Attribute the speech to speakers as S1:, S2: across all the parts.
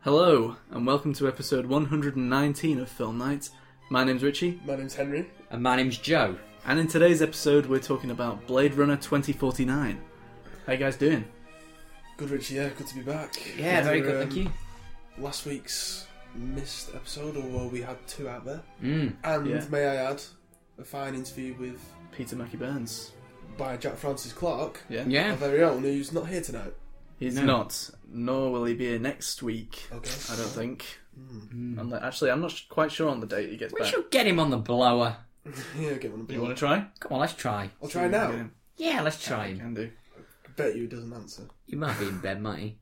S1: Hello, and welcome to episode 119 of Film Night. My name's Richie,
S2: My name's Henry.
S3: And my name's Joe.
S1: and in today's episode, we're talking about Blade Runner 2049. How you guys doing?
S2: Good, Richie. Yeah, good to be back.
S3: Yeah, very good,
S2: Um,
S3: thank you.
S2: Last week's missed episode, although we had two out there,
S3: Mm.
S2: and
S1: Yeah.
S2: may I add, a fine interview with
S1: Peter Mackie Burns.
S2: by Jack Francis Clark,
S1: Yeah?
S2: our
S3: Yeah.
S2: very own, who's not here tonight.
S1: He's
S3: No.
S1: not, nor will he be here next week,
S2: Okay.
S1: I don't think.
S3: Mm.
S1: Unle- actually, I'm not sh- quite sure on the date he gets
S3: We
S1: back.
S3: should get him on the blower.
S2: yeah, get one.
S1: Do you want to try?
S3: Come on, let's try.
S2: I'll try now.
S1: Get him.
S3: Yeah, let's try him.
S1: Can do.
S2: Bet you he doesn't answer.
S3: He might be in bed, might he?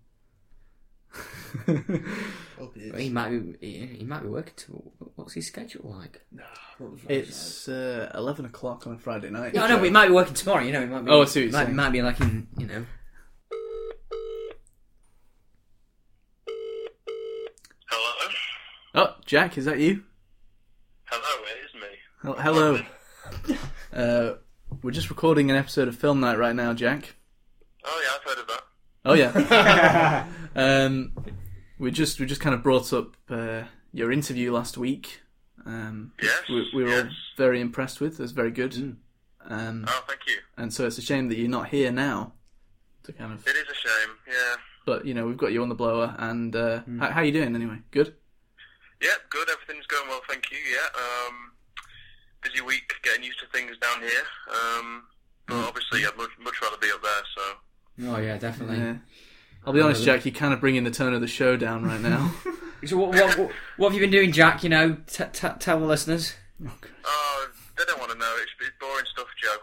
S2: Hope he is.
S3: But he might be. He, he might be working. To, what's his schedule like?
S2: Nah, not the Friday night.
S1: It's uh, 11 o'clock on a Friday night.
S3: No, no, but he might be working tomorrow. You know, he might be.
S1: Oh, I see what you're
S3: might,
S1: saying.
S3: might be like in. You know.
S4: Hello?
S1: Oh, Jack, is that you?
S4: Hello, it is me.
S1: Hel- Hello. uh, we're just recording an episode of Film Night right now, Jack.
S4: Oh yeah, I've heard of
S1: Oh
S4: that.
S1: yeah. um, we just we just kind of brought up uh, your interview last week. Um,
S4: Yes,
S1: we, we were all
S4: yes.
S1: very impressed with. It was very good. Um,
S4: Oh, thank you.
S1: and so it's a shame that you're not here now. To kind of,
S4: It is a shame, yeah.
S1: but you know we've got you on the blower. And uh, how, how you doing anyway? Good.
S4: Yeah, good, everything's going well, thank you, yeah. Um, busy week getting used to things down here. Um, but obviously I'd much, much rather be up there, so.
S3: Oh yeah, definitely.
S1: Yeah. I'll be honest, Jack. You're kind of bringing the tone of the show down right now.
S3: So what, what, what, what have you been doing, Jack? You know, t- t- tell the listeners.
S1: oh, God.
S4: Oh, they don't want to know, it's, it's boring stuff, Joe.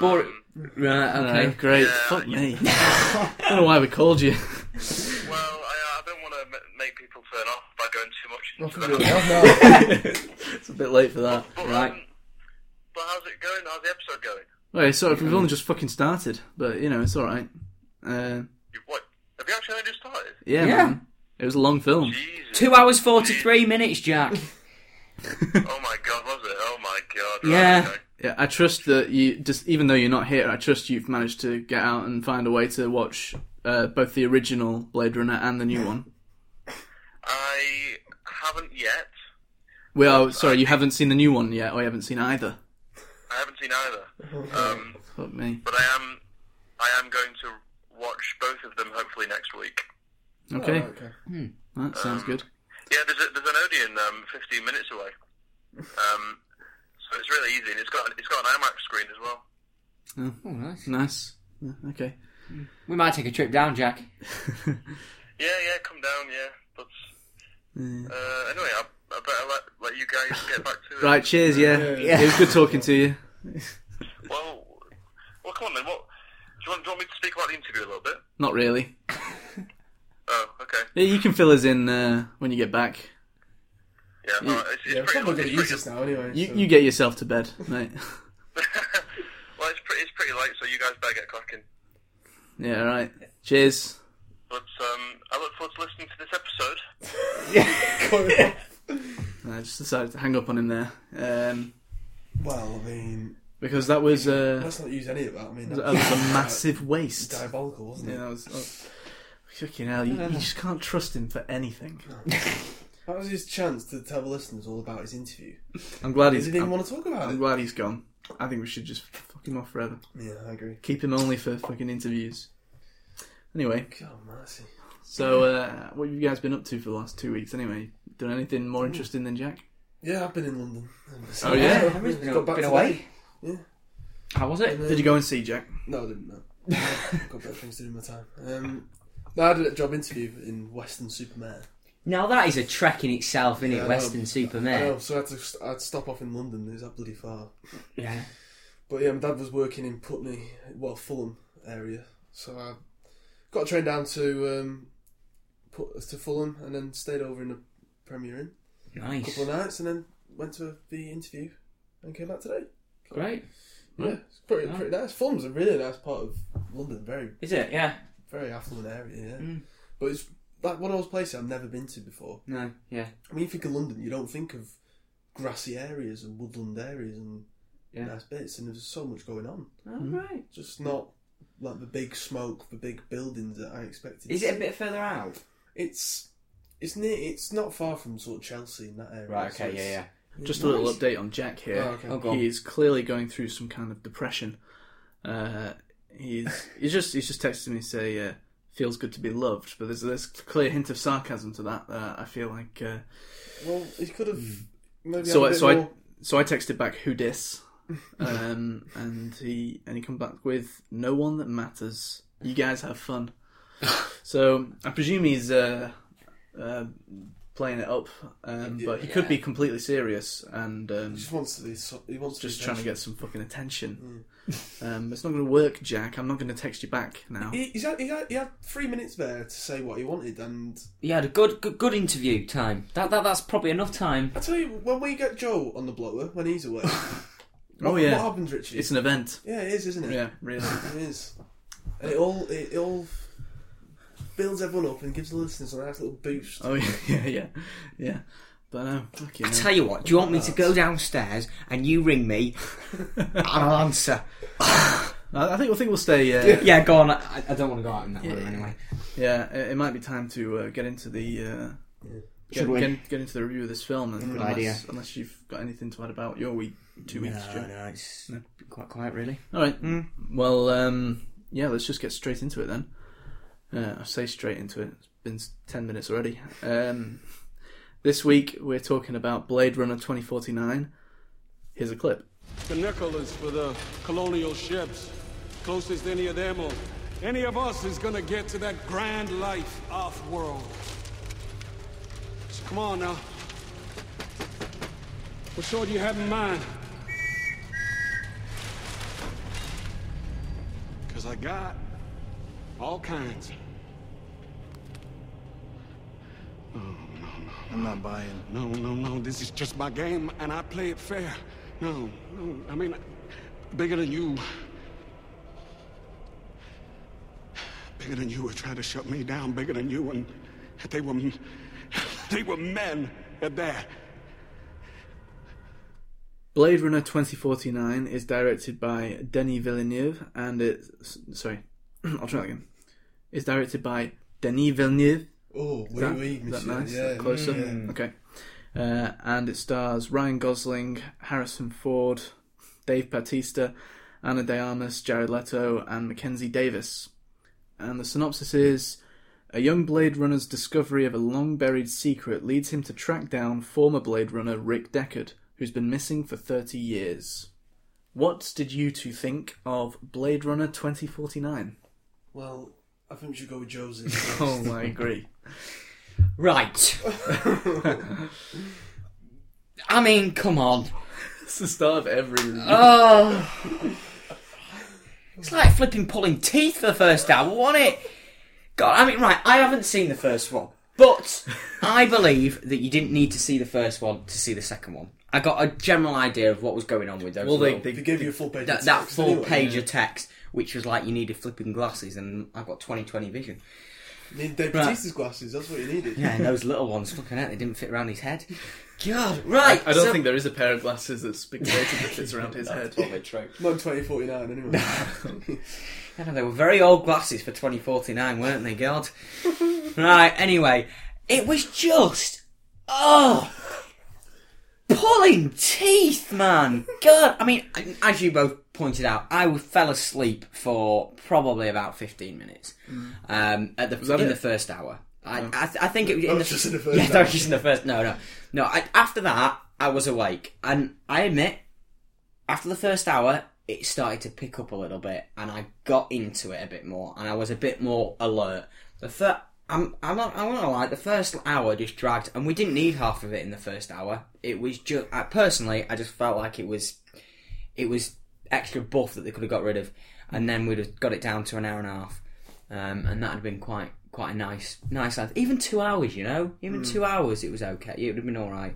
S3: Bor-
S4: Um,
S3: Right. Okay.
S1: No, great.
S4: Yeah.
S1: Fuck me. I don't know why we called you.
S4: well, I, I don't want to m- make people turn off by going too much into
S2: Nothing really.
S4: that.
S2: I've not-
S1: It's a bit late for that.
S4: But,
S3: Right.
S4: um, but how's it going? How's the episode going?
S1: Okay, so we've only just fucking started, but you know it's all right. Uh,
S4: You, what? Have you actually only just started?
S1: yeah,
S3: Yeah.
S1: man. It was a long film.
S4: Jesus.
S3: Two hours forty-three minutes, Jack.
S4: Oh my god, was it? Oh my god. right,
S3: Yeah.
S4: okay.
S1: Yeah, I trust that you just, even though you're not here, I trust you've managed to get out and find a way to watch uh, both the original Blade Runner and the new one.
S4: I haven't yet.
S1: Well, sorry, you haven't seen the new one yet, or you haven't seen either.
S4: I haven't seen either. Um,
S1: Fuck me.
S4: but I am, I am going to watch both of them hopefully next week.
S1: Okay,
S2: Oh, okay.
S1: that sounds good.
S4: Yeah, there's, a, there's an Odeon um, 15 minutes away. Um, so it's really easy, and it's got it's got an IMAX screen as well.
S3: Oh, nice.
S1: Nice. Yeah, Okay.
S3: We might take a trip down, Jack.
S4: Yeah, yeah, come down, yeah. But
S1: Yeah.
S4: uh, anyway, I, I better let, let you guys get back to it.
S1: Right. Cheers. Yeah.
S2: Yeah.
S1: It was good talking to you.
S4: Well, well, come on then. What do you want? Do you want me to speak about the interview a little bit?
S1: Not really.
S4: Oh, okay.
S1: Yeah, You can fill us in uh, when you get back.
S4: Yeah, all right. it's, it's
S2: Yeah, we're
S4: pretty,
S2: probably going to use
S4: it's pretty
S2: this now anyway.
S1: You,
S2: so-
S1: you get yourself to bed, mate.
S4: well, it's pretty, it's pretty late, so you guys better get cracking.
S1: yeah, all right. Cheers.
S4: But um, I look forward to listening to this episode.
S1: I just decided to hang up on him there um,
S2: Well, I mean,
S1: because that was, uh,
S2: let's not use any of that. I mean,
S1: that was a massive waste.
S2: diabolical, wasn't
S1: Yeah,
S2: it?
S1: that was. oh, fucking hell, you, you just can't trust him for anything.
S2: That was his chance to tell the listeners all about his interview.
S1: I'm glad
S2: He
S1: he's.
S2: didn't even
S1: I'm,
S2: want to talk about
S1: I'm
S2: it.
S1: glad he's gone. I think we should just fuck him off forever.
S2: Yeah, I agree.
S1: Keep him only for fucking interviews. Anyway,
S2: God mercy.
S1: so uh, what have you guys been up to for the last two weeks? Anyway, done anything more
S2: Mm.
S1: interesting than Jack?
S2: Yeah, I've been in London.
S1: Oh, yeah?
S2: I've just got back today.
S3: How was it?
S2: And, um,
S1: Did you go and see Jack?
S2: No, I didn't. No, got better things to do in my time. Um, no, I did a job interview in Western Supermare.
S3: Now that is a trek in itself, isn't
S2: Yeah, I
S3: it?
S2: know.
S3: Western
S2: I
S3: Superman.
S2: know, so I had to st- I had to stop off in London. It was that bloody far.
S3: Yeah.
S2: But yeah, my dad was working in Putney, well Fulham area, so I got a train down to um, put to Fulham and then stayed over in the Premier Inn a
S3: Nice.
S2: couple of nights and then went to the interview and came back today.
S3: Great.
S2: Yeah, it's pretty,
S3: Yeah.
S2: pretty nice. Fulham's a really nice part of London, very
S3: Is it? Yeah.
S2: very affluent area. Yeah,
S3: Mm.
S2: but it's like one of those places I've never been to before.
S3: No. Yeah.
S2: I mean, you think of London, you don't think of grassy areas and woodland areas and
S3: Yeah.
S2: nice bits, and there's so much going on.
S3: Oh, right.
S2: Just not like the big smoke, the big buildings that I expected.
S3: Is it a bit further out?
S2: It's It's near. It's not far from sort of Chelsea in that area.
S3: Right,
S2: so
S3: okay, yeah,
S2: it's-
S3: yeah.
S1: Just a little update on Jack here.
S2: Oh, okay.
S3: Oh, go on.
S1: He is clearly going through some kind of depression. Uh, he's he's just he's just texted me say uh, feels good to be loved, but there's there's clear hint of sarcasm to that. Uh, I feel like uh,
S2: Well, he could have maybe.
S1: so
S2: had
S1: I,
S2: a bit
S1: so I
S2: more-
S1: so I texted back who dis, um, and he and he come back with no one that matters. You guys have fun. so I presume he's uh, uh, playing it up, um, but he could be completely serious and. Um,
S2: He just wants to be. so- He wants
S1: just
S2: to be
S1: trying to get some fucking attention. um, it's not going to work, Jack. I'm not going to text you back now.
S2: He, he's had, he, had, he had three minutes there to say what he wanted, and
S3: He had a good, good, good interview time. That, that, that's probably enough time.
S2: I tell you, when we get Joe on the blower when he's away,
S1: Oh
S2: what, what
S1: yeah,
S2: happens, Richie?
S1: it's an event.
S2: yeah, it is, isn't it?
S1: Yeah, really.
S2: it is. And it all it, it all builds everyone up and gives the listeners a nice little boost.
S1: Oh yeah, yeah, yeah, yeah. But no, fuck you.
S3: I tell you what, do you want me to go downstairs and you ring me and I'll answer?
S1: I, I think I think we'll stay. Uh,
S3: Yeah, go on. I, I don't want to go out in that weather anyway.
S1: yeah, it, it might be time to uh, get into the. Uh, Get,
S3: Should we?
S1: get, get into the review of this film, and unless,
S3: idea.
S1: unless you've got anything to add about your week, two weeks. Joe.
S3: no, it's quite quiet, really.
S1: All right. Well, um, yeah, let's just get straight into it then. Uh, I say straight into it. It's been s- ten minutes already. Um, this week we're talking about Blade Runner 2049. Here's a clip.
S5: The Nicholas for the colonial ships. Closest any of them or any of us is gonna get to that grand life off world. So come on now. What sort do you have in mind? Cause I got all kinds.
S6: I'm not buying.
S5: No, no, no. This is just my game, and I play it fair. No, no. I mean, bigger than you. Bigger than you were trying to shut me down. Bigger than you, and they were, they were men at that.
S1: Blade Runner 2049 is directed by Denis Villeneuve, and it's sorry, I'll try that again. It's directed by Denis Villeneuve.
S2: Oh, wee
S1: that,
S2: wee,
S1: that
S2: monsieur.
S1: nice?
S2: Yeah,
S1: that closer? Okay. Uh, and it stars Ryan Gosling, Harrison Ford, Dave Bautista, Anna De Armas, Jared Leto, and Mackenzie Davis. And the synopsis is. A young Blade Runner's discovery of a long buried secret leads him to track down former Blade Runner Rick Deckard, who's been missing for 30 years. What did you two think of Blade Runner 2049?
S2: Well, I think we should go with Joe's. instead.
S1: Oh, I agree.
S3: Right. I mean, come on.
S1: It's the start of every review.
S3: Oh. It's like flipping pulling teeth the first hour, wasn't it? God, I mean, right, I haven't seen the first one, but I believe that you didn't need to see the first one to see the second one. I got a general idea of what was going on with those.
S1: well, they,
S3: little-
S1: they,
S2: They gave you a full page.
S3: that,
S2: of
S3: that
S2: text
S3: full
S2: anyway.
S3: page of text, which was like you needed flipping glasses, and I've got 20/20 vision.
S2: You need Dave Batista's glasses. That's what you needed.
S3: Yeah, and those little ones, fucking hell, they didn't fit around his head. God, right.
S1: I don't
S3: so-
S1: think there is a pair of glasses that's pixelated that fits around his head.
S2: Not twenty forty nine anyway.
S3: I don't know, they were very old glasses for 2049, weren't they, God? right, anyway, it was just. Oh! Pulling teeth, man! God, I mean, as you both pointed out, I fell asleep for probably about 15 minutes
S2: Mm.
S3: um, at the,
S1: that
S3: in
S1: it?
S3: the first hour. I, I, th- I think it was in
S2: Oh. was
S3: the,
S2: just in the first
S3: yeah, that
S2: hour.
S3: was just in the first. No, no, no. I, after that, I was awake, and I admit, after the first hour, it started to pick up a little bit, and I got into it a bit more, and I was a bit more alert. The first, I'm, I'm not, I'm not gonna lie, the first hour just dragged, and we didn't need half of it in the first hour. It was just, I, personally, I just felt like it was, it was extra buff that they could have got rid of, and then we'd have got it down to an hour and a half, um, and that'd have been quite, quite a nice, nice. length. Even two hours, you know, even two hours, it was okay. It would have been all right.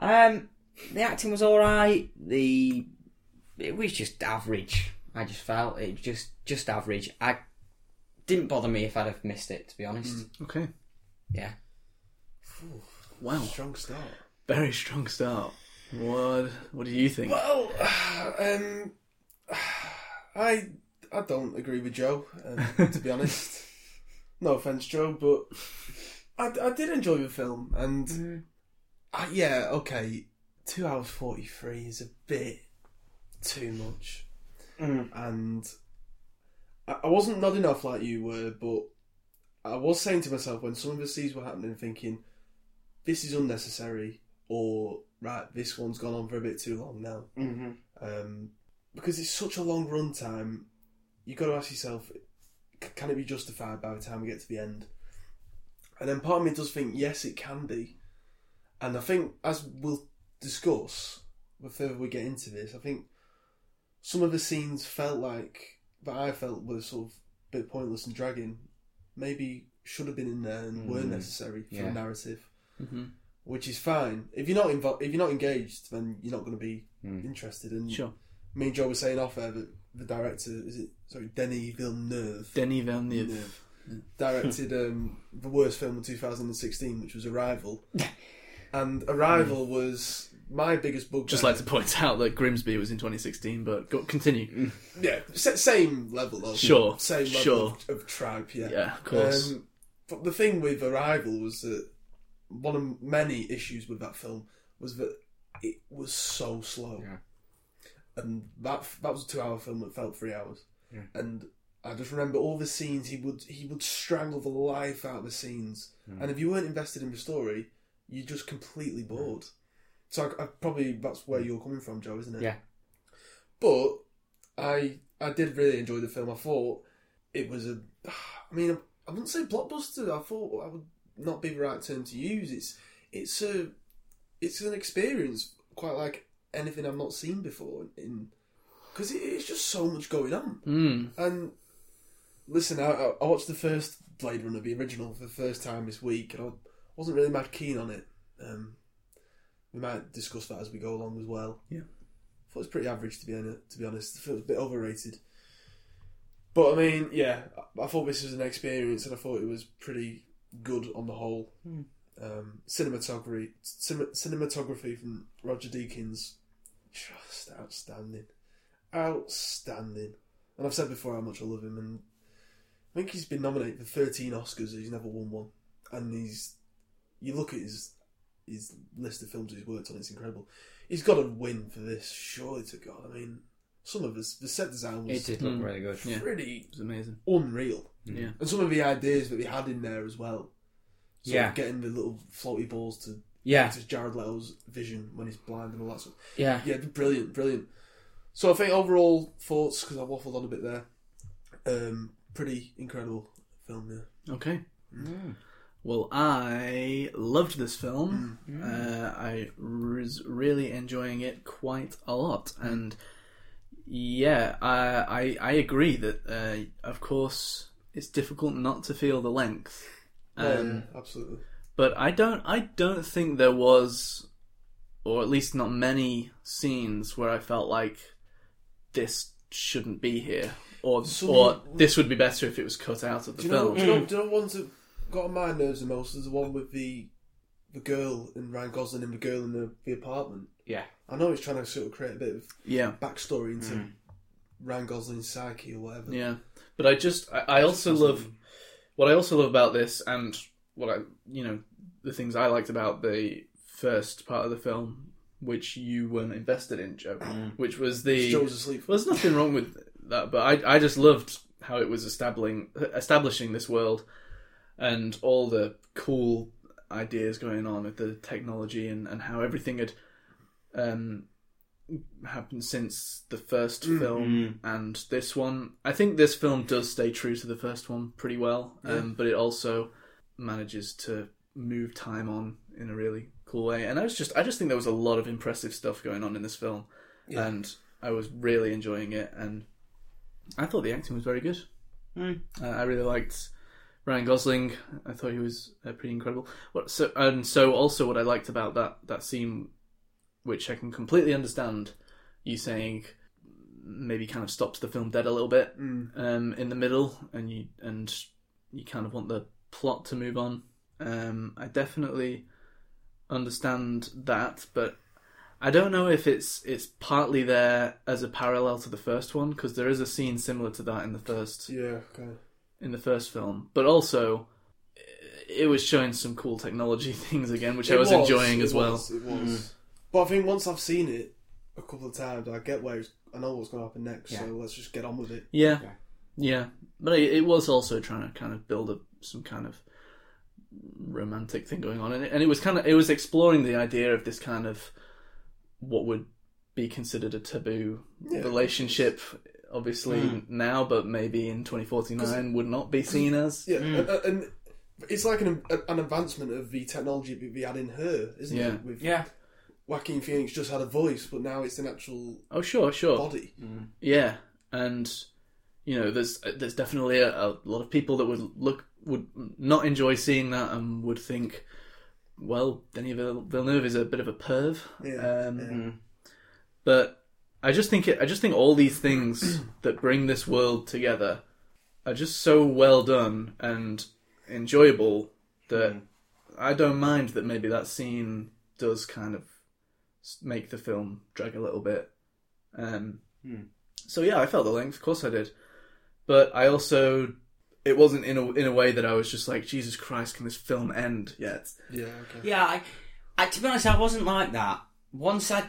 S3: Um, the acting was all right. The it was just average. I just felt it just just average. I didn't bother me if I'd have missed it, to be honest.
S1: Okay.
S3: Yeah.
S1: Wow.
S2: Strong start.
S1: Very strong start. What What do you think?
S2: Well, um, I I don't agree with Joe. Um, to be honest, no offense, Joe, but I, I did enjoy the film, and I, yeah, okay, two hours forty three is a bit too much, and I, I wasn't nodding off like you were, but I was saying to myself when some of the scenes were happening, thinking this is unnecessary, or right, this one's gone on for a bit too long now,
S3: Mm-hmm.
S2: um, because it's such a long run time. You've got to ask yourself, c- can it be justified by the time we get to the end? And then part of me does think, yes, it can be. And I think, as we'll discuss the further we get into this, I think some of the scenes felt like, that I felt were sort of a bit pointless and dragging, maybe should have been in there and were
S3: Mm,
S2: necessary for
S3: yeah. Mm-hmm.
S2: the narrative
S1: hmm
S2: which is fine. If you're not involved, if you're not engaged, then you're not going to be
S3: Mm.
S2: interested. And
S1: Sure.
S2: me and Joe were saying off air that the director is it sorry Denis Villeneuve
S1: Denis Villeneuve.
S2: directed um, the worst film of 2016, which was Arrival, and Arrival was my biggest bug.
S1: Just like to point out that Grimsby was in 2016, but go, continue.
S2: yeah, sa- same level of
S1: Sure,
S2: same level
S1: sure.
S2: of, of tribe. Yeah,
S1: Yeah, of course.
S2: Um, but the thing with Arrival was that one of many issues with that film was that it was so slow,
S3: Yeah.
S2: and that that was a two-hour film that felt three hours.
S3: Yeah.
S2: And I just remember all the scenes he would he would strangle the life out of the scenes,
S3: Hmm.
S2: and if you weren't invested in the story, you're just completely bored. So I, I probably that's
S3: Hmm.
S2: where you're coming from, Joe, isn't it?
S3: Yeah.
S2: But I I did really enjoy the film. I thought it was a. I mean, I wouldn't say blockbuster. I thought I would not be the right term to use. It's it's a it's an experience quite like anything I've not seen before in because it, it's just so much going on.
S1: Mm.
S2: And listen, I, I I watched the first Blade Runner, the original, for the first time this week, and I wasn't really mad keen on it. Um, we might discuss that as we go along as well.
S1: Yeah.
S2: thought it was pretty average to be hon- to be honest. I thought it was a bit overrated. But I mean, yeah, I, I thought this was an experience, and I thought it was pretty good on the whole. Um, cinematography, cin- cinematography from Roger Deakins, just outstanding, outstanding. And I've said before how much I love him, and I think he's been nominated for 13 Oscars. He's never won one, and he's. You look at his his list of films he's worked on; it's incredible. He's got to win for this, surely to God. I mean, some of us the set design
S3: It
S2: was
S3: did look
S1: Mm.
S3: really good.
S1: Yeah.
S2: pretty
S1: It was amazing.
S2: unreal,
S1: Yeah.
S2: and some of the ideas that we had in there as well. Sort
S3: Yeah.
S2: of getting the little floaty balls to
S3: Yeah,
S2: to Jared Leto's vision when he's blind and all that sort. Of.
S3: yeah.
S2: Yeah, brilliant, brilliant. So I think overall thoughts because I waffled on a bit there. Um, pretty incredible film, yeah.
S1: Okay.
S2: Mm.
S1: Well, I loved this film.
S2: Mm.
S1: Uh, I was really enjoying it quite a lot, and yeah, I I, I agree that uh, of course it's difficult not to feel the length, um,
S2: yeah, absolutely.
S1: but I don't I don't think there was, or at least not many scenes where I felt like this shouldn't be here, or
S2: Some-
S1: or this would be better if it was cut out of the
S2: Do you know?
S1: film.
S2: Do you know, do you know ones that got on my nerves the most is the one with the the girl and Ryan Gosling and the girl in the, the apartment.
S3: Yeah.
S2: I know it's trying to sort of create a bit of
S1: Yeah.
S2: backstory into Ryan Gosling's psyche or whatever.
S1: Mm. Yeah, but I just I, I also love what I also love about this, and what I you know the things I liked about the first part of the film, which you weren't invested in, Joe, which was the
S2: Joe's asleep.
S1: well, there's nothing wrong with that, but I I just loved how it was establishing establishing this world and all the cool ideas going on with the technology and, and how everything had um, happened since the 1st film and this one. I think this film does stay true to the first one pretty well, um, but it also manages to move time on in a really cool way. And I was just, I just think there was a lot of impressive stuff going on in this film, and I was really enjoying it. And I thought the acting was very good. Uh, I really liked Ryan Gosling. I thought he was uh, pretty incredible. What so and so also what I liked about that that scene, which I can completely understand you saying, maybe kind of stops the film dead a little bit
S2: Mm.
S1: um, in the middle, and you and you kind of want the plot to move on. Um, I definitely understand that, but I don't know if it's it's partly there as a parallel to the first one because there is a scene similar to that in the first
S2: Yeah, okay.
S1: in the first film, but also eh, it was showing some cool technology things again, which I
S2: It
S1: was, enjoying
S2: it
S1: as well.
S2: was, it was. Mm. But I think once I've seen it a couple of times, I get where it's, I know what's going to happen next. So
S3: Yeah.
S2: let's just get on with it.
S1: Yeah,
S3: Okay.
S1: yeah, but it, it was also trying to kind of build up some kind of romantic thing going on, and it, and it was kind of it was exploring the idea of this kind of what would be considered a taboo
S2: Yeah. Hmm.
S1: relationship. Obviously now, but maybe in 2049 would not be seen as.
S2: Yeah, and, and it's like an an advancement of the technology that we had in her, isn't
S1: Yeah.
S2: it? With
S3: Yeah.
S2: Joaquin Phoenix just had a voice, but now it's an actual
S1: Oh sure, sure.
S2: body.
S1: Yeah, and you know, there's there's definitely a, a lot of people that would look would not enjoy seeing that and would think, well, Denis Vill- Villeneuve is a bit of a perv.
S2: Yeah,
S1: um,
S2: yeah.
S1: But I just think it, I just think all these things that bring this world together are just so well done and enjoyable that
S2: Mm.
S1: I don't mind that maybe that scene does kind of s- make the film drag a little bit. Um, So yeah, I felt the length, of course I did, but I also it wasn't in a in a way that I was just like Jesus Christ, can this film end yet?
S2: Yeah, okay.
S3: Yeah, I, I to be honest, I wasn't like that. Once I,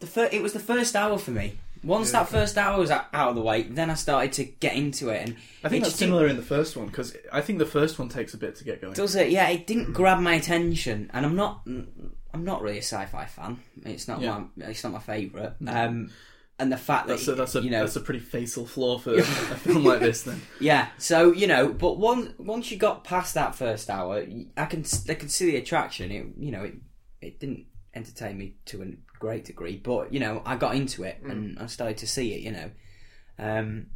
S3: the fir- it was the first hour for me. Once that first hour was out out of the way, then I started to get into it, and
S1: I think
S3: it
S1: that's
S3: just didn't-
S1: similar in the first one because I think the first one takes a bit to get going.
S3: Does it? Yeah, it didn't grab my attention, and I'm not, I'm not really a sci-fi fan. It's not
S1: Yeah.
S3: my, it's not my favourite. Um, and the fact that
S1: That's a, that's a
S3: you know,
S1: that's a pretty fatal flaw for a film like this. Then
S3: yeah. So you know, but once once you got past that first hour, y- I can s- I can see the attraction. It you know it it didn't entertain me to a great degree, but you know I got into it and I started to see it. You know, um,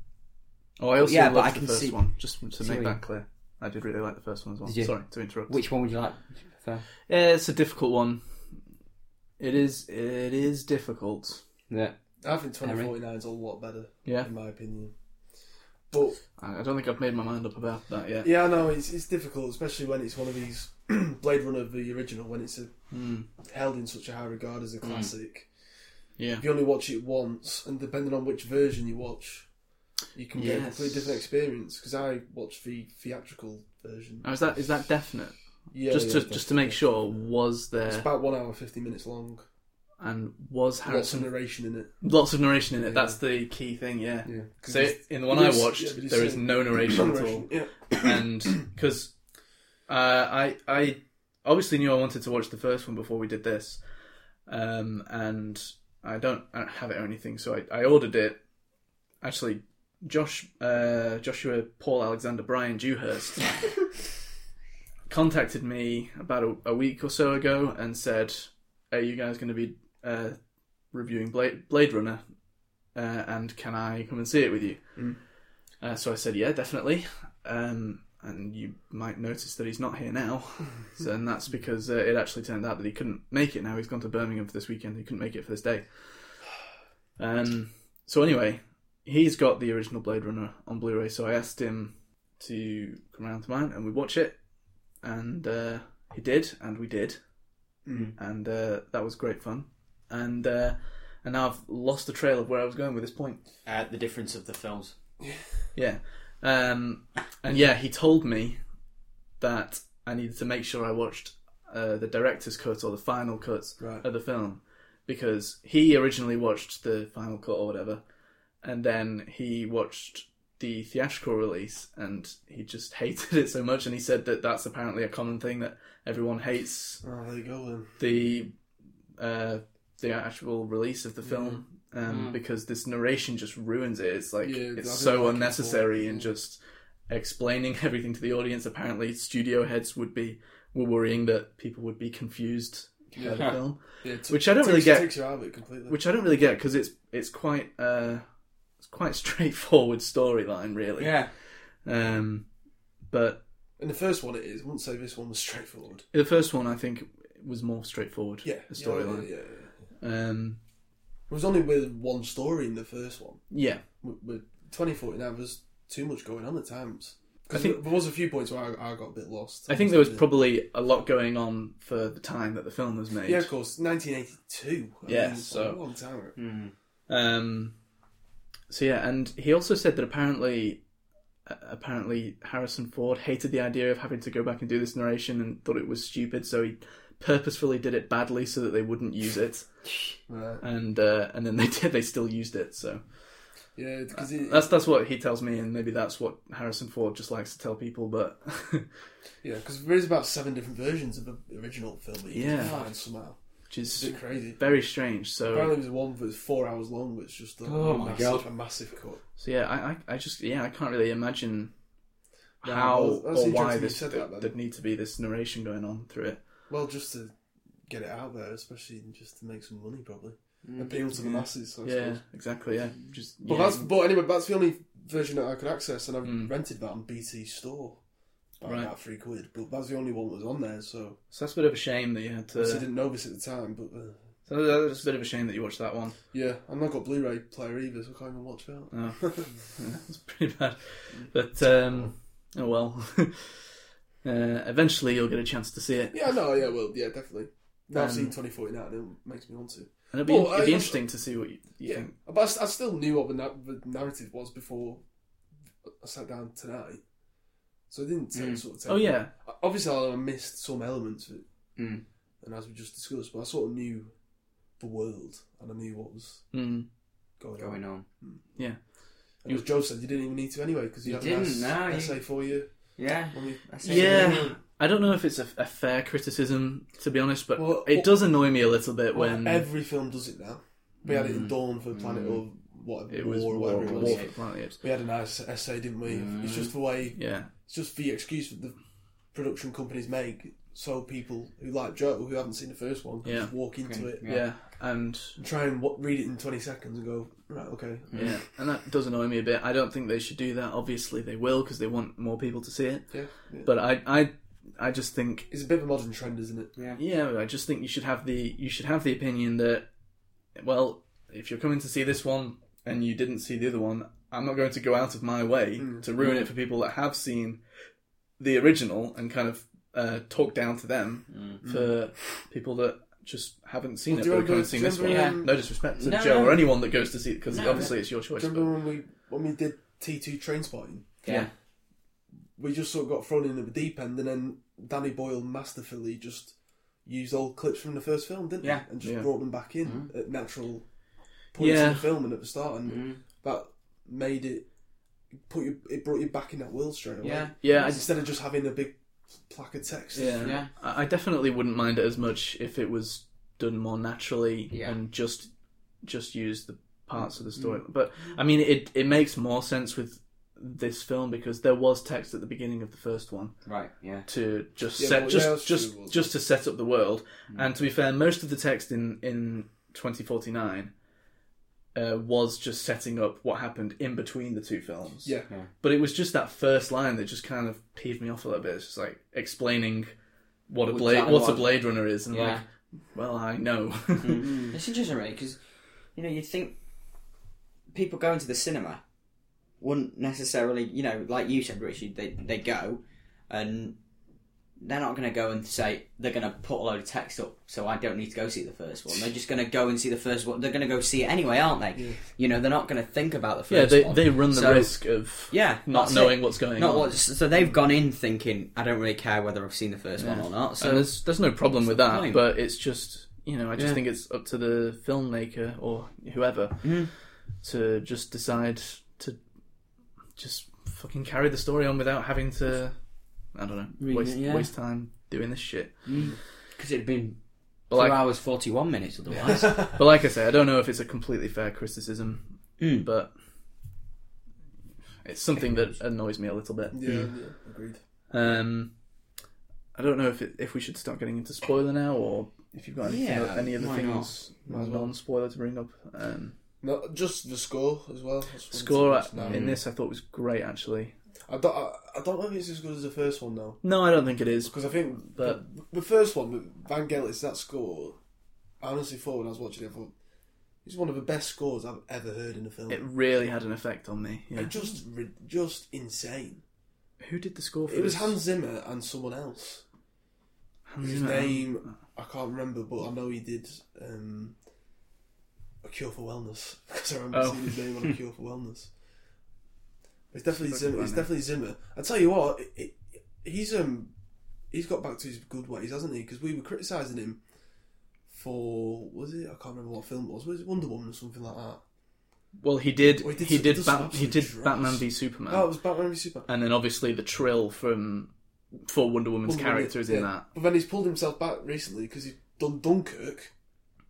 S1: oh, I also
S3: Yeah, but
S1: loved
S3: I
S1: the
S3: can
S1: first
S3: see-
S1: one. Just to make
S3: Sorry.
S1: that clear, I did really like the first one as well.
S3: Did you?
S1: Sorry to interrupt.
S3: which one would you like? prefer?
S1: Yeah, it's a difficult one. It is it is difficult.
S3: Yeah.
S2: I think 2049 is a lot better,
S1: Yeah,
S2: in my opinion. But
S1: I I don't think I've made my mind up about that yet.
S2: yeah, no, it's it's difficult, especially when it's one of these Blade Runner the original, when it's a,
S1: Hmm.
S2: held in such a high regard as a
S1: Mm.
S2: classic.
S1: Yeah.
S2: If you only watch it once, and depending on which version you watch, you can get a
S1: Yes.
S2: completely different experience. Because I watched the theatrical version.
S1: Now, is that is that definite?
S2: Yeah,
S1: Uh, just to
S2: yeah,
S1: just to make sure, was
S2: It's
S1: there
S2: about one hour fifty minutes long.
S1: and was
S2: Lots of
S1: Harrison
S2: narration in it.
S1: lots of narration in it?
S2: Yeah.
S1: That's the key thing. Yeah.
S2: Yeah.
S1: So in the one
S2: you
S1: I
S2: s-
S1: watched,
S2: yeah, but you
S1: there
S2: see-
S1: is no narration at all.
S2: Narration, Yeah.
S1: and because uh, I I obviously knew I wanted to watch the first one before we did this, um, and I don't, I don't have it or anything, so I, I ordered it. Actually, Josh uh, Joshua Paul Alexander Brian Dewhurst contacted me about a, a week or so ago and said, "Are you guys going to be uh, reviewing Blade Blade Runner?" Uh, and can I come and see it with you? Uh, so I said, yeah, definitely. Um, and you might notice that he's not here now. so, and that's because uh, it actually turned out that he couldn't make it now. He's gone to Birmingham for this weekend. He couldn't make it for this day. Um, so, anyway, he's got the original Blade Runner on Blu ray. So I asked him to come around to mine and we watch it. And uh, he did, and we did. And uh, that was great fun. And, uh, and now I've lost the trail of where I was going with this point.
S6: Uh, the difference of the films.
S1: Yeah. Um, and yeah, he told me that I needed to make sure I watched uh, the director's cut or the final cut
S2: Right.
S1: of the film because he originally watched the final cut or whatever, and then he watched the theatrical release and he just hated it so much. And he said that that's apparently a common thing that everyone hates
S2: Oh, there you go then.
S1: the uh, the actual release
S2: Mm.
S1: of the film um, because this narration just ruins it. It's like
S2: Yeah,
S1: it's
S2: I
S1: so
S2: think I can
S1: unnecessary
S2: follow.
S1: and just explaining everything to the audience. Apparently, studio heads would be were worrying that people would be confused by the film,
S2: Yeah, t-
S1: Which I don't
S2: takes,
S1: really get-
S2: Takes you out of it completely.
S1: which I don't really get because it's it's quite uh, it's quite straightforward storyline really.
S3: Yeah.
S1: Um, but
S2: in the first one, it is. I wouldn't say this one was straightforward.
S1: the first one I think was more straightforward.
S2: Yeah,
S1: a storyline.
S2: Yeah, yeah, yeah.
S1: Um,
S2: It was only with one story in the first one.
S1: yeah.
S2: With, with 2049, there was too much going on at times.
S1: I
S2: Because
S1: think-
S2: there was a few points where I, I got a bit lost.
S1: I think there was probably a lot going on for the time that the film was made.
S2: Yeah, of course. 1982. I
S1: Yeah,
S2: mean,
S1: so-
S2: a long time.
S1: Hmm.
S2: ago.
S1: Um, so yeah, and he also said that apparently uh, apparently Harrison Ford hated the idea of having to go back and do this narration and thought it was stupid, so he purposefully did it badly so that they wouldn't use it.
S2: Right.
S1: And uh, and then they did. They still used it. So
S2: Yeah, because he,
S1: that's that's what he tells me, and maybe that's what Harrison Ford just likes to tell people. But
S2: yeah, 'cause there is about seven different versions of the original film that you
S1: Yeah.
S2: can find somehow.
S1: which is
S2: It's a bit crazy.
S1: very strange. So
S2: Apparently, there's one that's four hours long that's just a,
S3: Oh my
S2: massive,
S3: God.
S2: a massive cut.
S1: so yeah, I, I I just yeah I can't really imagine
S2: No,
S1: how
S2: well, that's
S1: or why
S2: interesting you
S1: this
S2: said
S1: there
S2: that, then.
S1: there'd need to be this narration going on through it.
S2: Well, just to get it out there, especially just to make some money, probably. Appeal to the masses, I
S1: Mm. Yeah,
S2: suppose.
S1: exactly. Yeah, just yeah.
S2: But,
S1: Hmm.
S2: that's, but anyway, that's the only version that I could access, and I've rented that on BT Store. About,
S1: Right.
S2: about three quid, but that's the only one that was on there, so
S1: so that's a bit of a shame that you had to.
S2: obviously I didn't know this at the time. But uh,
S1: So that- that's a bit of a shame that you watched that one.
S2: yeah, I've not got Blu-ray player either, so I can't even watch that.
S1: Oh. It's pretty bad.
S2: Mm.
S1: But um, oh well. uh, eventually, you'll get a chance to see it,
S2: Yeah, no, yeah, well, yeah, definitely. Now I've
S1: Um,
S2: seen 2049, and it makes me want to.
S1: and it'll be,
S2: Well,
S1: it'll be
S2: I-
S1: interesting to see what you, you
S2: Yeah,
S1: think.
S2: but I, s- I still knew what the, na- the narrative was before I sat down tonight, so I didn't take, sort of take.
S1: Oh yeah,
S2: obviously I missed some elements of it,
S3: Mm.
S2: and as we just discussed, but I sort of knew the world and I knew what was
S1: mm,
S2: going, on.
S3: Going on.
S2: And as Joe said, you didn't even need to anyway because you,
S3: You
S2: have
S3: didn't,
S2: an S-
S3: no, you-
S2: essay for you.
S3: Yeah.
S2: on your-
S3: I see.
S1: yeah. I don't know if it's a, a fair criticism to be honest, but
S2: Well,
S1: it
S2: well-
S1: does annoy me a little bit when
S2: every film does it now. We had it in Dawn for Planet or what
S1: it was
S2: War, or whatever it was.
S1: War for the Planet of the Apes.
S2: We had a nice essay, didn't we? It's just the way.
S1: Yeah,
S2: It's just the excuse that the production companies make. So people who like Joe, who haven't seen the first one, can
S1: Yeah.
S2: just walk into it,
S1: yeah, and
S2: and try and w- read it in twenty seconds, and go right, okay,
S1: yeah, and that does annoy me a bit. I don't think they should do that. Obviously, they will because they want more people to see it.
S2: yeah. yeah.
S1: But I, I, I just think
S2: It's a bit of a modern trend, isn't it?
S1: Yeah, I just think you should have the you should have the opinion that, well, if you're coming to see this one and you didn't see the other one, I'm not going to go out of my way
S2: Hmm.
S1: to ruin it for people that have seen the original and kind of uh, talk down to them
S3: Hmm.
S1: for people that just haven't seen
S2: Well,
S1: it
S2: do
S1: but
S2: you
S1: have come and
S2: remember-
S1: seen
S2: do you
S1: this one.
S2: remember, um,
S1: no disrespect to
S3: No,
S1: Joe
S3: no.
S1: or anyone that goes to see it because
S3: No,
S1: obviously it's your choice.
S2: Do you remember when we when we did T two train spotting?
S3: Yeah.
S2: We just sort of got thrown into the deep end, and then Danny Boyle masterfully just used old clips from the first film, didn't
S3: Yeah.
S2: he? And just
S1: Yeah. Mm-hmm.
S2: brought them back in at natural points
S1: Yeah. Mm-hmm.
S2: in the film and at the start, and that made it put you it brought you back in that world straight away.
S3: Yeah.
S1: Yeah, I
S2: Instead of just having a big plaque of text.
S1: Yeah.
S3: Yeah.
S1: I I definitely wouldn't mind it as much if it was done more naturally
S3: Yeah.
S1: and just just use the parts of the story.
S2: Mm.
S1: But I mean, it it makes more sense with this film because there was text at the beginning of the first one
S3: Right. Yeah.
S1: to just
S2: Yeah,
S1: set
S2: well, yeah,
S1: just
S2: that's
S1: just
S2: true, wasn't
S1: just to set up the world.
S2: Mm.
S1: And to be fair, most of the text in in 2049 uh, was just setting up what happened in between the two films.
S2: Yeah.
S1: But it was just that first line that just kind of peeved me off a little bit. It's just like explaining what a
S3: Which
S1: blade
S3: that
S1: what a
S3: one.
S1: Blade Runner is, and
S3: Yeah. Mm-hmm.
S1: like, well, I know.
S3: It's interesting, really, because you know you'd think people going to the cinema wouldn't necessarily, you know, like you said, Richard, they they go and they're not going to go and say they're going to put a load of text up, so I don't need to go see the first one. They're just going to go and see the first one. They're going to go see it anyway, aren't they? You know, they're not going to think about the first.
S1: yeah, they
S3: one.
S1: they run the
S3: So-
S1: risk of
S3: Yeah,
S1: not
S3: that's
S1: knowing
S3: it.
S1: what's going
S3: Not
S1: on.
S3: what, so they've gone in thinking I don't really care whether I've seen the first one or not. So
S1: and there's there's no problem with
S3: the
S1: that,
S3: point?
S1: but it's just you know I just
S3: Yeah.
S1: think it's up to the filmmaker or whoever
S3: mm.
S1: to just decide to just fucking carry the story on without having to I don't know
S3: Read
S1: waste
S3: it, yeah.
S1: waste time doing this shit.
S3: because Mm. it'd been
S1: But
S3: four
S1: like,
S3: hours forty one minutes otherwise.
S1: but like I say, I don't know if it's a completely fair criticism,
S3: Hmm.
S1: but it's something that annoys me a little bit.
S2: Yeah, yeah, agreed.
S1: Um, I don't know if it, if we should start getting into spoiler now, or if you've got anything,
S3: Yeah,
S1: any other
S3: why
S1: things non-spoiler to bring up. Um,
S2: No, just the score as well. That's one
S1: score
S2: thing that's-
S1: in this I thought was great actually.
S2: I don't. I, I don't know if it's as good as the first one though.
S1: No, I don't think it is.
S2: Because I think
S1: But-
S2: the, the first one, with Van Gelt's that score, I honestly thought when I was watching it, I thought, it's one of the best scores I've ever heard in a film.
S1: It really had an effect on me. Yeah.
S2: It just, ri- just insane.
S1: Who did the score for
S2: It was
S1: this?
S2: Hans Zimmer and someone else.
S1: Hans
S2: His
S1: Zimmer.
S2: name, I can't remember, but I know he did um, A Cure for Wellness. Because I remember
S1: Oh.
S2: seeing his name on A Cure for Wellness. It's definitely
S1: Fucking
S2: Zimmer. It's
S1: Barney.
S2: definitely Zimmer. I tell you what, it, it, he's um he's got back to his good ways, hasn't he? Because we were criticising him for was it? I can't remember what film it was. Was it Wonder Woman or something like that?
S1: Well, he did.
S2: Well, he did
S1: he
S2: some-
S1: did.
S2: does some
S1: Bat, he
S2: absolute
S1: did
S2: dross.
S1: Batman v Superman,
S2: Oh, it was Batman v Superman.
S1: and then obviously the trill from for Wonder Woman's
S2: Wonder Woman,
S1: character is in
S2: yeah.
S1: that.
S2: But then he's pulled himself back recently because he's done Dunkirk,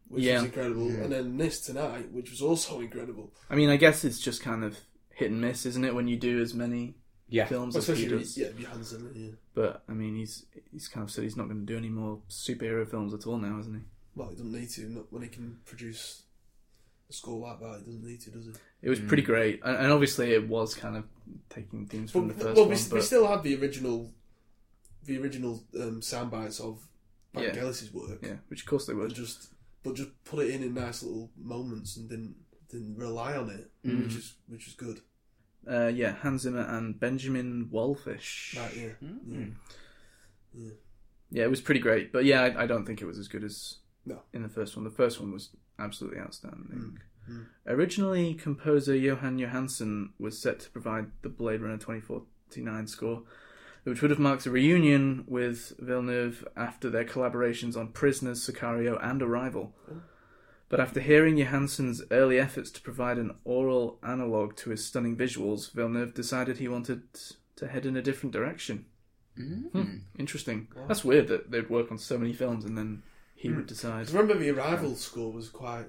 S2: which
S1: Yeah.
S2: was incredible, and then this tonight, which was also incredible.
S1: I mean, I guess it's just kind of hit and miss, isn't it? When you do as many
S3: Yeah.
S1: films as he
S2: Especially
S1: does.
S2: yeah, Johansson. Yeah.
S1: But I mean, he's he's kind of said he's not going to do any more superhero films at all now, isn't he?
S2: Well, he doesn't need to not when he can produce a score like that. He doesn't need to, does he?
S1: It was pretty great, and, and obviously it was kind of taking themes from the
S2: But-
S1: first
S2: well,
S1: one.
S2: we, we
S1: but
S2: still have the original, the original um, sound bites of Matt
S1: Yeah.
S2: Gellis's work,
S1: yeah, which of course they
S2: but
S1: would.
S2: just but just put it in in nice little moments and didn't didn't rely on it,
S1: Mm.
S2: which is which is good.
S1: Uh, yeah, Hans Zimmer and Benjamin Wallfish.
S2: Right, yeah.
S1: Hmm. Yeah, it was pretty great, but yeah, I, I don't think it was as good as
S2: No.
S1: in the first one. The first one was absolutely outstanding. Originally, composer Johan Johansson was set to provide the Blade Runner 2049 score, which would have marked a reunion with Villeneuve after their collaborations on Prisoners, Sicario, and Arrival. But after hearing Johansson's early efforts to provide an oral analogue to his stunning visuals, Villeneuve decided he wanted to head in a different direction. Hmm, interesting. That's weird that they'd work on so many films and then he would decide.
S2: 'Cause remember the Arrival score was quite.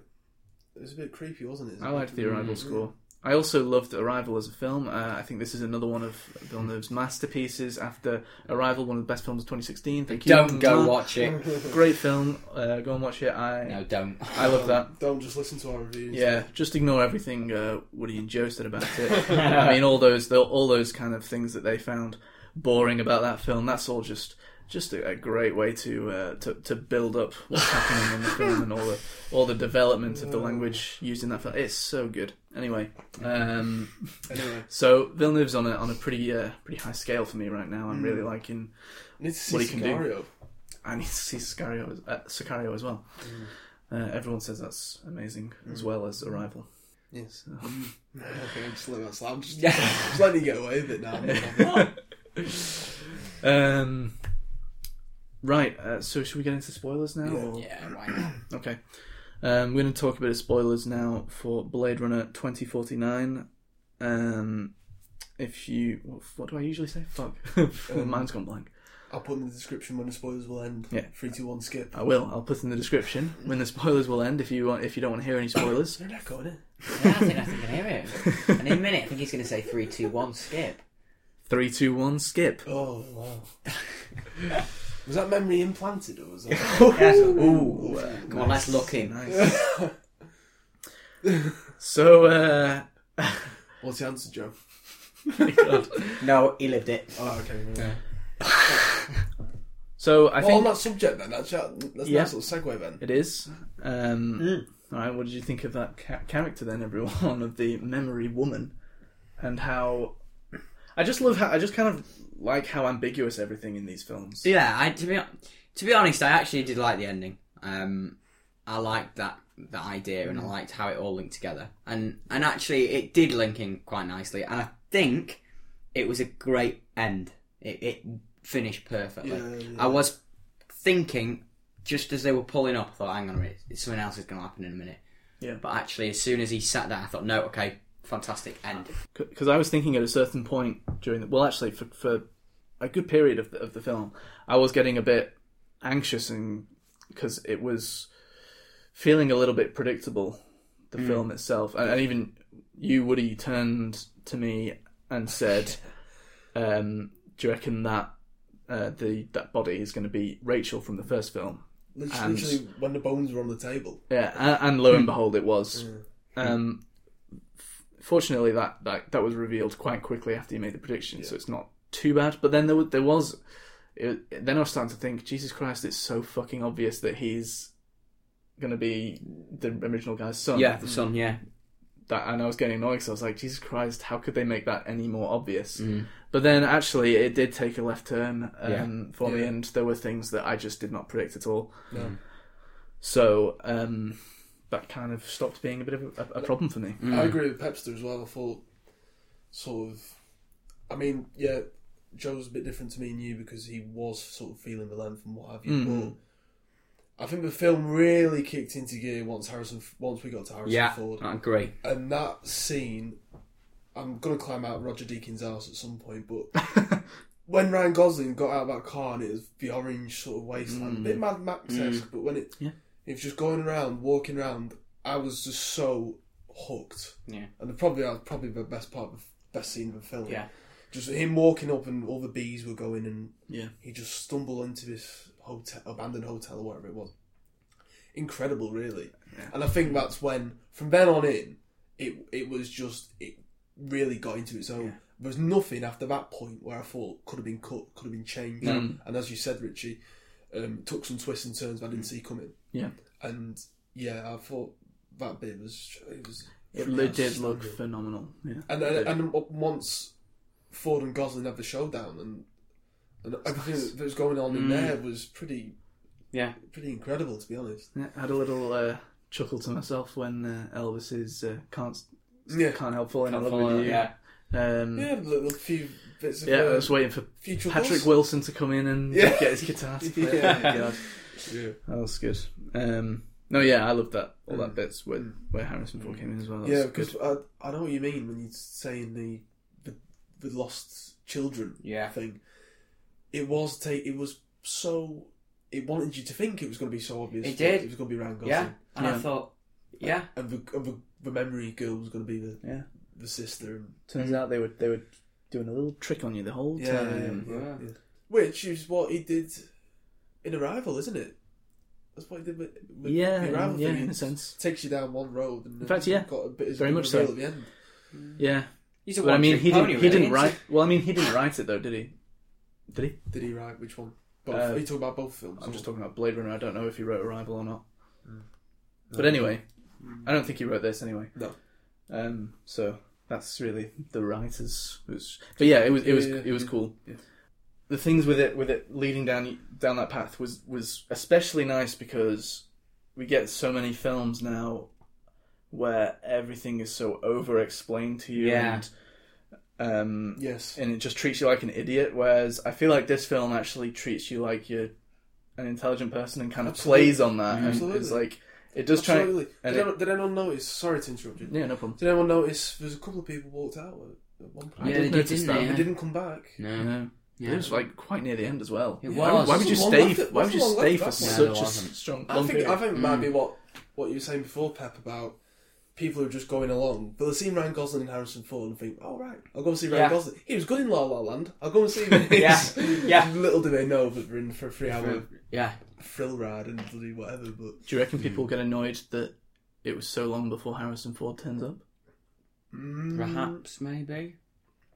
S2: It was a bit creepy, wasn't it?
S1: I liked the Arrival
S3: Mm-hmm.
S1: score. I also loved Arrival as a film. Uh, I think this is another one of Villeneuve's masterpieces. After Arrival, one of the best films of 2016. Thank you.
S3: Don't go
S1: Ah,
S3: watch it.
S1: Great film. Uh, go and watch it. I
S3: No, don't.
S1: I love that.
S2: Don't just listen to our reviews.
S1: Yeah, just ignore everything uh, Woody and Joe said about it. I mean, all those the- all those kind of things that they found boring about that film. That's all just just a, a great way to, uh, to to build up what's happening in the film and all the all the development of the language used in that film. It's so good. Anyway, um,
S2: Anyway,
S1: so Villeneuve's on a on a pretty uh, pretty high scale for me right now. I'm really liking.
S2: I need to see
S1: What he can do.
S2: Sicario.
S1: I need to see Sicario as, uh, Sicario as well. Uh, everyone says that's amazing, as well as Arrival.
S2: Yes.
S1: Um,
S2: okay, I'm just letting that slide. I'm just, just letting you get away with it now.
S1: Um, right, uh, so should we get into spoilers now? or-
S3: Yeah, why not?
S1: Okay. Um, we're going to talk a bit of spoilers now for Blade Runner 2049. Um, if you. What, what do I usually say? Fuck. Oh, Mine's gone blank.
S2: I'll put in the description when the spoilers will end.
S1: Yeah. Uh,
S2: Three, two, one, skip.
S1: I will. I'll put in the description when the spoilers will end if you want, if you don't want to hear any spoilers.
S2: They're not going in.
S3: Yeah, I think I think I can hear it. And in a minute, I think he's going to say three, two, one, skip.
S1: Three, two, one, skip.
S2: Oh wow. was that memory implanted or was that?
S3: Yes. Ooh. Come on, let's look in.
S1: Nice. so, uh.
S2: What's the answer, Joe?
S1: God.
S3: No, he lived it.
S2: Oh, okay. right.
S1: So, I
S2: Well, on
S1: think.
S2: that subject then, that's that's
S1: Yeah.
S2: a nice little segue then.
S1: It is. Um, All right. What did you think of that ca- character then, everyone, of the memory woman, and how? I just love how I just kind of like how ambiguous everything in these films.
S3: Yeah, I to be hon- to be honest, I actually did like the ending. Um, I liked that that idea,
S2: Mm.
S3: and I liked how it all linked together. And and actually, it did link in quite nicely. And I think it was a great end. It, it finished perfectly.
S2: Yeah, yeah.
S3: I was thinking just as they were pulling up, I thought, "Hang on a minute, something else is going to happen in a minute."
S1: Yeah.
S3: But actually, as soon as he sat down, I thought, "No, okay, fantastic end."
S1: Because I was thinking at a certain point during the well, actually for, for a good period of the, of the film, I was getting a bit anxious and because it was feeling a little bit predictable. The film itself, and, and even you, Woody, turned to me and said, um, "Do you reckon that uh, the that body is going to be Rachel from the first film?"
S2: Literally,
S1: And-
S2: literally when the bones were on the table.
S1: Yeah, and, and lo and behold, it was. Um, f- fortunately, that, that that was revealed quite quickly after you made the prediction, so it's not too bad. But then there was, there was it, then I was starting to think, Jesus Christ, it's so fucking obvious that he's going to be the original guy's son.
S3: Yeah, the sun. Yeah,
S1: that, and I was getting annoyed because I was like, Jesus Christ, how could they make that any more obvious? But then actually, it did take a left turn um, for me,
S2: Yeah.
S1: and there were things that I just did not predict at all.
S2: No.
S1: So um, that kind Mm. of stopped being a bit of a, a problem for me.
S2: I agree with Pepster as well. I thought sort of I mean, yeah, Joe's a bit different to me and you because he was sort of feeling the length and what have you. But I think the film really kicked into gear once Harrison, once we got to Harrison
S3: Yeah,
S2: Ford,
S3: I agree.
S2: and that scene. I'm gonna climb out Roger Deakins' house at some point, but when Ryan Gosling got out of that car and it was the orange sort of wasteland, a bit Mad Max esque, but when it
S1: Yeah.
S2: it was just going around, walking around, I was just so hooked.
S6: Yeah.
S2: and the, probably that was probably the best part, of the best scene of the film.
S6: Yeah.
S2: just him walking up and all the bees were going, and
S1: Yeah.
S2: he just stumbled into this hotel, abandoned hotel or whatever it was. Incredible, really. And I think that's when, from then on in, it it was just it really got into its own. There was nothing after that point where I thought could have been cut, could have been changed.
S1: Mm.
S2: And as you said, Richie, um, took some twists and turns that I didn't see coming.
S1: Yeah.
S2: And yeah, I thought that bit was it was
S1: It li- did look phenomenal. Yeah.
S2: and uh, and, and once Ford and Gosling had the showdown and and everything that was going on
S1: Mm.
S2: in there was pretty
S6: Yeah.
S2: pretty incredible to be honest.
S1: Yeah, I had a little uh, chuckle to myself when uh, Elvis is uh, can't
S2: Yeah,
S1: can't help falling in
S6: Can't
S1: love
S6: follow-
S1: with you.
S6: yeah.
S1: Um, yeah.
S2: yeah, a little few bits of
S1: I
S2: uh,
S1: was waiting for
S2: future
S1: Patrick
S2: Wilson.
S1: Wilson to come in and
S2: Yeah.
S1: get his guitar to play.
S2: Yeah.
S1: Oh, God. That was good. Um, no, yeah, I loved that. All that bits where, where Harrison Ford came in as well. That
S2: Mm. Yeah,
S1: was good.
S2: because I, I know what you mean when you're saying the the, the lost children
S3: Yeah.
S2: thing. It was take. It was so. It wanted you to think it was going to be so obvious. that
S3: It did.
S2: It was going to be Ryan Gosling.
S3: Yeah, and
S1: Yeah.
S3: I thought, yeah,
S2: And the, and the, the memory girl was going to be the
S1: Yeah.
S2: the sister and
S1: Turns out they were they were doing a little trick on you the whole
S2: yeah,
S1: time.
S2: yeah, yeah. which is what he did in Arrival, isn't it? That's what he did with, with
S1: Yeah,
S2: the Arrival
S1: yeah,
S2: thing.
S1: in
S2: It
S1: a sense.
S2: takes you down one road. And
S1: In fact,
S2: then
S1: yeah.
S2: got a bit of
S1: Very
S2: a
S1: much so.
S2: reveal at the end.
S1: Yeah,
S3: he's a
S1: but I mean,
S3: one-trick
S1: he didn't
S3: pony,
S1: he
S3: really,
S1: didn't
S3: isn't
S1: write. Well, I mean, he didn't write it though, did he? Did he?
S2: Did he write which one? Both.
S1: Uh,
S2: Are you talking about both films?
S1: I'm
S2: or-
S1: just talking about Blade Runner. I don't know if he wrote Arrival or not.
S2: Mm.
S1: But anyway, I don't think he wrote this anyway.
S2: No.
S1: Um, so that's really the writers. It was, but yeah, it was it was
S2: Yeah, yeah,
S1: it was
S2: yeah.
S1: cool. The things with it with it leading down down that path was was especially nice because we get so many films now where everything is so over explained to you
S3: Yeah.
S1: and um
S2: Yes.
S1: and it just treats you like an idiot. Whereas I feel like this film actually treats you like you're an intelligent person and kind of
S2: Absolutely.
S1: plays on that. And
S2: Absolutely.
S1: it's like it does try.
S2: Absolutely.
S1: and
S2: did,
S1: it-
S2: anyone, did anyone notice? Sorry to interrupt you.
S1: Yeah, no problem.
S2: Did anyone notice? There's a couple of people walked out at, at one point.
S1: did
S3: Yeah, they did,
S1: notice
S3: didn't
S1: that.
S3: they?
S1: I
S2: They
S3: Yeah.
S2: didn't come back.
S1: No,
S3: No. Yeah.
S1: it was like quite near the end as well.
S3: It
S1: Why, would- why
S3: was.
S1: would you
S2: Long
S1: stay?
S2: left it-
S1: why would you
S2: long
S1: stay
S2: left
S1: for
S2: that
S3: one.
S1: such
S3: No,
S1: a
S3: there
S1: s-
S3: wasn't.
S1: strong?
S2: I
S1: long
S2: think I
S1: period?
S2: think it
S3: Mm.
S2: might be what what you were saying before, Pep, about people who are just going along. They'll see Ryan Gosling and Harrison Ford and think, "Oh right, I'll go and see Ryan
S3: Yeah.
S2: Gosling. He was good in La La Land. I'll go and see him." in
S3: Yeah,
S2: this."
S3: yeah.
S2: Little do they know that we're in for a three-hour
S3: yeah,
S2: thrill ride and bloody whatever. But
S1: Do you reckon people get annoyed that it was so long before Harrison Ford turns up?
S3: perhaps maybe. Mm.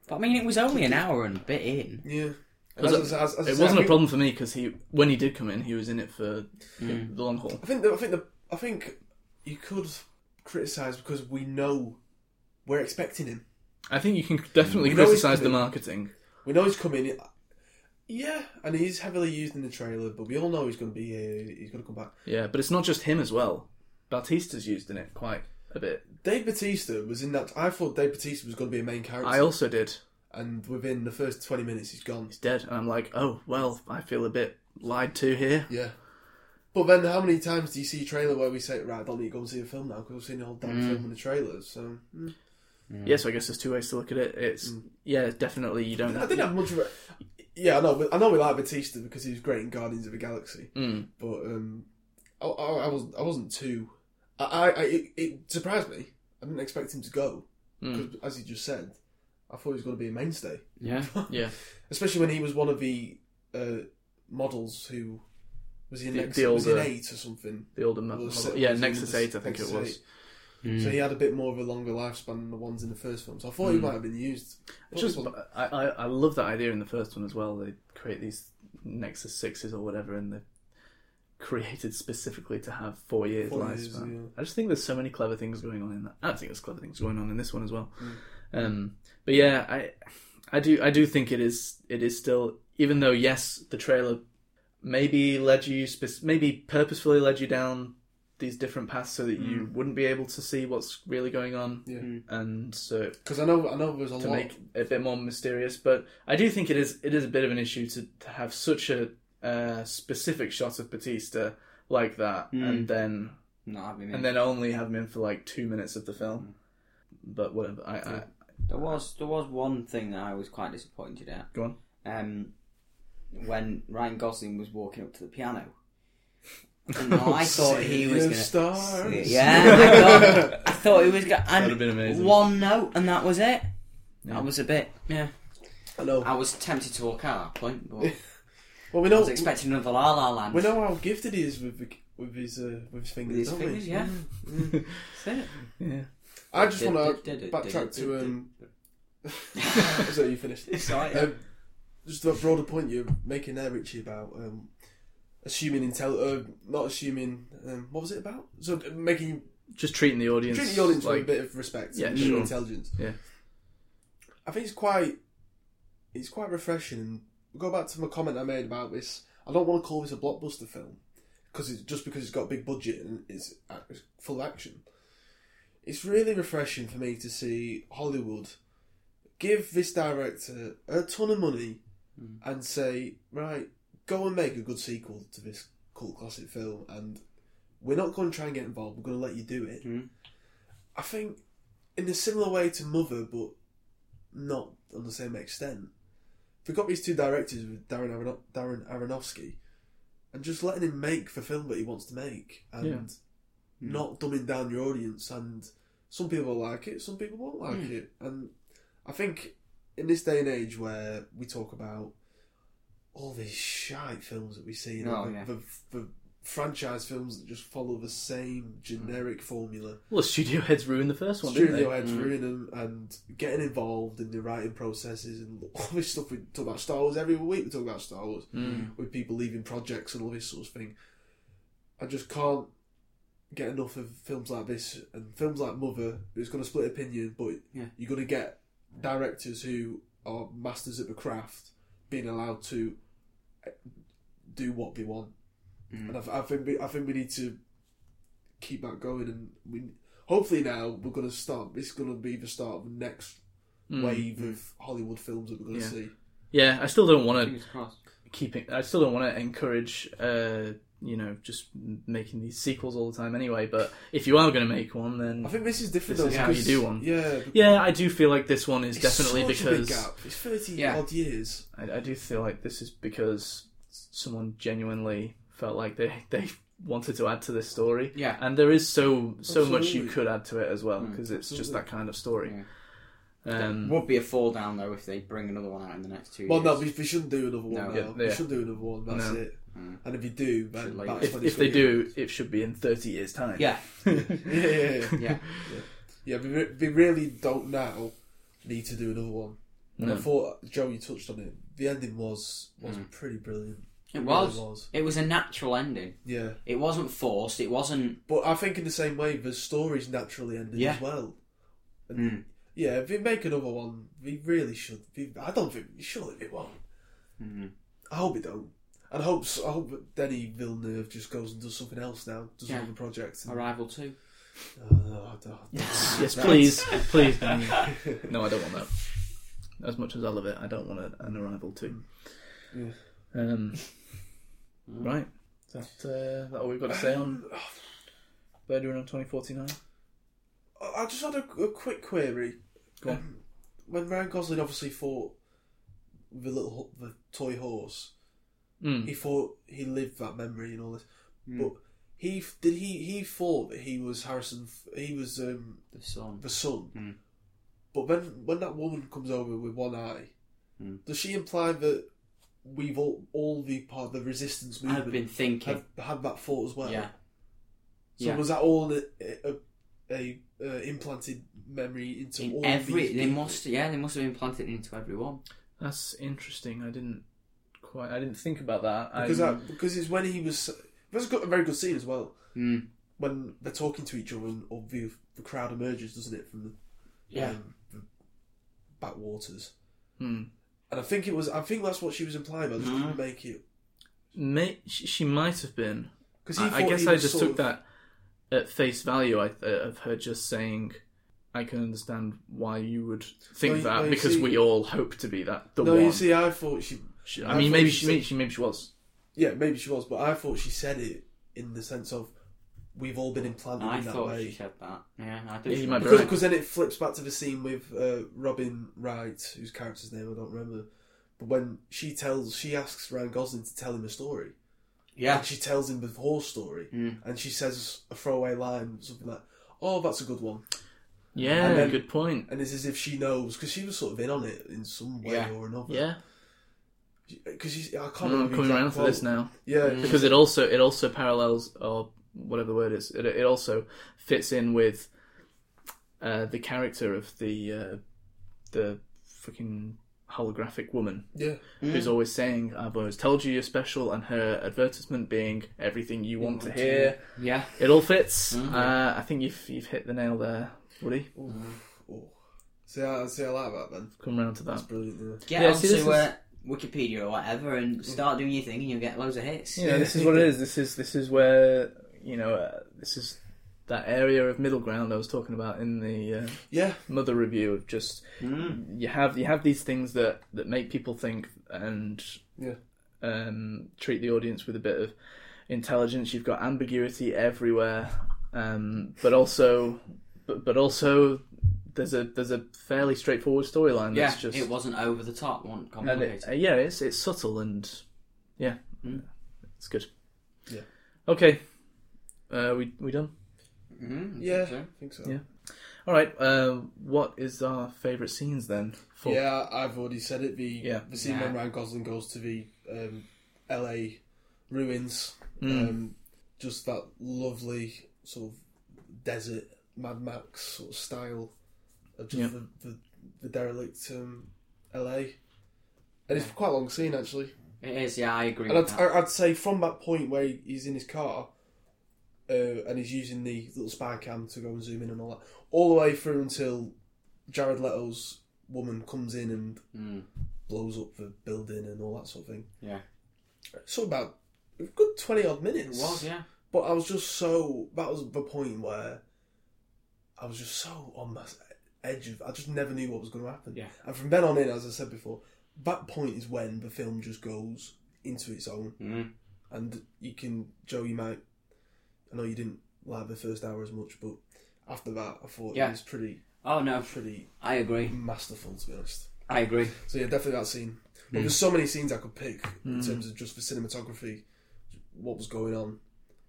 S3: But I mean, it was only an hour and a bit in.
S2: yeah,
S1: Because
S2: As- as- as I
S1: it
S2: said, I
S1: wasn't a
S2: think-
S1: problem for me because he, when he did come in, he was in it for
S3: Mm.
S1: the long haul.
S2: I think the, I think the, I think you could criticize because we know we're expecting him.
S1: I think you can definitely
S2: We know he's
S1: criticize the
S2: coming.
S1: marketing.
S2: We know he's coming. Yeah, and he's heavily used in the trailer, but we all know he's going to be here. He's going to come back.
S1: Yeah, but it's not just him as well. Batista's used in it quite a bit.
S2: Dave Batista was in that. I thought Dave Batista was going to be a main character,
S1: I also did.
S2: and within the first twenty minutes, he's gone.
S1: He's dead, and I'm like, oh well, I feel a bit lied to here.
S2: Yeah. But then, how many times do you see a trailer where we say, "Right, I don't need to go and see a film now because I've seen the whole damn film in the trailers"? So mm.
S1: Yes, so I guess there's two ways to look at it. It's yeah, definitely you don't.
S2: I didn't have much. of a... Yeah, I know. but- I know we like Batista because he was great in Guardians of the Galaxy.
S1: Mm.
S2: but um, I, I, I was I wasn't too. I, I, I it, it surprised me. I didn't expect him to go
S1: Hmm.
S2: because, as you just said, I thought he was going to be a mainstay,
S3: Yeah,
S1: Yeah,
S2: especially when he was one of the uh, models who was he in
S1: The-
S2: Nex-
S1: the
S2: was he in
S1: older-
S2: Eight or something.
S1: the older mo-
S2: Well,
S1: model.
S2: so-
S1: yeah,
S2: was in
S1: Nexus
S2: the-
S1: Eight, I think
S2: Nexus
S1: it was.
S2: 8.
S3: Hmm.
S2: So he had a bit more of a longer lifespan than the ones in the first film. So I thought he might have been used.
S1: Hmm. It's just I, I I love that idea in the first one as well. They create these Nexus Sixes or whatever, and they're created specifically to have four years
S2: Four
S1: lifespan.
S2: years, yeah.
S1: I just think there's so many clever things going on in that. I think there's clever things going on in this one as well.
S2: Mm.
S1: Um, but yeah, I I do I do think it is it is still even though yes the trailer maybe led you spec- maybe purposefully led you down these different paths so that you wouldn't be able to see what's really going on,
S2: Mm. Yeah.
S3: Hmm.
S1: and so
S2: Because I know I know there's a
S1: to
S2: lot.
S1: make it a bit more mysterious. But I do think it is it is a bit of an issue to, to have such a uh, specific shot of Batista like that,
S2: Hmm.
S1: and then
S3: Not having
S1: and then only have him in for like two minutes of the film.
S2: Hmm.
S1: But whatever, I, I
S3: There was there was one thing that I was quite disappointed at.
S1: go on.
S3: Um, when Ryan Gosling was walking up to the piano, and I thought he was
S2: Sea
S3: going
S2: of
S3: to.
S2: stars.
S3: Yeah, I thought, I thought he was going.
S1: have been amazing.
S3: One note, and that was it. That was a bit. Yeah,
S2: I know.
S3: I was tempted to walk out at that point, but
S2: Well, we
S3: I
S2: know
S3: was expecting another La La Land.
S2: we know how gifted he is with the, with his uh, with his fingers,
S3: with his
S2: don't
S3: fingers,
S2: we?
S3: yeah. That's it.
S2: I just want to
S3: Did it,
S2: backtrack
S3: did it,
S2: to
S3: did it.
S2: um. so you finished.
S3: Sorry.
S2: Um, just a broader point you're making there, Richie, about um, assuming intel, uh, not assuming. Um, what was it about? So uh, making
S1: Just treating the audience,
S2: treating the audience with a
S1: like
S2: bit of respect,
S1: Yeah,
S2: and a bit of
S1: sure.
S2: intelligence.
S1: Yeah.
S2: I think it's quite, it's quite refreshing. Go back to my comment I made about this. I don't want to call this a blockbuster film because it's just because it's got a big budget and it's, ac- it's full of action. It's really refreshing for me to see Hollywood give this director a ton of money and say, right, go and make a good sequel to this cult classic film, and we're not going to try and get involved. We're going to let you do it.
S3: Mm.
S2: I think in a similar way to Mother, but not on the same extent. We got these two directors with Darren, Arono- Darren Aronofsky, and just letting him make the film that he wants to make, and
S1: Yeah.
S2: not dumbing down your audience. And some people like it, some people won't like it. And I think in this day and age where we talk about all these shite films that we see, you know,
S3: Oh,
S2: the,
S3: yeah.
S2: the, the franchise films that just follow the same generic formula.
S1: well, studio heads ruined the first one, didn't they?
S2: Studio heads ruining them and getting involved in the writing processes and all this stuff. We talk about Star Wars every week. We talk about Star Wars with people leaving projects and all this sort of thing. I just can't get enough of films like this and films like Mother. It's going to split opinion, but
S3: Yeah.
S2: you're going to get directors who are masters at the craft being allowed to eh, do what they want.
S1: Mm.
S2: And I, th- I think we, I think we need to keep that going, and we hopefully now we're going to start. This is going to be the start of the next wave of Hollywood films that we're going
S1: Yeah.
S2: to see.
S1: Hmm. Yeah, I still don't want to
S3: Fingers crossed.
S1: keeping I still don't want to encourage uh you know just m- making these sequels all the time anyway but if you are going to make one
S2: I
S1: then
S2: think this is different
S1: This
S2: though.
S1: is how
S2: because-
S1: you do one.
S2: Yeah,
S1: yeah I do feel like this one is
S2: it's
S1: definitely
S2: such a big
S1: because
S2: gap. It's thirty
S3: Yeah.
S2: odd years.
S1: I, I do feel like this is because someone genuinely felt like they they wanted to add to this story
S3: Yeah.
S1: and there is so so much you
S2: Absolutely. Hmm.
S1: could add to it as well because it's just that kind of story um
S3: Would be a fall down though if they bring another one out in the next two
S2: Well, no,
S3: years.
S2: we, we shouldn't do another one.
S3: No.
S2: now.
S1: Yeah,
S2: We
S1: yeah.
S2: shouldn't do another one. That's
S1: No.
S2: it.
S3: Hmm.
S2: And if you do,
S3: Should
S2: then
S3: like-
S2: that's
S1: if,
S2: when it's
S1: if they
S2: gonna
S1: do it should be in 30 years time
S3: yeah,
S2: Yeah, yeah, yeah.
S3: yeah.
S2: yeah we, re- we really don't now need to do another one. And I
S1: No.
S2: thought, Joe, you touched on it. The ending was was pretty brilliant.
S3: Hmm. It
S2: really
S3: was.
S2: was.
S3: It was a natural ending.
S2: Yeah,
S3: It wasn't forced. It wasn't.
S2: but I think in the same way, the story's naturally ending
S3: Yeah.
S2: as well. And Yeah, if we make another one, we really should. We, I don't think surely we won't. I hope we don't. And I hope s- I hope that Denny Villeneuve just goes and does something else now, does
S3: Yeah.
S2: another project. And,
S3: Arrival two.
S2: Oh, no, I don't-
S1: Yes, please, please. no. No, I don't want that. As much as I love it, I don't want a, an arrival too.
S2: Mm.
S1: Um, right. That uh, that all we've got to say on Blade Runner twenty forty nine.
S2: I I just had a, a quick query.
S1: Go on.
S2: Um, when Ryan Gosling obviously fought the little ho- the toy horse,
S1: Mm.
S2: he thought he lived that memory and all this. But he f- did he he thought that he was Harrison. F- He was um,
S3: The son.
S2: the son.
S3: Hmm.
S2: But then when that woman comes over with one eye,
S3: Hmm.
S2: does she imply that we've all all the part of the resistance movement
S3: I've been thinking.
S2: have had that thought as well?
S3: yeah.
S2: So
S3: yeah.
S2: was that all a, a, a, a implanted memory into
S3: In
S2: all
S3: every
S2: these
S3: they
S2: people?
S3: must yeah they must have implanted it into everyone.
S1: That's interesting. I didn't quite. I didn't think about that. I,
S2: because
S3: um,
S2: that, because it's when he was that's got a very good scene as well
S3: Mm.
S2: when they're talking to each other and all the, the crowd emerges, doesn't it, from the
S3: Yeah.
S2: um, the backwaters?
S1: Hmm.
S2: And I think it was I think that's what she was implying, but I just couldn't make it
S1: may, she, she might have been.
S2: because
S1: I, I guess I just took that at face value, I, uh, of her just saying, "I can understand why you would think
S2: No, you-
S1: that
S2: no, you
S1: because
S2: see-
S1: we all hope to be that the
S2: No,
S1: one."
S2: you see, I thought she.
S1: She-
S2: I
S1: I mean,
S2: thought
S1: maybe
S2: she
S1: she,
S2: said-
S1: maybe she maybe she was.
S2: Yeah, maybe she was, but I thought she said it in the sense of we've all been implanted
S3: I
S2: in that
S3: thought she
S2: way.
S3: said that. Yeah, I
S1: Yeah,
S3: do.
S1: you might be
S2: Because
S1: Right.
S2: cause then it flips back to the scene with uh, Robin Wright, whose character's name I don't remember. But when she tells, she asks Ryan Gosling to tell him a story.
S3: Yeah,
S2: And she tells him the whole story.
S1: Hmm.
S2: And she says a throwaway line, something like, oh, that's a good one.
S1: Yeah,
S2: And then-
S1: good point.
S2: And it's as if she knows, because she was sort of in on it in some way
S3: Yeah.
S2: or another.
S1: Yeah,
S2: Because I can't
S1: I'm
S2: remember.
S1: coming
S2: the
S1: around
S2: exact
S1: for this
S2: quote.
S1: now
S2: Yeah,
S1: because it also it also parallels or whatever the word is. It it also fits in with uh, the character of the uh, the fucking holographic woman
S2: yeah.
S1: who's always saying, "I've always told you you're special," and her advertisement being everything you want
S2: Mm,
S1: to hear.
S3: yeah.
S1: It all fits. Uh, I think you've you've hit the nail there, Woody.
S2: Oh. See, I, see, I like that then.
S1: Come round to that.
S2: That's brilliant.
S3: Get
S1: Yeah,
S3: onto
S1: see, this is-
S3: uh, Wikipedia or whatever and start doing your thing, and you'll get loads of hits.
S1: Yeah, this is what it is. This is this is where you know uh, this is that area of middle ground I was talking about in the uh,
S2: Yeah. yeah.
S1: mother review of just you have you have these things that that make people think and
S2: Yeah.
S1: um, treat the audience with a bit of intelligence. You've got ambiguity everywhere, um, but also but, but also there's a there's a fairly straightforward storyline
S3: Yeah,
S1: that's just
S3: it wasn't over the top, wasn't
S1: and
S3: complicated.
S1: it, uh, yeah, it's it's subtle and yeah, it's good.
S2: Hmm. Yeah.
S1: Okay. Uh, we we done.
S3: mm,
S2: Yeah,
S3: so.
S2: I think so.
S1: Yeah. All right. Uh, what is our favourite scenes then? For
S2: Yeah, I've already said it. The
S1: Yeah.
S2: the scene when
S3: Yeah.
S2: Ryan Gosling goes to the um, L.A. ruins,
S1: Mm.
S2: um, just that lovely sort of desert Mad Max sort of style of just
S1: Yeah.
S2: the, the, the derelict um, L.A. And it's quite a long scene actually.
S3: It is, yeah, I agree
S2: And
S3: with
S2: I'd,
S3: that.
S2: I- I'd say from that point where he's in his car uh, and he's using the little spy cam to go and zoom in and all that, all the way through until Jared Leto's woman comes in and
S3: Mm.
S2: blows up the building and all that sort of thing.
S3: Yeah.
S2: So about a good 20 odd
S3: It
S2: minutes.
S3: was, yeah.
S2: But I was just so. That was the point where I was just so on my edge of. I just never knew what was going to happen.
S3: Yeah.
S2: And from then on in, as I said before, that point is when the film just goes into its own
S3: Mm.
S2: and you can Joe. You might. I know you didn't like the first hour as much, but after that, I thought
S3: Yeah.
S2: it was pretty,
S3: Oh, no,
S2: pretty
S3: I agree.
S2: masterful to be honest.
S3: I agree.
S2: So yeah, definitely that scene.
S1: Hmm.
S2: But there's so many scenes I could pick in terms of just the cinematography, what was going on.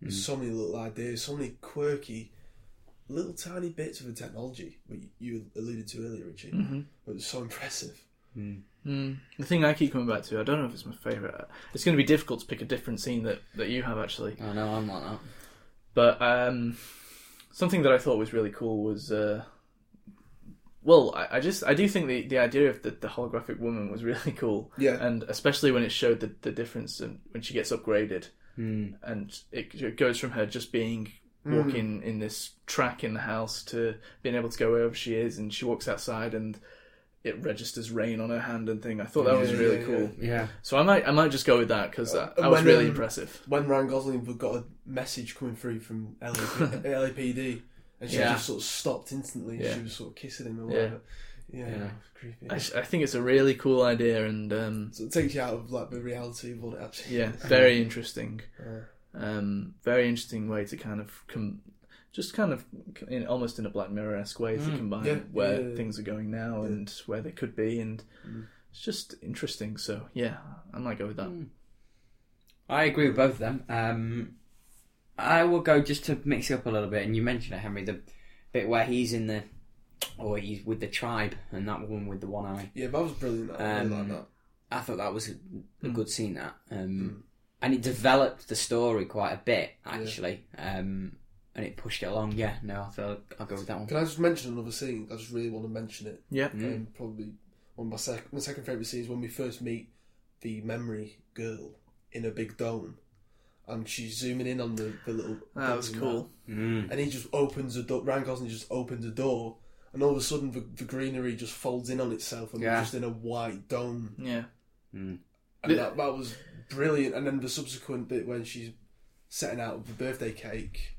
S2: There's
S1: Hmm.
S2: so many little ideas, so many quirky, little tiny bits of the technology that you- you alluded to earlier, Richie.
S1: Mm-hmm.
S2: It was so impressive.
S1: Mm, the thing I keep coming back to, I don't know if it's my favourite. uh, It's going to be difficult to pick a different scene that, that you have actually.
S3: Oh, no, I'm like that.
S1: But um, something that I thought was really cool was, uh, well, I, I just I do think the, the idea of the, the holographic woman was really cool.
S2: Yeah.
S1: And especially when it showed the, the difference in, when she gets upgraded,
S2: Hmm.
S1: and it, it goes from her just being walking in this track in the house to being able to go wherever she is, and she walks outside and. It registers rain on her hand and thing. I thought that was
S2: Yeah,
S1: really
S2: yeah,
S1: cool.
S2: yeah.
S3: Yeah.
S1: So I might I might just go with that because that,
S2: and
S1: that was
S2: when,
S1: really
S2: um,
S1: impressive.
S2: When Ryan Gosling got a message coming through from LAP, LAPD, and she
S3: Yeah.
S2: just sort of stopped instantly, and
S1: Yeah.
S2: she was sort of kissing him or
S1: Yeah.
S2: whatever. Yeah,
S3: Yeah.
S2: it was creepy.
S1: I, s- I think it's a really cool idea and um,
S2: So it takes you out of like the reality of what it actually.
S1: yeah,
S2: is.
S1: very interesting. Um, very interesting way to kind of com- just kind of c- in, almost in a Black Mirror esque way to combine
S2: Mm, yeah,
S1: where
S2: yeah, Mm. yeah.
S1: things are going now and where they could be, and it's just interesting. So yeah, I might go with that.
S2: Mm.
S3: I agree with both of them. Um, I will go just to mix it up a little bit, and you mentioned it, Henry, the bit where he's in the, or he's with the tribe, and that woman with the one eye.
S2: Yeah, that was brilliant. I really
S3: Um,
S2: like that.
S3: I thought that was a, a
S2: Hmm.
S3: good scene. That um, and it developed the story quite a bit actually, um, and it pushed it along. Yeah, no, I thought I'll go with that one.
S2: Can I just mention another scene? I just really want to mention it.
S1: Yeah,
S2: Um, probably one of my, sec- my second favourite scenes when we first meet the memory girl in a big dome. And she's zooming in on the, the little.
S1: Ah, that was cool.
S2: And he just opens a door. Ryan Gosling just opens a door. And all of a sudden, the, the greenery just folds in on itself, and we're
S3: Yeah.
S2: just in a white dome.
S1: Yeah,
S2: And that, that was brilliant. And then the subsequent bit when she's setting out the birthday cake,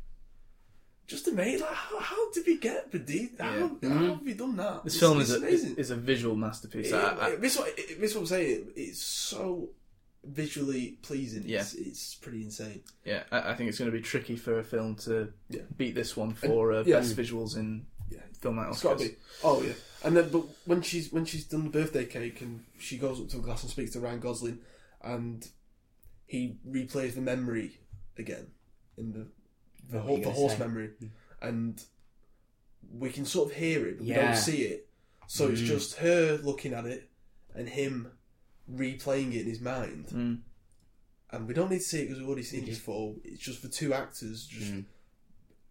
S2: just amazing. Like, how, how did we get Badid? How, how have we done that?
S1: Mm-hmm. This
S2: It's-
S1: film
S2: it's
S1: is a, is,
S2: amazing.
S1: is a visual masterpiece.
S2: It-
S1: I- I-
S2: it- this, is what- it- this is what I'm saying. It's so visually pleasing. It's, it's pretty insane.
S1: yeah, I, I think it's going to be tricky for a film to
S2: Yeah.
S1: beat this one for uh,
S2: yeah.
S1: best visuals in
S2: Yeah.
S1: film night
S2: It's
S1: Oscars.
S2: got to be. Oh yeah. And then, but when she's when she's done the birthday cake and she goes up to a glass and speaks to Ryan Gosling, and he replays the memory again in the the,
S3: What
S2: ho-
S3: were you
S2: the
S3: gonna
S2: horse
S3: say?
S2: memory, and we can sort of hear it, but we
S3: Yeah. Mm.
S2: don't see it. So it's just her looking at it and him replaying it in his mind.
S1: Mm.
S2: And we don't need to see it because we've already seen it before. It's just the two actors just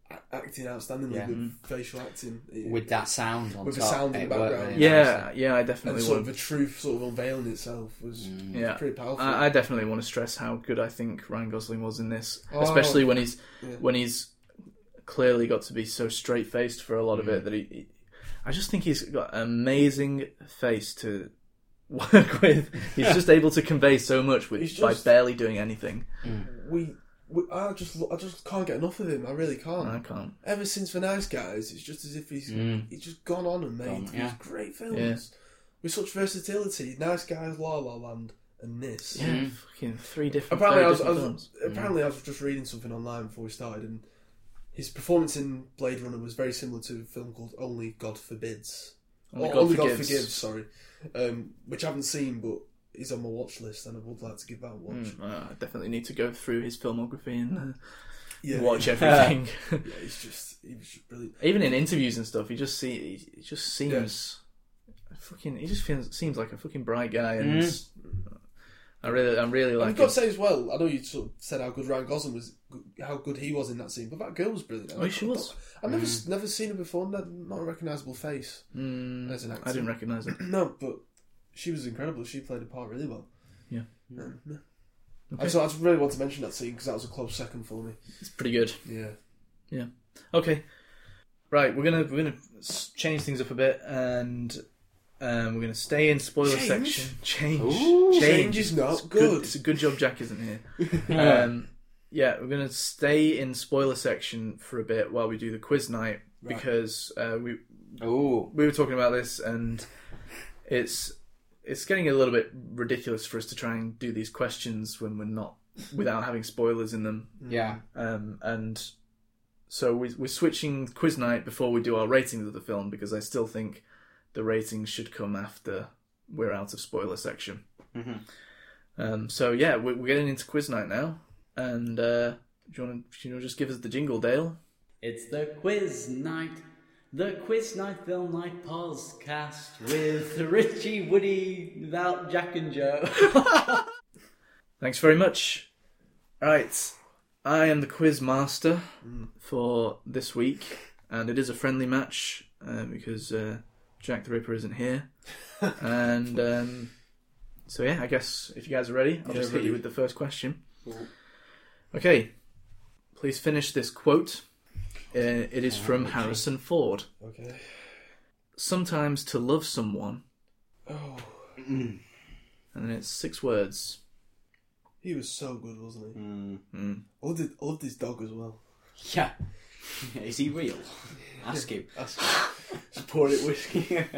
S2: a- acting outstandingly
S3: Mm. Yeah. Mm.
S2: with facial acting. It-
S3: with that sound on
S2: With the
S3: top.
S2: sound in
S3: it
S2: the
S3: worked
S2: background.
S3: really
S1: Yeah, yeah, I
S2: and
S1: definitely
S2: sort of
S1: want.
S2: the truth sort of unveiling itself was
S3: Mm.
S1: yeah,
S2: pretty powerful.
S1: I, I definitely want to stress how good I think Ryan Gosling was in this,
S2: Oh.
S1: especially when he's
S2: Yeah.
S1: when he's clearly got to be so straight faced for a
S2: Mm.
S1: lot of it that he, he- I just think he's got an amazing face to work with. He's just able to convey so much with
S2: He's
S1: by
S2: just-
S1: barely doing anything.
S2: we, we, I just, lo- I just can't get enough of him. I really can't.
S1: I can't.
S2: Ever since The Nice Guys, it's just as if he's he's just gone on and made
S3: Mm. Gone,
S2: these
S3: yeah.
S2: great films
S1: Yeah.
S2: with such versatility. Nice Guys, La La Land, and this.
S1: Yeah, fucking three different.
S2: Apparently, I
S1: very
S2: was, I
S1: different Mm.
S2: was apparently I was just reading something online before we started, and his performance in Blade Runner was very similar to a film called Only God Forbids.
S1: Only
S2: Or
S1: God Forgives.
S2: sorry, um, which I haven't seen, but is on my watch list, and I would like to give that a watch.
S1: films. Uh, I definitely need to go through his filmography and uh,
S2: Yeah,
S1: watch everything.
S2: Yeah, he's just he was just brilliant.
S1: Even in interviews and stuff, he just see he- he just seems fucking. He just feels, seems like a fucking bright guy, and I really, I really
S2: Mm. I've
S1: like.
S2: got
S1: Him.
S2: to say as well. I know you sort of said how good Ryan Gosling was, how good he was in that scene, but that girl was brilliant.
S1: Oh, she was.
S2: I've never never seen her before. Not, not a recognisable face
S1: Mm,
S2: as an actor.
S1: I didn't recognise it.
S2: No, but she was incredible. She played the part really well.
S1: Yeah.
S2: Um, yeah. I, so I just really want to mention that scene because that was a close second for me.
S1: It's pretty good.
S2: Yeah.
S1: Okay, right, we're gonna we're gonna s- change things up a bit, and um, we're gonna stay in spoiler
S2: Change?
S1: section. Change,
S2: Change is not
S1: It's
S2: good.
S1: It's a good job Jack isn't here. um, yeah, we're gonna stay in spoiler section for a bit while we do the quiz night because uh, we
S3: Oh,
S1: we were talking about this and it's it's getting a little bit ridiculous for us to try and do these questions when we're not without having spoilers in them
S2: Hmm.
S3: yeah.
S1: um, and so we, we're switching quiz night before we do our ratings of the film because I still think the ratings should come after we're out of spoiler section.
S3: Mm-hmm.
S1: Um, so yeah, we're, we're getting into quiz night now, and uh, do you want to you know just give us the jingle, Dale?
S6: It's the quiz night. The quiz night film night podcast with Richie Woody without Jack and Joe.
S1: Thanks very much. Right, I am the quiz master for this week, and it is a friendly match uh, because uh, Jack the Ripper isn't here. and um, so, yeah, I guess if you guys are ready, I'll just hit you with the first question. Okay, please finish this quote. Uh, it is from Harrison Ford.
S2: Okay.
S1: Sometimes to love someone,
S2: Oh,
S1: and then it's six words.
S2: he was so good, wasn't he? Mm.
S1: Hmm.
S2: I loved, it- I loved his dog as well.
S3: Yeah. Is he real? Ask him.
S2: That's just pouring it whiskey.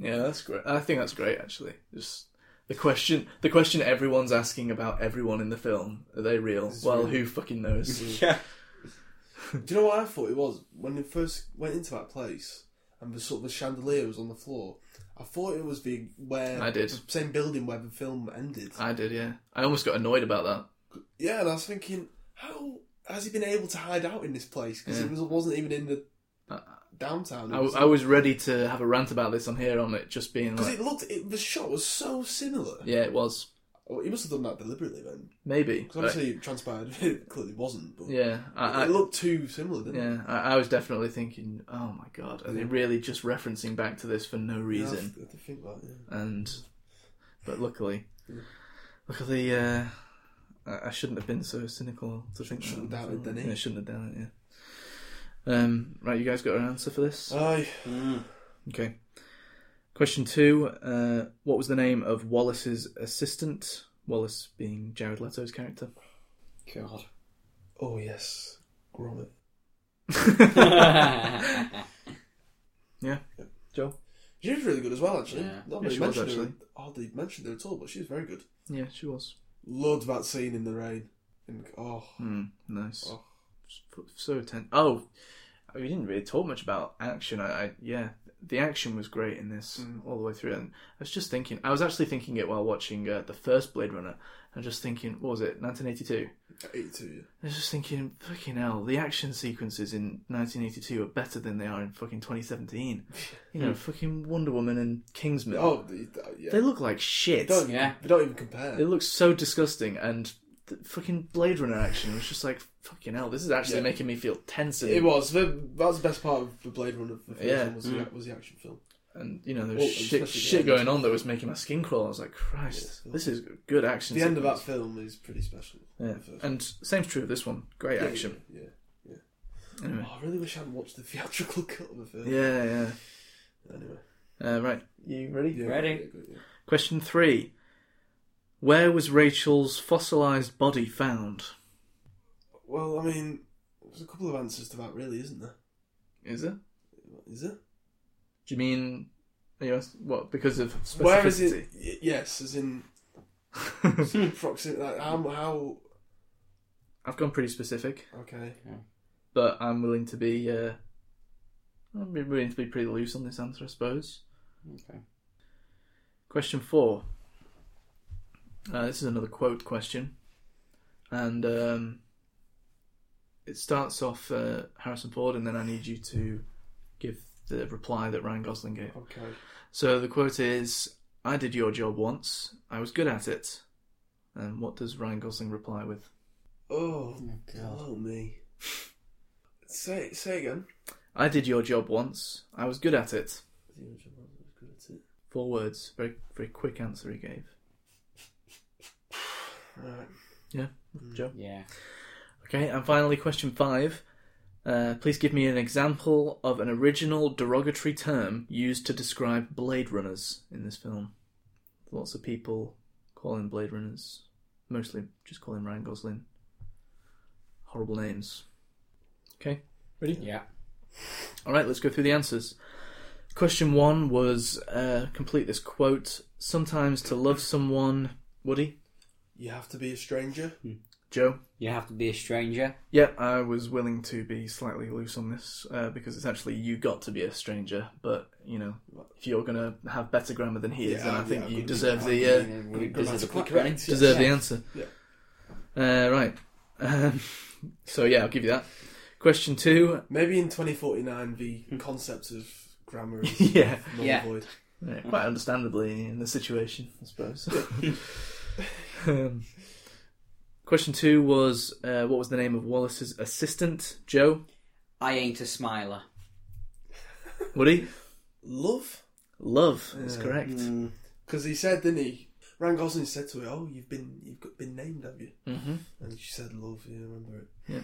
S1: Yeah, that's great. I think that's great actually. Just the question the question everyone's asking about everyone in the film. Are they real? Well, who fucking knows?
S3: Yeah.
S2: Do you know what I thought it was when they first went into that place and the sort of the chandelier was on the floor? I thought it was the where
S1: I did.
S2: the same building where the film ended.
S1: I did, yeah. I almost got annoyed about that.
S2: yeah, and I was thinking, how has he been able to hide out in this place? Because it was, wasn't even in the downtown.
S1: Uh, I, I was ready to have a rant about this on here on it just being
S2: because
S1: like
S2: it looked, it, the shot was so similar.
S1: Yeah, it was.
S2: Oh, he must have done that deliberately then,
S1: Maybe.
S2: because obviously it transpired it clearly wasn't. But
S1: But, yeah. I, I
S2: it looked too similar, didn't it?
S1: yeah, I, I was definitely thinking, oh my god, are they really just referencing back to this for no
S2: Yeah, I,
S1: reason?
S2: th- I think that. Yeah.
S1: and but luckily, luckily, uh, I, I shouldn't have been so cynical to think.
S2: Shouldn't
S1: that.
S2: have doubted, then, eh?
S1: Yeah, shouldn't have doubted. Yeah. Um, right, you guys got an answer for this?
S2: Aye.
S1: Okay. Question two: uh, What was the name of Wallace's assistant? Wallace being Jared Leto's character.
S3: God.
S2: Oh yes, Gromit.
S1: yeah. Joe?
S2: She was really good as well, actually.
S6: Yeah.
S2: Not
S1: Yeah,
S2: really
S1: she was,
S2: mentioned her,
S1: actually.
S2: hardly mentioned her at all, but she was very good.
S1: Yeah, she was.
S2: Loved that scene in the rain. And, oh,
S1: Mm, nice.
S2: Oh.
S1: So- So tense. Oh, we didn't really talk much about action. I, I yeah, the action was great in this
S2: Hmm.
S1: all the way through. And I was just thinking, I was actually thinking it while watching uh, the first Blade Runner. I'm just thinking, what was it, 1982?
S2: eighty-two. Yeah.
S1: I was just thinking, fucking hell, the action sequences in 1982 are better than they are in fucking 2017. You know, fucking Wonder Woman and Kingsman.
S2: Oh, the, the- yeah.
S1: they look like shit.
S2: don't,
S6: Yeah.
S2: They don't even compare.
S1: It looks so disgusting, and the fucking Blade Runner action was just like, fucking hell, this is actually
S2: Yeah.
S1: making me feel tense. And,
S2: It was. The, that was the best part of the Blade Runner. The first
S1: Yeah. Mm.
S2: one was, the, was the action film.
S1: and, you know, there was
S2: Well, especially
S1: shit,
S2: the
S1: shit
S2: end.
S1: going on that was making my skin crawl. I was like, Christ, this is good action.
S2: The end of that
S1: sequence.
S2: film is pretty special. The first
S1: Yeah. And same's true of this one. Great
S2: one.
S1: action.
S2: Yeah. yeah.
S1: Anyway.
S2: Oh, I really wish I hadn't watched the theatrical cut of the film.
S1: Yeah, yeah.
S2: Anyway.
S1: Uh, right. You ready?
S2: Yeah,
S6: Ready?
S2: yeah, good, yeah.
S1: Question three Where was Rachel's fossilized body found?
S2: Well, I mean, there's a couple of answers to that, really, isn't there?
S1: Is it?
S2: Is there?
S1: Do you mean. Are you ask- what? Because of specificity?
S2: Where is it? Y- yes, as in proximity. Like, how, how?
S1: I've gone pretty specific.
S2: Okay.
S1: but I'm willing to be uh, I'm willing to be pretty loose on this answer, I suppose.
S3: Okay.
S1: Question four. Uh, this is another quote question, and um, it starts off uh, Harrison Ford, and then I need you to give the reply that Ryan Gosling gave.
S2: Okay.
S1: So the quote is, "I did your job once. I was good at it." And what does Ryan Gosling reply with?
S2: Oh,
S3: God.
S2: blow me. Say say again.
S1: I did your job once. I was good at it. Four words. Very very quick answer he gave.
S2: Right.
S1: Yeah, Joe.
S3: Yeah.
S1: Okay, and finally, question five. Uh, please give me an example of an original derogatory term used to describe Blade Runners in this film. Lots of people call him Blade Runners. Mostly just call him Ryan Gosling. Horrible names. Okay, ready?
S3: Yeah.
S1: All right, let's go through the answers. Question one was uh, complete this quote. Sometimes to love someone, Woody,
S2: You have to be a stranger.
S3: Hmm.
S1: Joe.
S3: You have to be a stranger.
S1: Yeah, I was willing to be slightly loose on this uh, because it's actually you got to be a stranger, but you know, if you're gonna have better grammar than he is,
S2: Yeah,
S1: then I
S2: yeah,
S1: think
S2: I
S1: you
S2: couldn't-
S1: deserve
S2: I
S1: the uh,
S3: We deserve the
S2: Grammatically
S3: point,
S2: correct.
S3: right?
S1: deserve the answer. Uh, right. Um, so yeah, I'll give you that. Question two.
S2: Maybe in 2049, the concept of grammar is
S1: Yeah,
S2: null
S3: Yeah.
S2: and void.
S1: yeah, quite understandably in the situation, I suppose. um, question two was uh, what was the name of Wallace's assistant? Joe,
S3: I ain't a smiler.
S1: Woody,
S2: Love,
S1: Love is correct.
S2: because he said, didn't he? Ryan Gosling said to her, "Oh, you've been you've got- been named, have you?"
S1: Mm-hmm.
S2: And she said, "Love." Yeah, I remember it.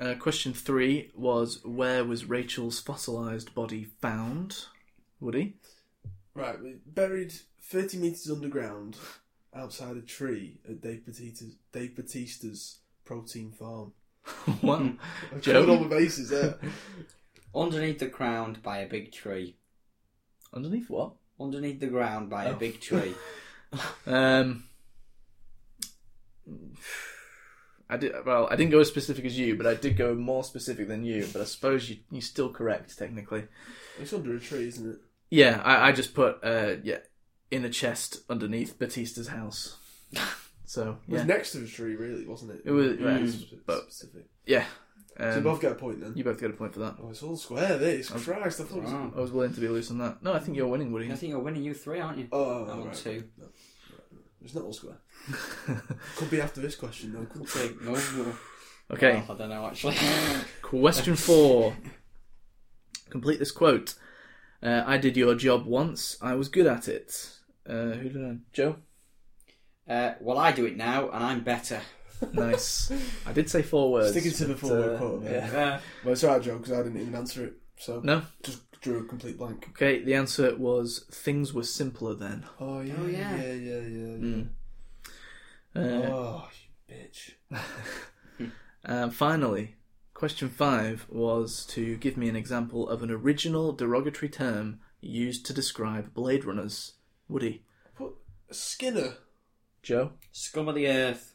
S1: Uh, question three was where was Rachel's fossilized body found? Woody?
S2: Right, we buried 30 metres underground outside a tree at Dave Batista's, Dave Batista's protein farm.
S1: wow.
S2: I've
S1: Joe?
S2: covered all my bases there.
S3: Underneath the ground by a big tree.
S1: Underneath what?
S3: Underneath the ground by a big tree.
S1: Um, I did well. I didn't go as specific as you, but I did go more specific than you. But I suppose you you're still correct technically.
S2: it's under a tree, isn't it?
S1: Yeah, I, I just put uh, yeah in a chest underneath Batista's house. So
S2: It was
S1: yeah,
S2: next to a tree, really, wasn't it?
S1: It was- yeah,
S2: It was
S1: it's-
S2: spe-
S1: but-
S2: specific.
S1: yeah.
S2: So
S1: Um,
S2: you both get a point then.
S1: you Oh, both get a point for that.
S2: Oh, it's all square, this. Christ, I thought it was...
S3: Wow.
S1: I was willing to be loose on that. No, I think you're winning, Woody.
S3: I think you're winning you three, aren't you?
S2: Oh,
S3: I'm on
S2: right.
S3: two.
S2: It's not all square. Could be after this question, though, couldn't it?
S3: Two. Oh,
S1: Okay.
S3: I don't know actually.
S1: Question four. Complete this quote. Uh, I did your job once. I was good at it. Uh, who did I? Joe.
S3: uh, well, I do it now, and I'm better.
S1: Nice. I did say four words.
S2: Sticking to the
S1: but,
S2: four-word
S1: uh,
S2: quote, yeah.
S3: Uh,
S2: Well, it's alright, Joe, because I didn't even answer it. So,
S1: No.
S2: just drew a complete blank.
S1: Okay. The answer was things were simpler then.
S2: Oh, yeah,
S3: yeah.
S2: yeah, yeah, yeah, yeah.
S1: Uh,
S2: Oh, you bitch.
S1: and uh, finally, Question five was to give me an example of an original derogatory term used to describe Blade Runners. Woody.
S2: Put Skinner.
S1: Joe?
S3: Scum of the earth.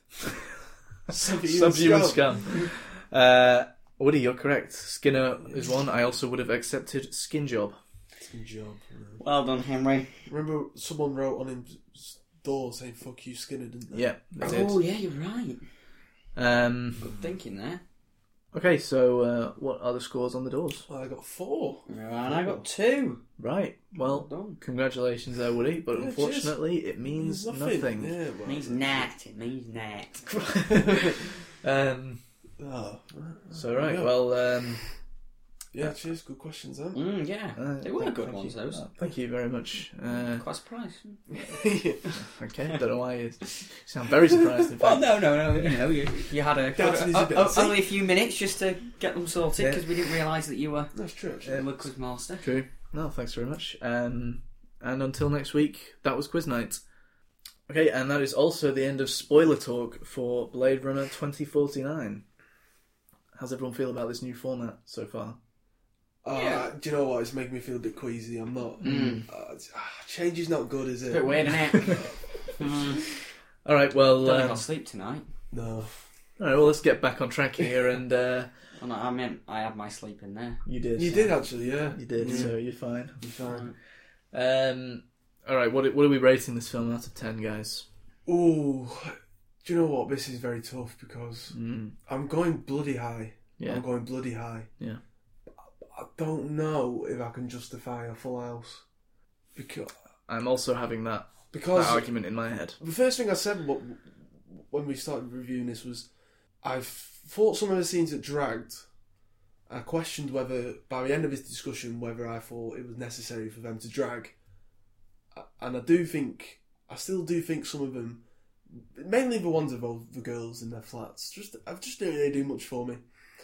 S1: Subhuman scum. Uh, Woody, you're correct. Skinner is one. I also would have accepted Skin Job.
S2: Good job. man.
S3: Well done, Henry.
S2: Remember, someone wrote on his door saying "fuck you, Skinner," didn't they?
S1: Yeah, they did.
S3: Oh yeah, you're right.
S1: Um,
S3: Good thinking there.
S1: okay, so uh, what are the scores on the doors?
S2: Well, I got four.
S3: And I got two.
S1: Right. Well,
S3: done.
S1: congratulations there, Woody. But
S2: cheers.
S1: unfortunately, it means nothing.
S2: Yeah, well,
S3: Means nat. It means nat.
S1: Um,
S2: ah,
S1: so right. Well, um,
S2: yeah. Cheers. Good questions, then.
S3: Mm, yeah,
S1: uh,
S3: they were
S1: thank-
S3: good
S1: thank
S3: ones.
S1: you. Oh,
S3: Those.
S1: Thank you very much. Uh,
S3: Class prize.
S1: okay. Don't know why you sound very surprised. In fact,
S3: Oh, no, no, no. You know, you, you had a,
S2: Doubts in his
S3: o- o-
S2: ability.
S3: only a few minutes just to get them sorted
S1: Yeah.
S3: because we didn't realise that you were
S2: That's true. Actually.
S3: the quiz master.
S1: True. No, thanks very much. Um, and until next week, that was quiz night. Okay, and that is also the end of spoiler talk for Blade Runner 2049. How's everyone feel about this new format so far?
S2: Ah,
S3: Yeah.
S2: do you know what? It's making me feel a bit queasy. I'm not.
S1: Mm.
S2: Ah, it's- ah, change is not good, is it?
S3: Bit weird, isn't it? Mm.
S1: All right, well,
S3: Don't think I'll
S1: um,
S3: sleep tonight.
S2: No.
S1: all right, well, let's get back on track here. And uh,
S3: Oh, no, I meant I had my sleep in there.
S1: you did,
S2: You did actually, yeah.
S1: you did, so you're fine.
S2: You're fine.
S1: Um, all right, what what are we rating this film out of ten, guys?
S2: Ooh, do you know what? This is very tough because
S1: Mm,
S2: I'm going bloody high.
S1: yeah,
S2: I'm going bloody high.
S1: Yeah.
S2: I don't know if I can justify a full house because
S1: I'm also having that, that
S2: because
S1: argument in my head.
S2: the first thing I said wh- when we started reviewing this was I thought some of the scenes that dragged. I questioned whether by the end of this discussion whether I thought it was necessary for them to drag, A- and I do think I still do think some of them, mainly the ones of the girls in their flats, just I just don't really do much for me.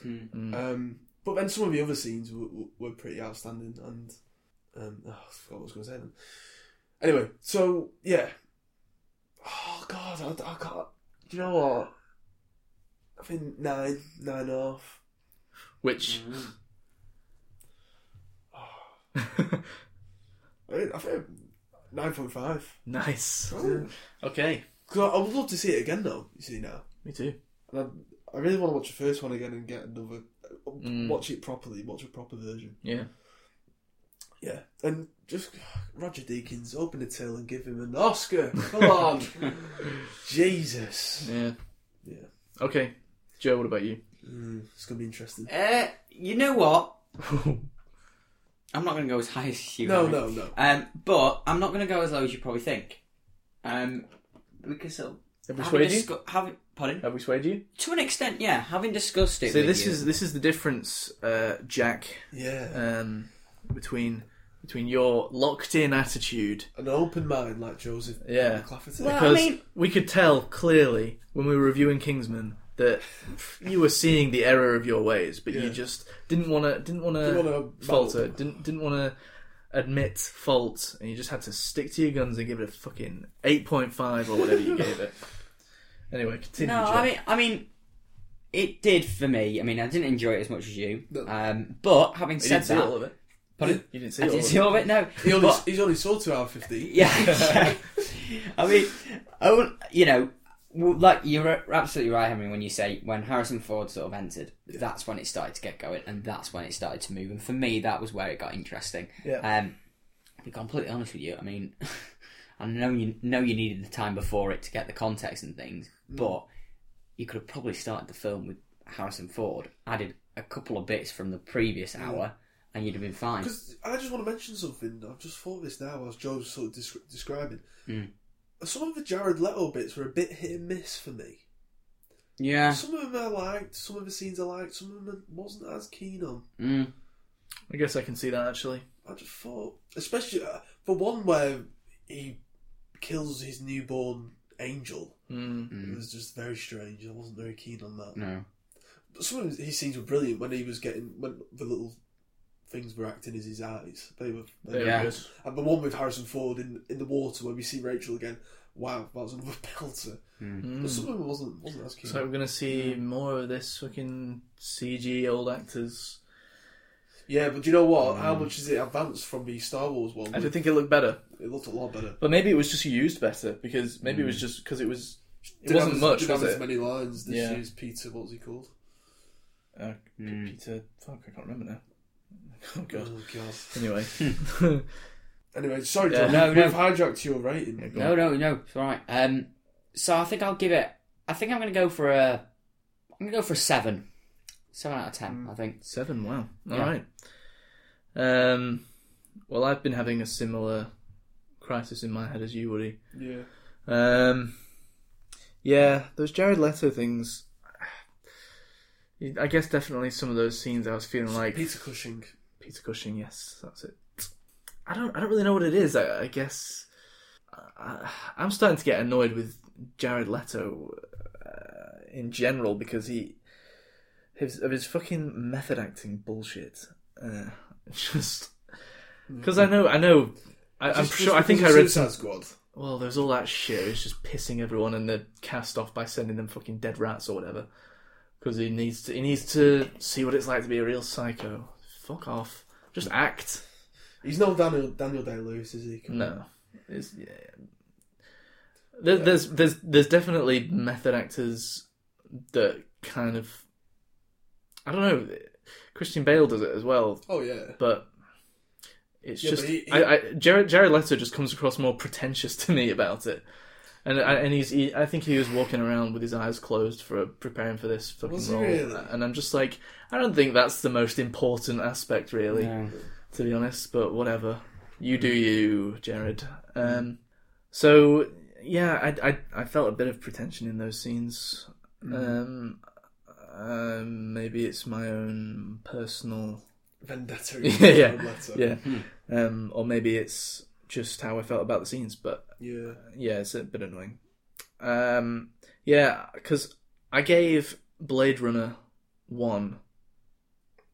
S1: Mm.
S2: Um, but then some of the other scenes were, were- were pretty outstanding, and um, oh, I forgot what I was going to say then. Anyway, so yeah. Oh God, I, I can't. Do you know what? I think nine, nine and a half.
S1: Which
S2: Mm. I think, I think nine point five.
S1: nice.
S2: Yeah.
S1: Okay,
S2: Cause I, I would love to see it again though. You see now,
S1: me too.
S2: and I, I really want to watch the first one again and get another.
S1: Mm.
S2: Watch it properly. Watch a proper version.
S1: Yeah.
S2: Yeah, and just Roger Deakins open the till and give him an Oscar. Come on, Jesus.
S1: Yeah.
S2: Yeah.
S1: Okay. Joe, what about you?
S2: Mm, it's gonna be interesting.
S3: Uh, you know what? I'm not going to go as high as you.
S2: No,
S3: Harry.
S2: no, no.
S3: Um, but I'm not going to go as low as you probably think. Um, because it'll,
S1: Have we
S3: having
S1: swayed you?
S3: discu- having- pardon?
S1: Have we swayed you?
S3: To an extent, yeah. Having discussed it.
S1: So
S3: with
S1: this
S3: you-
S1: is this is the difference, uh, Jack,
S2: Yeah,
S1: um, between between your locked in attitude
S2: an open mind like Joseph
S1: Yeah.
S2: Clafferty.
S3: Well, I
S1: because
S3: mean-
S1: we could tell clearly when we were reviewing Kingsman that you were seeing the error of your ways, but you
S2: Yeah.
S1: just didn't want to didn't want
S2: Didn't wanna
S1: to
S2: battle.
S1: falter, didn't didn't want to admit fault, and you just had to stick to your guns and give it a fucking eight point five or whatever you gave it. Anyway, continue.
S3: No,
S1: Jack.
S3: I mean, I mean, it did for me. I mean, I didn't enjoy it as much as you.
S2: No.
S3: Um, but having
S1: You
S3: said
S1: didn't see
S3: that,
S1: all of it.
S3: Pardon?
S1: You didn't see
S3: I
S1: all
S3: didn't
S1: of
S3: see
S1: it.
S3: all of it. No,
S2: he only
S3: But-
S2: he's only sold two hour fifty.
S3: yeah, yeah. I mean, I wouldn't- you know, well, like you're absolutely right, Henry. When you say when Harrison Ford sort of entered, that's when it started to get going, and that's when it started to move. And for me, that was where it got interesting.
S1: Yeah.
S3: Um, to be completely honest with you, I mean, I know you know you needed the time before it to get the context and things, but you could have probably started the film with Harrison Ford, added a couple of bits from the previous hour, and you'd have been fine.
S2: Because I just want to mention something. I've just thought this now as Joe's sort of descri- describing.
S3: Mm.
S2: Some of the Jared Leto bits were a bit hit and miss for me.
S3: Yeah.
S2: Some of them I liked, some of the scenes I liked, some of them I wasn't as keen on.
S3: Mm.
S1: I guess I can see that actually.
S2: I just thought, especially uh, the one where he kills his newborn angel,
S1: Mm.
S2: it was just very strange. I wasn't very keen on that.
S3: No.
S2: But some of his scenes were brilliant when he was getting when the little things were acting as his eyes. They were. They
S1: There
S2: were
S3: Yeah.
S1: it is.
S2: and the one with Harrison Ford in in the water where we see Rachel again. Wow, that was another belter. But some of it wasn't wasn't as cute.
S1: So we're gonna see more of this fucking CG old actors.
S2: yeah, but do you know what? How much is it advanced from the Star Wars one?
S1: Hmm. I did think it looked better,
S2: It looked a lot better.
S1: but maybe it was just used better because maybe it was just because it was. It
S2: Didn't
S1: wasn't
S2: have as-
S1: much,
S2: didn't
S1: was
S2: have
S1: it?
S2: as many lines this
S1: Yeah.
S2: year's Peter. What was he called?
S1: Uh, P- Peter, fuck, I can't remember now. Oh god.
S2: Oh god.
S1: Anyway,
S2: Anyway, sorry,
S1: Yeah.
S2: John.
S3: No,
S2: we've
S3: no.
S2: hijacked your rating. Yeah,
S3: No, no, no. It's all right. Um, so I think I'll give it. I think I'm going to go for a. I'm going to go for a seven. Seven out of ten. I think.
S1: seven. Wow. All
S3: Yeah.
S1: right. Um. Well, I've been having a similar crisis in my head as you, Woody. Um, yeah, those Jared Leto things. I guess definitely some of those scenes I was feeling like
S2: Peter Cushing.
S1: Peter Cushing. Yes, that's it. I don't. I don't really know what it is. I, I guess I, I'm starting to get annoyed with Jared Leto uh, in general because he his of his fucking method acting bullshit. Uh, just because I know. I know. I, I'm
S2: Just-
S1: sure.
S2: just
S1: I think I
S2: because
S1: read
S2: of
S1: some
S2: Suicide Squad.
S1: well, there's all that shit. It's just pissing everyone, and they're cast off by sending them fucking dead rats or whatever. Because he needs to, he needs to see what it's like to be a real psycho. Fuck off. Just act.
S2: He's not Daniel Daniel Day Lewis, is he? Come on.
S1: No, it's, yeah. There, There's there's there's definitely method actors that kind of I don't know. Christian Bale does it as well,
S2: Oh yeah.
S1: but it's
S2: Yeah,
S1: just
S2: but he- he-
S1: I, I, Jared Jared Leto just comes across more pretentious to me about it, and I, and he's he, I think he was walking around with his eyes closed for preparing for this fucking
S2: Was he
S1: role,
S2: really?
S1: and I'm just like I don't think that's the most important aspect really,
S3: No.
S1: to be honest. But whatever, you do you, Jared. Um, so yeah, I, I I felt a bit of pretension in those scenes. Um, um, maybe it's my own personal
S2: Vendetta.
S1: Yeah, yeah.
S2: Jared Leto.
S1: yeah. Um, or maybe it's just how I felt about the scenes, but
S2: Yeah.
S1: yeah, it's a bit annoying. Um, yeah, because I gave Blade Runner one.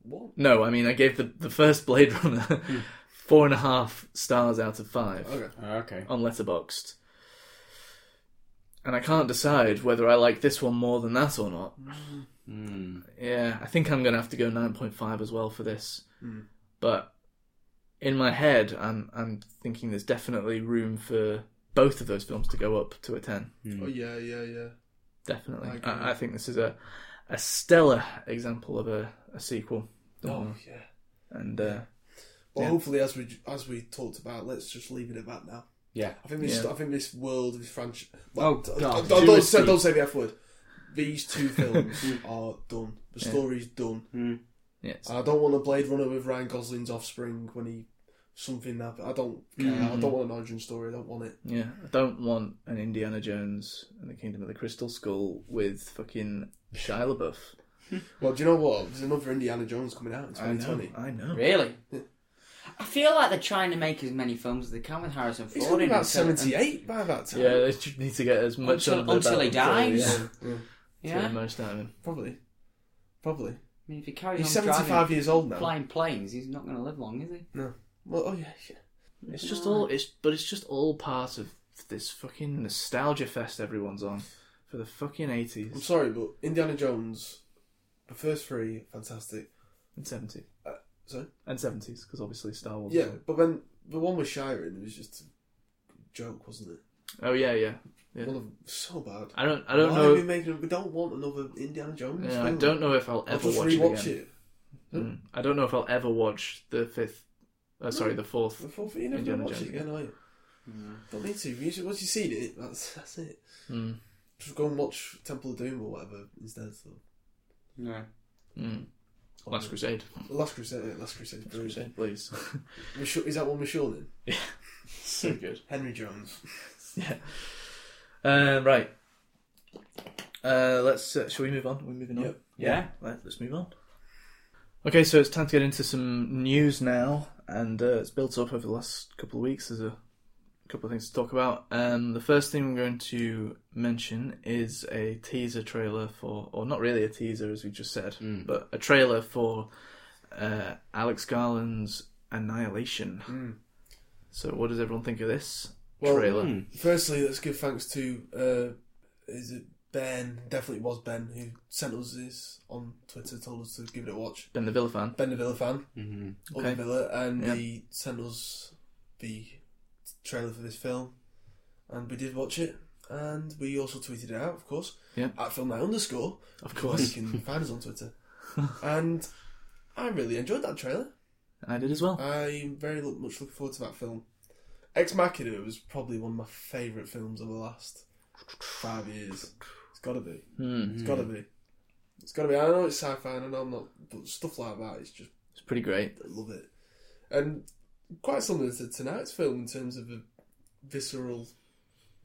S2: What?
S1: No, I mean I gave the the first Blade Runner four and a half stars out of five
S2: Okay.
S3: Okay.
S1: on Letterboxd, and I can't decide whether I like this one more than that or not.
S3: Hmm.
S1: Yeah, I think I'm gonna have to go 9.5 as well for this.
S2: Hmm.
S1: But in my head, I'm I'm thinking there's definitely room for both of those films to go up to a 10.
S2: Oh yeah, yeah, yeah. I
S1: Definitely,
S2: agree.
S1: I, I think this is a a stellar example of a, a sequel. Mm-hmm.
S2: Oh yeah.
S1: And uh,
S2: But
S1: Yeah.
S2: hopefully, as we as we talked about, let's just leave it at that now.
S3: Yeah.
S2: I think this
S1: Yeah.
S2: I think this world of this franchise.
S3: Oh, God.
S2: Don't, don't, say,
S3: Jealousy.
S2: don't say the F word. These two films are done. The story's done.
S1: yeah, it's-
S2: I don't want a Blade Runner with Ryan Gosling's offspring when he something that I don't care. I don't want an origin story. I don't want it.
S1: yeah, I don't want an Indiana Jones and the Kingdom of the Crystal Skull with fucking Shia LaBeouf.
S2: Well, do you know what? There's another Indiana Jones coming out in 2020.
S1: I know.
S3: Really? I feel like they're trying to make as many films as they can with Harrison Ford.
S2: He's only
S3: in um,
S2: about
S3: until- and-
S2: 78 by that time.
S1: Yeah, they should need to get as much
S3: Until-
S1: out of the
S3: until he
S1: Batman
S3: dies.
S1: story, yeah, to get
S3: Yeah.
S1: the most out of him.
S2: probably, probably.
S3: I mean, if he carries
S2: He's
S3: on
S2: 75
S3: driving,
S2: years old now.
S3: flying planes, he's not going to live long, is he?
S2: Well, oh yeah, yeah.
S1: It's just all it's but it's just all part of this fucking nostalgia fest everyone's on for the fucking
S2: I'm
S1: eighties
S2: sorry, but Indiana Jones, the first three, fantastic.
S1: and seventies.
S2: Uh, sorry?
S1: and seventies because obviously Star Wars.
S2: Yeah, but then the one with Shire in it was just a joke, wasn't it?
S1: Oh yeah, yeah.
S2: One of so bad.
S1: I don't. I don't
S2: Why Are we,
S1: know.
S2: making, we don't want another Indiana Jones.
S1: Yeah,
S2: film.
S1: I don't know if I'll
S2: I'll
S1: ever
S2: just
S1: watch
S2: rewatch
S1: it again.
S2: it.
S1: Mm. I don't know if I'll ever watch the fifth. Oh, sorry, the fourth.
S2: Before you never
S1: Indiana
S2: watch
S1: Jones.
S2: it again, are you? Don't need to. You should- Once you've seen it, that's that's it.
S1: Mm.
S2: Just go and watch Temple of Doom or whatever instead. So.
S3: No.
S1: Mm. Last Crusade.
S2: The Last Crusade. yeah, Last Crusade. Last
S1: Crusade, please.
S2: Is that one with Sean in?
S1: so good.
S2: Henry Jones.
S1: Yeah. Uh, right. Uh, let's. Uh, shall we move on? We're moving on.
S2: Yep.
S1: Yeah. Right, let's move on. Okay, so it's time to get into some news now, and uh, it's built up over the last couple of weeks. There's a couple of things to talk about. Um, the first thing I'm going to mention is a Hmm. teaser trailer for, or not really a teaser as we just said, but a trailer for uh, Alex Garland's Annihilation. So, what does everyone think of this
S2: Well,
S1: trailer?
S2: Firstly, let's give thanks to uh, is it Ben? Definitely was Ben who sent us this on Twitter, told us to give it a watch.
S1: Ben the Villafan.
S2: Ben the Villa fan, mm-hmm.
S1: Okay.
S2: Villa, and
S1: Yeah.
S2: he sent us the trailer for this film, and we did watch it, and we also tweeted it out, of course.
S1: Yeah.
S2: At film night underscore,
S1: Of
S2: you
S1: course.
S2: can find us on Twitter, and I really enjoyed that trailer.
S1: And I did as well.
S2: I'm very look, much looking forward to that film. Ex Machina was probably one of my favourite films of the last five years. It's got to be. It's got to be. It's got to be. I know it's sci-fi. and I know I'm not, but stuff like that. It's just
S1: It's pretty great.
S2: I love it, and quite similar to tonight's film in terms of the visceral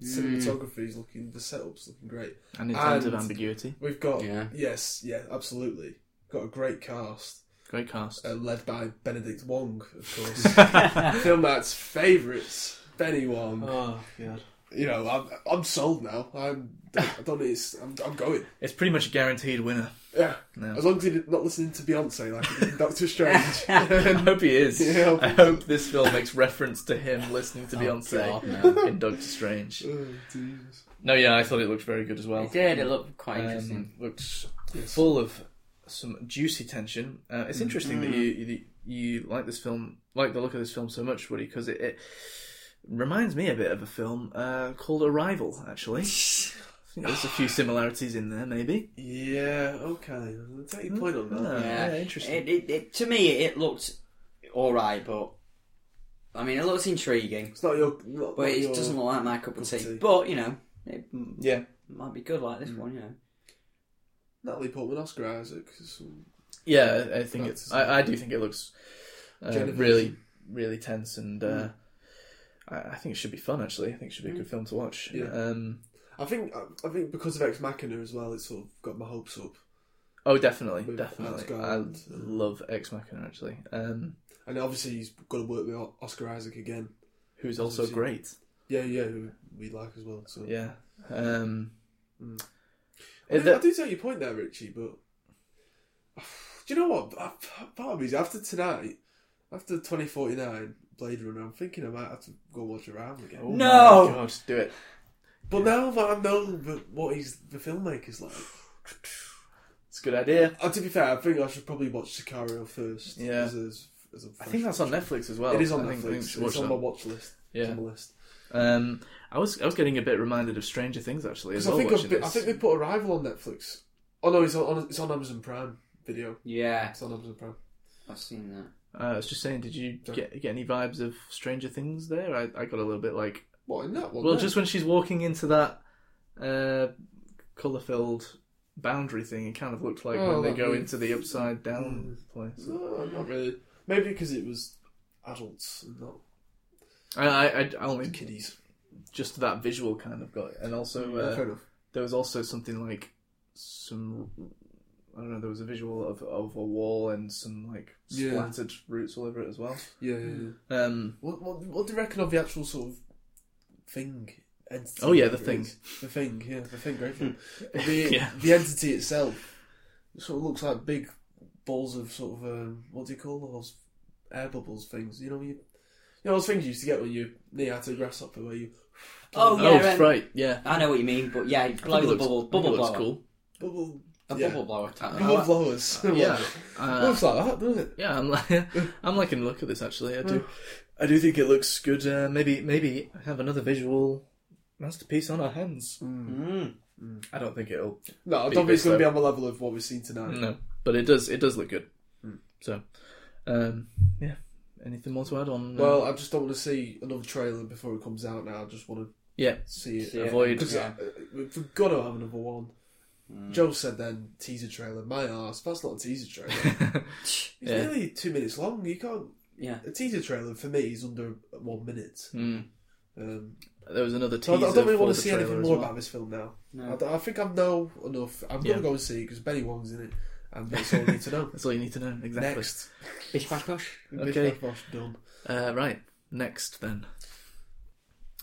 S2: cinematography. is Looking the setup's looking great.
S1: And in terms
S2: And-
S1: of ambiguity,
S2: We've got
S3: Yeah.
S2: yes, yeah, absolutely. Got a great cast
S1: great cast.
S2: uh, led by Benedict Wong, of course. Film Night's favourites, Benny Wong.
S1: oh, God.
S2: You know, I'm, I'm sold now. I'm, I don't need. I'm, I'm going.
S1: It's pretty much a guaranteed winner.
S2: Yeah.
S1: No.
S2: As long as you're not listening to Beyonce like you did in Doctor Strange.
S1: I hope he is.
S2: Yeah.
S1: I hope this film makes reference to him listening to Beyonce
S3: God, no.
S1: in Doctor Strange.
S2: oh, Jesus.
S1: No, yeah, I thought it looked very good as well.
S3: It did. It looked quite interesting.
S1: um, looks full of some juicy tension. Uh, it's interesting that you, you you like this film, like the look of this film so much, Woody, because it, it reminds me a bit of a film uh, called Arrival. Actually, I think there's a few similarities in there, maybe.
S2: Yeah. Okay. I'll take your point on
S1: Yeah,
S2: that.
S1: yeah, interesting.
S3: It, it, it, to me, it looked all right, but I mean, it looks intriguing,
S2: It's not your. Not,
S3: but
S2: not
S3: it
S2: your-
S3: doesn't look like my cup of
S2: cup of
S3: tea.
S2: tea.
S3: But you know, it
S2: Hmm.
S1: yeah,
S3: might be good like this one. You know,
S2: Natalie Portman, Oscar Isaac, some-
S1: yeah. I I think it's.
S2: That's-
S1: I, I do think it looks uh,
S2: Genevieve.
S1: really, really tense, and uh, I, I think it should be fun. Actually, I think it should be
S2: Hmm.
S1: a good film to watch.
S2: Yeah.
S1: Um,
S2: I think. I, I think because of Ex Machina as well, it's sort of got my hopes up.
S1: Oh, definitely,
S2: With Alex
S1: definitely. I
S2: Garland.
S1: love Ex Machina actually, um,
S2: And obviously, he's got to work with O- Oscar Isaac again.
S1: who's also
S2: Obviously.
S1: great.
S2: Yeah, yeah, who we like as well. So
S1: Yeah. Um,
S2: Hmm. I,
S1: Is
S2: do, I
S1: that-
S2: do take your point there, Richie. But do you know what? I- Part of me is after tonight, after twenty forty nine Blade Runner, I'm thinking I might have to go watch around again.
S1: oh my
S3: No!
S1: God, do it.
S2: But now that I know that what he's the filmmaker's like,
S1: It's a good idea.
S2: uh, to be fair, I think I should probably watch Sicario first.
S1: Yeah.
S2: as a, as a
S1: I think that's on Netflix as well.
S2: It is on
S1: I
S2: Netflix.
S1: think- I think we should
S2: it's
S1: watch
S2: on my
S1: that.
S2: watch list. It's
S1: Yeah.
S2: on my list.
S1: Um, I was I was getting a bit reminded of Stranger Things actually as
S2: Because I
S1: well.
S2: think
S1: watching
S2: I've been- I
S1: this.
S2: think they put Arrival on Netflix. Oh no, it's on it's on Amazon Prime Video.
S3: yeah,
S2: It's on Amazon Prime.
S3: I've seen that.
S1: Uh, I was just saying, did you
S2: Sorry.
S1: get get any vibes of Stranger Things there? I, I got a little bit like
S2: What in that one?
S1: well,
S2: there?
S1: just when she's walking into that uh, color filled boundary thing, it kind of looked like
S2: Oh,
S1: when they
S2: that Mm.
S1: go
S2: weird-
S1: into the upside down place.
S2: No, Oh, not really. Maybe because it was adults and not
S1: I, I, I I only
S2: kiddies.
S1: just that visual kind of got, and also uh,
S2: fair enough.
S1: there was also something like some I don't know. There was a visual of of a wall and some like
S2: Yeah.
S1: splattered roots all over it as well.
S2: Yeah, yeah, yeah.
S1: Um,
S2: What, what, what do you reckon of the actual sort of thing? Entity,
S1: Oh, yeah, the
S2: whatever it
S1: thing. Hmm.
S2: is? The thing, yeah, the thing, great thing. the,
S1: Yeah.
S2: the entity itself sort of looks like big balls of sort of, um, what do you call those air bubbles things? You know, you, you know those things you used to get when you knee out a grasshopper where you
S3: Oh
S1: oh
S3: yeah, um,
S1: right, yeah.
S3: I know what you mean, but yeah, blow
S1: It
S3: the
S1: looks-
S3: bubble,
S1: it
S3: bubble
S1: looks
S3: blower,
S1: cool.
S2: bubble.
S3: a
S2: yeah.
S3: bubble blower type.
S2: Bubble blowers.
S1: Yeah, uh,
S2: looks like that, doesn't it?
S1: yeah. I'm like, I'm liking the look at this actually. I
S2: Mm.
S1: do, I do think it looks good. Uh, maybe, maybe have another visual masterpiece on our hands.
S3: Mm.
S1: I don't think it'll
S2: No, I
S1: Big
S2: don't think it's
S1: bit,
S2: going to be
S1: though.
S2: on the level of what we've seen tonight.
S1: No, but it does. It does look good.
S2: Mm.
S1: So, um, yeah. Anything more to add on? uh,
S2: Well, I just don't want to see another trailer before it comes out. Now I just want
S1: yeah.
S2: to see it.
S3: See it.
S1: Avoid-
S2: Because
S3: Yeah.
S2: uh, we've got to have another one.
S1: Mm.
S2: Joe said then teaser trailer. My ass, that's not a teaser trailer. it's
S1: Yeah.
S2: nearly two minutes long. You can't.
S3: Yeah.
S2: A teaser trailer for me is under one minute.
S1: Mm.
S2: Um,
S1: There was another
S2: so I
S1: teaser.
S2: don't- I don't really
S1: for
S2: want
S1: the
S2: to see
S1: trailer
S2: anything
S1: as
S2: more
S1: well.
S2: about this film now.
S3: No.
S2: I don't- I, think I know enough. I'm
S1: Yeah.
S2: gonna go and see because Benny Wong's in it, and that's all I need to know.
S1: That's all you need to know. Exactly.
S2: Next.
S3: Bish bash bosh.
S1: Okay.
S2: Bish, bash, bosh, done.
S1: Uh, right. Next then.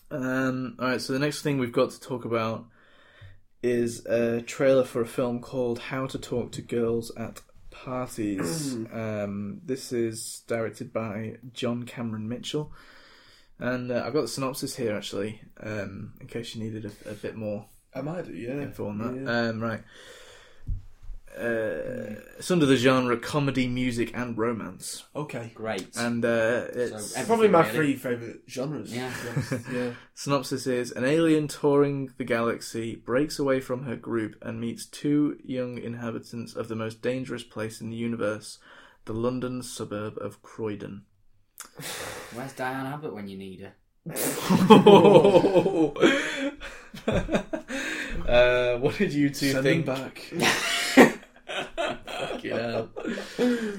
S1: Um, all right. So the next thing we've got to talk about is a trailer for a film called How to Talk to Girls at Parties. um, this is directed by John Cameron Mitchell. And uh, I've got the synopsis here, actually, um, in case you needed a, a bit more
S2: I might do, yeah.
S1: info on that.
S2: Yeah.
S1: Um, right. Uh, it's under the genre comedy, music, and romance,
S2: okay.
S3: Great.
S1: and uh, it's
S3: every-
S2: Probably my
S3: Really?
S2: three favourite genres.
S3: Yeah.
S2: to be honest. yeah.
S1: Synopsis is an alien touring the galaxy breaks away from her group and meets two young inhabitants of the most dangerous place in the universe, the London suburb of Croydon.
S3: Where's Diane Abbott when you need her?
S1: uh, what did you two
S2: Send them
S1: think?
S2: back.
S1: Fucking hell.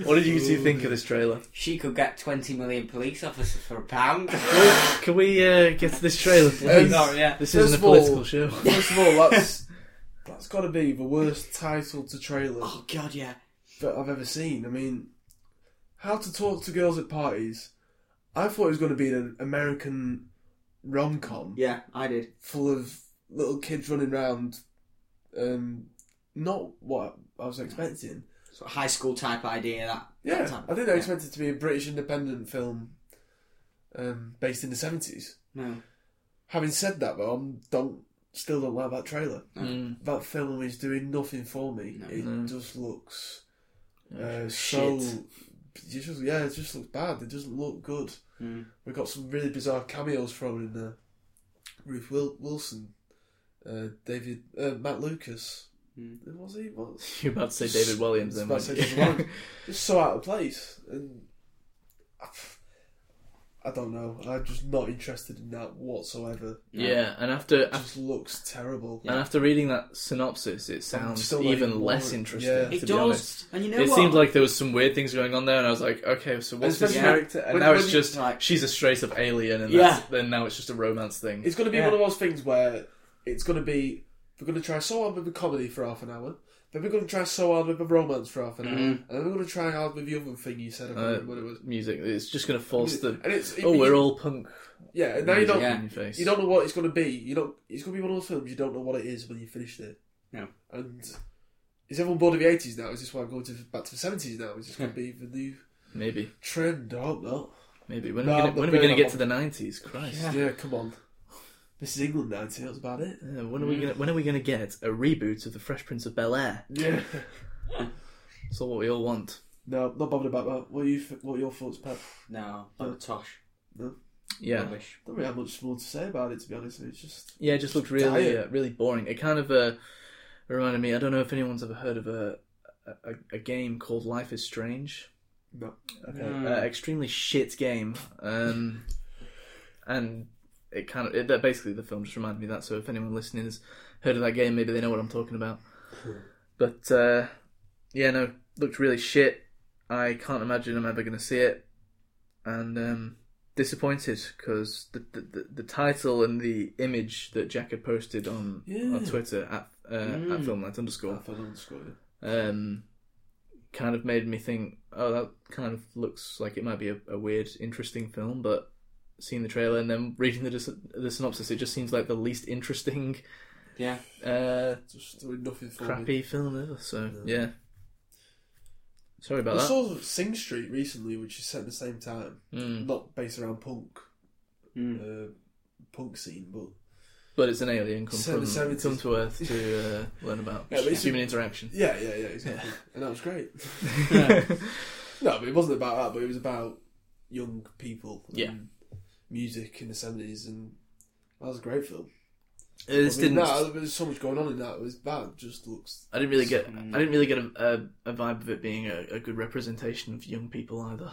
S1: What did you two think of this trailer?
S3: She could get 20 million police officers for a pound.
S1: Can we uh, get to this trailer, please?
S3: Sorry, yeah.
S1: This isn't
S2: First
S1: a
S2: of all-
S1: political show.
S2: First of all, that's that's got to be the worst title to trailer
S3: Oh, God, yeah.
S2: that I've ever seen. I mean, how to talk to girls at parties. I thought it was going to be an American rom com
S3: Yeah, I did.
S2: full of little kids running around. Um, not what I was expecting.
S3: So high school type idea, that.
S2: Yeah,
S3: that type.
S2: I didn't
S3: Yeah.
S2: expect it to be a British independent film um, based in the seventies.
S3: No.
S2: Having said that, though, I'm don't still don't like that trailer.
S1: Mm.
S2: That film is doing nothing for me.
S3: No.
S2: it
S1: No.
S2: just looks uh, so.
S1: Shit.
S2: It just yeah, it just looks bad. It doesn't look good.
S3: Mm.
S2: We've got some really bizarre cameos thrown in there. Ruth Wil- Wilson, uh, David, uh, Matt Lucas.
S3: Mm.
S2: Was he? What?
S1: You're about to say David Williams then,
S2: I was about to
S1: weren't
S2: say
S1: you?
S2: David Williams. Just so out of place, and I don't know. I'm just not interested in that whatsoever.
S1: Yeah, and after
S2: It just looks terrible.
S1: And after reading that synopsis, it sounds
S2: still not
S1: even
S2: even
S1: less
S2: bored.
S1: interesting.
S2: Yeah.
S1: To
S3: It
S1: be
S3: does.
S1: honest,
S3: And you know
S1: it
S3: what?
S1: seemed like there was some weird things going on there, and I was like, okay, so what's this
S2: Especially-
S1: character? And
S2: when-
S1: now
S2: when
S1: it's
S2: you-
S1: just
S3: like-
S1: she's a straight up alien, and
S3: Yeah.
S1: that's, then now it's just a romance thing.
S2: It's going to be
S3: Yeah.
S2: one of those things where it's going to be we're going to try so hard with the comedy for half an hour, then we're going to try so hard with the romance for half an hour, and then we're going to try hard with the other thing you said. I can't
S1: Mm. Uh,
S2: remember what it was.
S1: Music. It's just going to force the
S2: And it's,
S1: oh, we're
S2: you-
S1: all punk.
S2: yeah. and Now you
S1: music
S2: don't
S1: in your face.
S2: you don't know what it's going to be. You don't. It's going to be one of those films you don't know what it is when you finished it.
S3: No.
S2: And is everyone bored of the eighties now? Is this why I'm going to back to the seventies now? Is this going to be the new
S1: Maybe,
S2: trend? I hope not.
S1: maybe. When
S2: No,
S1: are we
S2: I'm not
S1: gonna- when are we
S2: doing
S1: going to
S2: that
S1: get to the nineties? Christ.
S2: Yeah, come on. This is England ninety. That's about it.
S1: Uh, when are we gonna, when are we going to get a reboot of the Fresh Prince of Bel Air?
S2: Yeah.
S1: It's all what we all want.
S2: No, not bothered about that. What are you? What are your thoughts, Pat?
S3: No, but Tosh.
S1: Yeah,
S3: Rubbish.
S2: don't really have much more to say about it, to be honest. It's just
S1: Yeah, it just looked really,
S2: Diet.
S1: uh, really boring. It kind of uh, reminded me. I don't know if anyone's ever heard of a a, a game called Life is Strange.
S2: No.
S1: Okay. Uh, extremely shit game. Um, and it kind of it, that basically the film just reminded me of that. So if anyone listening has heard of that game, maybe they know what I'm talking about. but uh, yeah, no, looked really shit. I can't imagine I'm ever going to see it. And um, disappointed because the, the the- the title and the image that Jack had posted on
S2: Yeah.
S1: on Twitter at uh, at filmlight underscore
S2: I fell on score.
S1: um, kind of made me think, oh, that kind of looks like it might be a, a weird, interesting film. But seeing the trailer and then reading the dis- the synopsis, it just seems like the least interesting,
S3: Yeah.
S1: uh,
S2: Just doing nothing for me.
S1: crappy film ever. So yeah, sorry about
S2: I
S1: that.
S2: saw Sing Street recently, which is set at the same time,
S1: Mm.
S2: not based around punk,
S3: Mm.
S2: uh, punk scene, but
S1: But it's an alien come
S2: Seven-
S1: from
S2: seventies.
S1: come to Earth to uh, learn about
S2: Yeah, but it's-
S1: human interaction.
S2: yeah, yeah, yeah, exactly. And that was great. no, but it wasn't about that, but it was about young people, and
S1: Yeah.
S2: music in the seventies, and that was a great film.
S1: This
S2: I mean,
S1: didn't.
S2: that- there was so much going on in that. It was bad. Just looks.
S1: I didn't really get. I didn't really get a, a, a vibe of it being a, a good representation of young people either.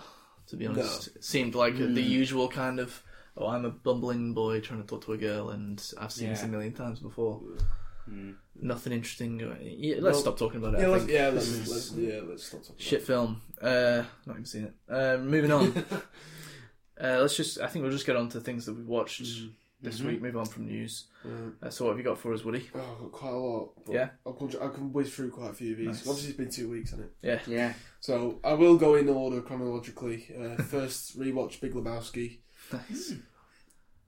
S1: To be honest, it seemed like the usual kind of. Oh, I'm a bumbling boy trying to talk to a girl, and I've seen this a
S3: Yeah.
S1: million times before. Nothing interesting. uh, Yeah, let's
S2: No.
S1: stop talking about it.
S2: Mm. Yeah,
S1: I
S2: let's,
S1: think.
S2: yeah, let's, let's, yeah, let's stop talking.
S1: Shit film. Uh, not even seen it. Uh, moving on. uh, let's just. I think we'll just get on to things that we watched
S2: Mm-hmm.
S1: this week. Move on from news.
S2: Mm.
S1: Uh, so, what have you got for us, Woody?
S2: Oh, I've got quite a lot. But
S1: Yeah.
S2: I'll come, I can whiz through quite a few of these. Obviously, it's been two weeks, hasn't it?
S1: Yeah.
S3: Yeah.
S2: So I will go in order chronologically. Uh, first, rewatch Big Lebowski.
S1: Nice.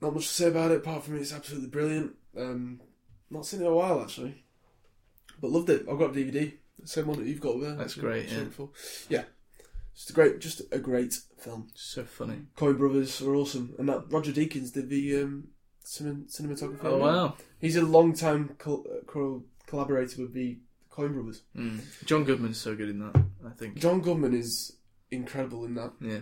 S2: Not much to say about it apart from it's absolutely brilliant. Um, not seen it in a while actually, but loved it. I've got a DVD. The same one that you've got there.
S1: That's
S2: actually.
S1: great, yeah.
S2: Shameful. Yeah. Just a great, just a great film.
S1: So funny.
S2: Coen Brothers are awesome, and that Roger Deakins did the um, cinem- cinematography.
S1: Oh wow.
S2: He's a long time col- uh, co- collaborator with the Coen Brothers.
S1: Mm. John Goodman's so good in that. I think.
S2: John Goodman is incredible in that.
S1: Yeah.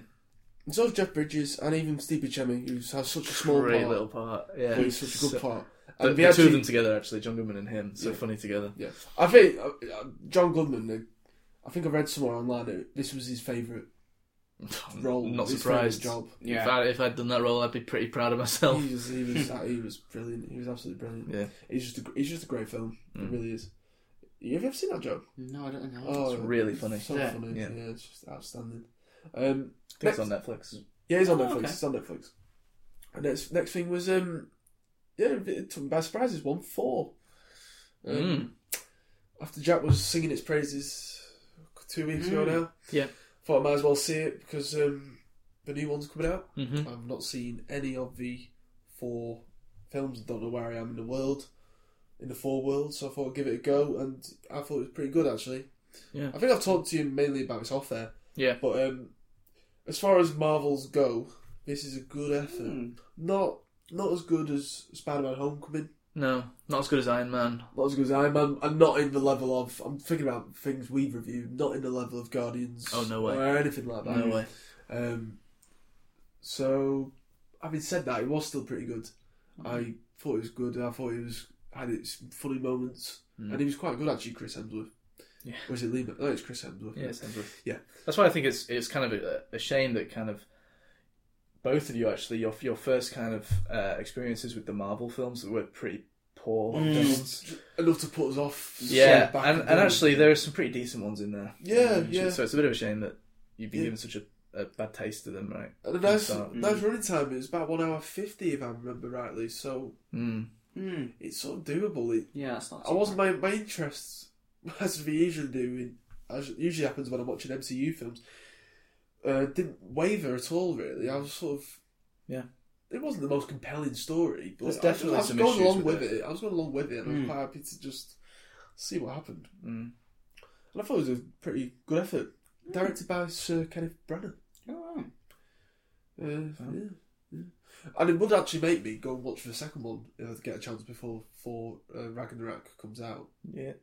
S2: And so is Jeff Bridges, and even Steve Buscemi, who has such a small
S1: Great
S2: part,
S1: little part. Yeah.
S2: but he's such a good
S1: So-
S2: part.
S1: The,
S2: And
S1: the
S2: they
S1: two
S2: actually-
S1: of them together, actually, John Goodman and him, so
S2: Yeah.
S1: funny together.
S2: Yeah, I think uh, uh, John Goodman. uh, I think I read somewhere online that this was his favourite role.
S1: I'm not
S2: his
S1: surprised.
S2: favourite job.
S3: Yeah.
S1: If, I, if I'd done that role, I'd be pretty proud of myself.
S2: He was he was uh, he was brilliant. He was absolutely brilliant.
S1: Yeah. Mm.
S2: He's just a, gr- he's just a great film. It really is. You have you ever seen that Joe?
S3: No, I don't know.
S2: Oh,
S1: really funny.
S2: So
S6: Yeah.
S2: funny.
S1: Yeah.
S2: Yeah. it's just outstanding. Um,
S1: I think it's on Netflix.
S2: yeah, he's on
S3: Oh,
S2: Netflix.
S3: okay.
S2: It's on Netflix. And next next thing was um, yeah, it took me by surprise. It's one four. Um,
S1: Mm.
S3: Hmm.
S2: after Jack was singing its praises two weeks ago
S3: Hmm.
S2: now.
S1: Yeah.
S2: Thought I might as well see it because um, the new one's coming out.
S1: hmm
S2: I've not seen any of the four films. Don't know where I am in the world, in the four worlds. So I thought I'd give it a go, and I thought it was pretty good actually.
S1: Yeah.
S2: I think I've talked to you mainly about this off there,
S1: Yeah.
S2: but um, as far as Marvels go, this is a good effort.
S1: Hmm.
S3: hmm.
S2: Not not as good as Spider-Man: Homecoming.
S1: No, not as good as Iron Man.
S2: Not as good as Iron Man. I'm not in the level of. I'm thinking about things we've reviewed. Not in the level of Guardians.
S1: Oh, no way.
S2: Or anything like that.
S1: No way.
S2: Um, so, having said that, it was still pretty good.
S1: Mm-hmm.
S2: I thought it was good. I thought it was had its funny moments, and he was quite good actually. Chris Hemsworth.
S1: Mm. Yeah.
S2: Was it Lee? Ma- No, it's Chris Hemsworth.
S1: Yeah, it's Hemsworth.
S2: Yeah.
S1: That's why I think it's it's kind of a, a shame that kind of both of you actually your your first kind of uh, experiences with the Marvel films were pretty poor films.
S2: Enough to put us off.
S1: Yeah,
S2: Mm. straight back
S1: and, and
S2: down.
S1: actually there are some pretty decent ones in there.
S2: Yeah,
S1: Um,
S2: yeah.
S1: So it's a bit of a shame that you've been
S2: Yeah.
S1: given such a, a bad taste of them, right?
S2: And a nice,
S1: start.
S2: nice running time. It was about one hour fifty, if I remember rightly. So
S1: Mm.
S2: it's sort of doable. It,
S3: Hmm. Yeah, that's not.
S2: I wasn't my my interests as we usually do. In, as usually happens when I'm watching MCU films. Uh, didn't waver at all. Really, I was sort of
S1: Yeah.
S2: It wasn't the most compelling story, but
S1: There's
S2: I was-
S1: definitely
S2: I was,
S1: some
S2: going
S1: issues
S2: along
S1: with Hmm.
S2: with it. I was going along with it, and I was quite happy to just see what happened.
S1: Mm.
S2: And I thought it was a pretty good effort, directed by Sir Kenneth Branagh. Uh,
S1: Oh.
S2: yeah, yeah. And it would actually make me go and watch the second one if I get a chance before before uh, Ragnarok comes out.
S1: Yeah.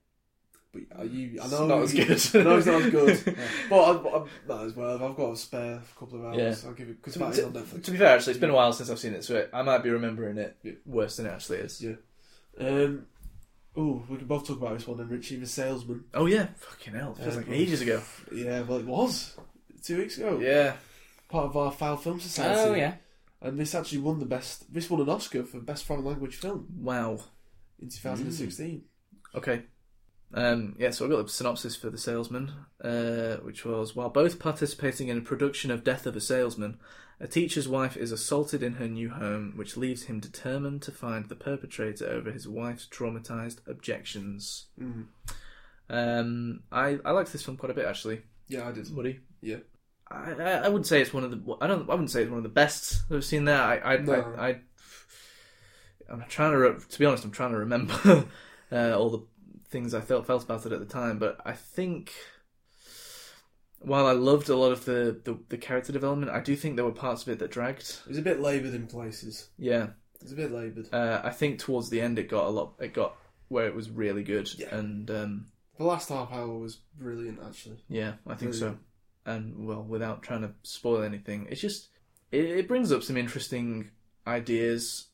S2: But are you, I
S1: It's
S2: know
S1: not as
S2: you-
S1: good.
S2: I know it's not as good. but I'm, I'm, might as well. I've got a spare couple of hours. I'll give it because that is
S1: To,
S2: on Netflix.
S1: to be fair, actually, it's been a while since I've seen it, so I might be remembering it
S2: Yeah.
S1: worse than it actually is.
S2: Yeah. Um, oh, we can both talk about this one. And Richie the salesman.
S1: Oh yeah, fucking hell, feels
S2: Yeah.
S1: like ages ago.
S2: Yeah, well, it was two weeks ago.
S1: Yeah,
S2: Part of our Foul Film Society.
S3: Oh yeah.
S2: And this actually won the best. This won an Oscar for best foreign language film
S1: wow.
S2: in 2016.
S1: Okay. Um, yeah, so I got the synopsis for The Salesman, uh, which was While both participating in a production of Death of a Salesman, a teacher's wife is assaulted in her new home, which leaves him determined to find the perpetrator over his wife's traumatized objections. Um, I, I liked this film quite a bit, actually.
S2: Yeah, I did.
S1: Woody?
S2: Yeah.
S1: I, I I would say it's one of the I don't I wouldn't say it's one of the best I've seen there. I I,
S2: No.
S1: I, I I'm trying to re- to be honest. I'm trying to remember uh, all the things I felt felt about it at the time. But I think while I loved a lot of the the, the character development, I do think there were parts of it that dragged.
S2: It was a bit laboured in places.
S1: Yeah,
S2: It was a bit laboured.
S1: uh, I think towards the end it got a lot. It got where it was really good.
S2: Yeah.
S1: And um,
S2: The last half hour was brilliant, actually.
S1: Yeah, I think so.
S2: Brilliant.
S1: And well, without trying to spoil anything, it's just it, it brings up some interesting ideas,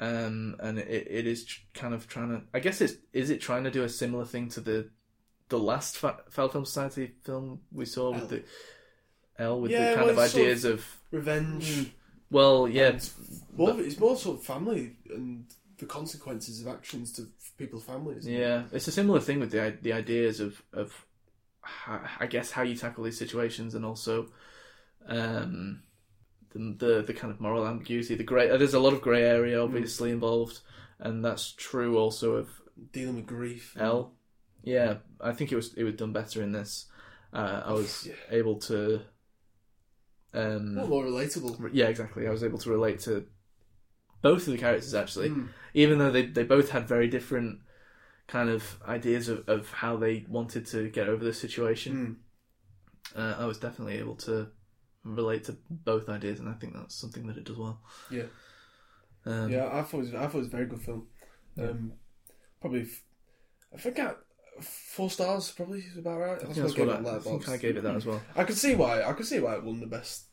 S1: um, and it, it is tr- kind of trying to. I guess it's is it trying to do a similar thing to the the last Fa- Foul Film Society film we saw with
S2: L.
S1: the L with
S2: Yeah,
S1: the kind
S2: well,
S1: of
S2: it's sort
S1: ideas of
S2: Revenge.
S1: well, yeah,
S2: It's more, it's more sort of family and the consequences of actions to people's families.
S1: Yeah, it's a similar thing with the i- the ideas of of ho- I guess how you tackle these situations and also um, the, the the kind of moral ambiguity. The grey there's a lot of grey area
S2: Mm.
S1: obviously involved, and that's true also of
S2: Dealing with grief.
S1: L. Yeah, I think it was it was done better in this. Uh, I was
S2: Yeah.
S1: able to. Um,
S2: Well, more relatable.
S1: re- yeah, exactly. I was able to relate
S2: Hmm.
S1: to both of the characters actually, even though they they both had very different kind of ideas of, of how they wanted to get over this
S2: Mm.
S1: situation,
S2: Hmm.
S1: uh, I was definitely able to relate to both ideas, and I think that's something that it does well.
S2: Yeah.
S1: Um,
S2: Yeah, I thought it was, I thought it was a very good film. Um, probably, f- I think I, four stars probably is about right.
S1: I
S2: That's
S1: think that's
S2: what
S1: what
S2: I gave
S1: I, I
S2: it on
S1: think I
S2: Letterboxd.
S1: gave it that as well.
S2: I could see why. I could see why it won the best.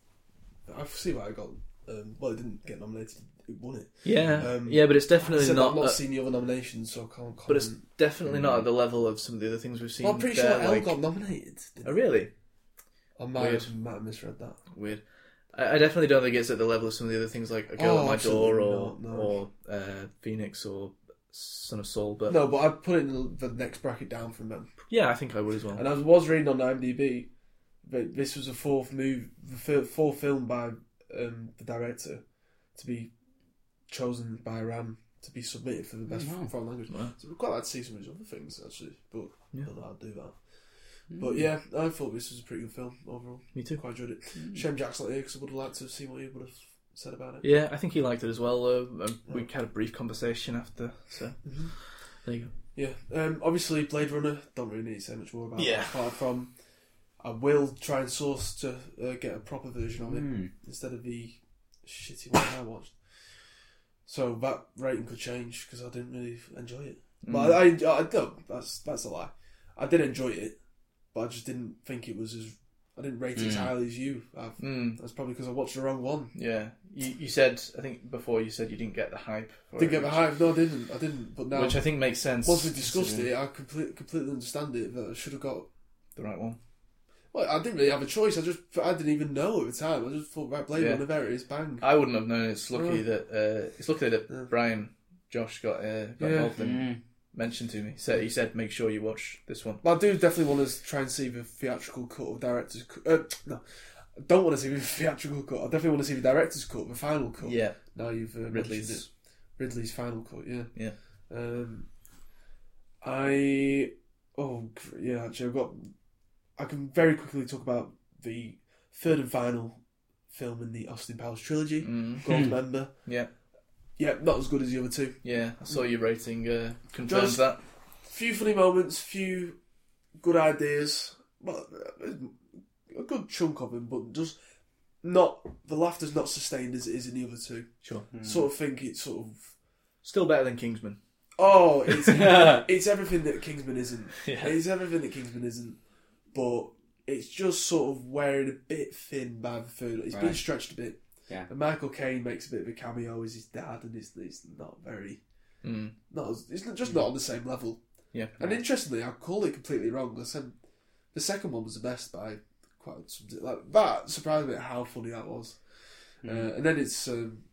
S2: I could see why I got. Um, well, it didn't get nominated. It won it.
S1: Yeah,
S2: Um,
S1: yeah, but it's definitely
S2: Said that
S1: not.
S2: I've not
S1: uh,
S2: seen the other nominations, so I can't. Comment.
S1: but it's definitely not at the level of some of the other things we've seen.
S2: Hmm. Well, I'm pretty sure
S1: there,
S2: Elle
S1: like-
S2: got nominated. didn't
S1: Oh, really?
S2: I might
S1: Weird.
S2: have, might have misread that.
S1: Weird. I, I definitely don't think it's at the level of some of the other things like A Girl
S2: Oh,
S1: at My Door
S2: absolutely
S1: or
S2: not, no.
S1: or uh, Phoenix or Son of Saul. But
S2: No, but I put it in the next bracket down from them.
S1: yeah, I think I would as well.
S2: And I was reading on IMDb that this was the fourth move, the fir- fourth film by um, the director to be chosen by RAM to be submitted for the best
S3: Oh, wow.
S2: foreign language.
S1: Wow.
S2: So we'd quite like to see some of his other things actually, but
S1: Yeah.
S2: not that I'll do that. But yeah, I thought this was a pretty good film overall.
S1: Me too.
S2: Quite enjoyed it. Shame Jack's not here because I would have liked to see what he would have said about it.
S1: Yeah, I think he liked it as well. Though um, we had a brief conversation after, so
S2: Mm-hmm.
S1: there you go.
S2: Yeah, um, obviously Blade Runner. Don't really need to say much more about.
S1: Yeah.
S2: It, apart from, I will try and source to uh, get a proper version of it
S3: Hmm.
S2: instead of the shitty one I watched. So that rating could change because I didn't really enjoy it. But I,
S1: Hmm.
S2: I, I no, that's that's a lie. I did enjoy it, but I just didn't think it was as I didn't rate it
S1: Hmm.
S2: as highly as you. Have.
S1: Mm.
S2: That's probably because I watched the wrong one.
S1: Yeah, you, you said I think before you said you didn't get the hype. for
S2: Didn't
S1: it,
S2: get the
S1: which-
S2: hype. No, I didn't. I didn't. But now,
S1: which I think makes sense.
S2: once we discussed
S1: considering
S2: it, I complete, completely understand it. That I should have got
S1: the right one.
S2: Well, I didn't really have a choice. I just I didn't even know at the time. I just thought, right, Blade
S1: Yeah.
S2: Runner, there it is, bang.
S1: I wouldn't have known. It's lucky
S2: Yeah.
S1: that uh, it's lucky that
S2: Mm. Yeah.
S1: Brian Josh got uh, got
S2: Yeah.
S1: involved and
S3: Hmm.
S1: mentioned to me. So he said, make sure you watch this one.
S2: But I do definitely want to try and see the theatrical cut or director's cut. Uh, no, I don't want to see the theatrical cut. I definitely want to see the director's cut, the final cut.
S1: Yeah,
S2: Now you've uh, Ridley's
S1: Ridley's.
S2: it. Ridley's final cut. Yeah.
S1: Yeah.
S2: Um, I oh gr- yeah, actually, I've got. I can very quickly talk about the third and final film in the Austin Powers trilogy,
S1: Mm.
S2: Gold Member.
S1: Yeah.
S2: Yeah, not as good as the other two.
S1: Yeah, I saw your rating uh, confirms
S2: Just-
S1: that.
S2: few funny moments, few good ideas, well, a good chunk of them, but just not the laughter's not sustained as it is in the other two.
S1: Sure.
S3: Hmm.
S2: Sort of think it's sort of
S1: Still better than Kingsman.
S2: oh, it's it's everything that Kingsman isn't.
S1: Yeah.
S2: It's everything that Kingsman isn't, but it's just sort of wearing a bit thin by the third. It's been
S3: Right.
S2: stretched a bit.
S3: Yeah.
S2: And Michael Caine makes a bit of a cameo as his dad, and it's it's not very
S3: Hmm.
S1: Mm.
S2: not as- it's not- just not on the same level.
S1: Yeah.
S2: And interestingly, I called it completely wrong. I said the second one was the best by quite some like that. Surprised me at how funny that was.
S1: Hmm.
S2: Uh, and then it's um,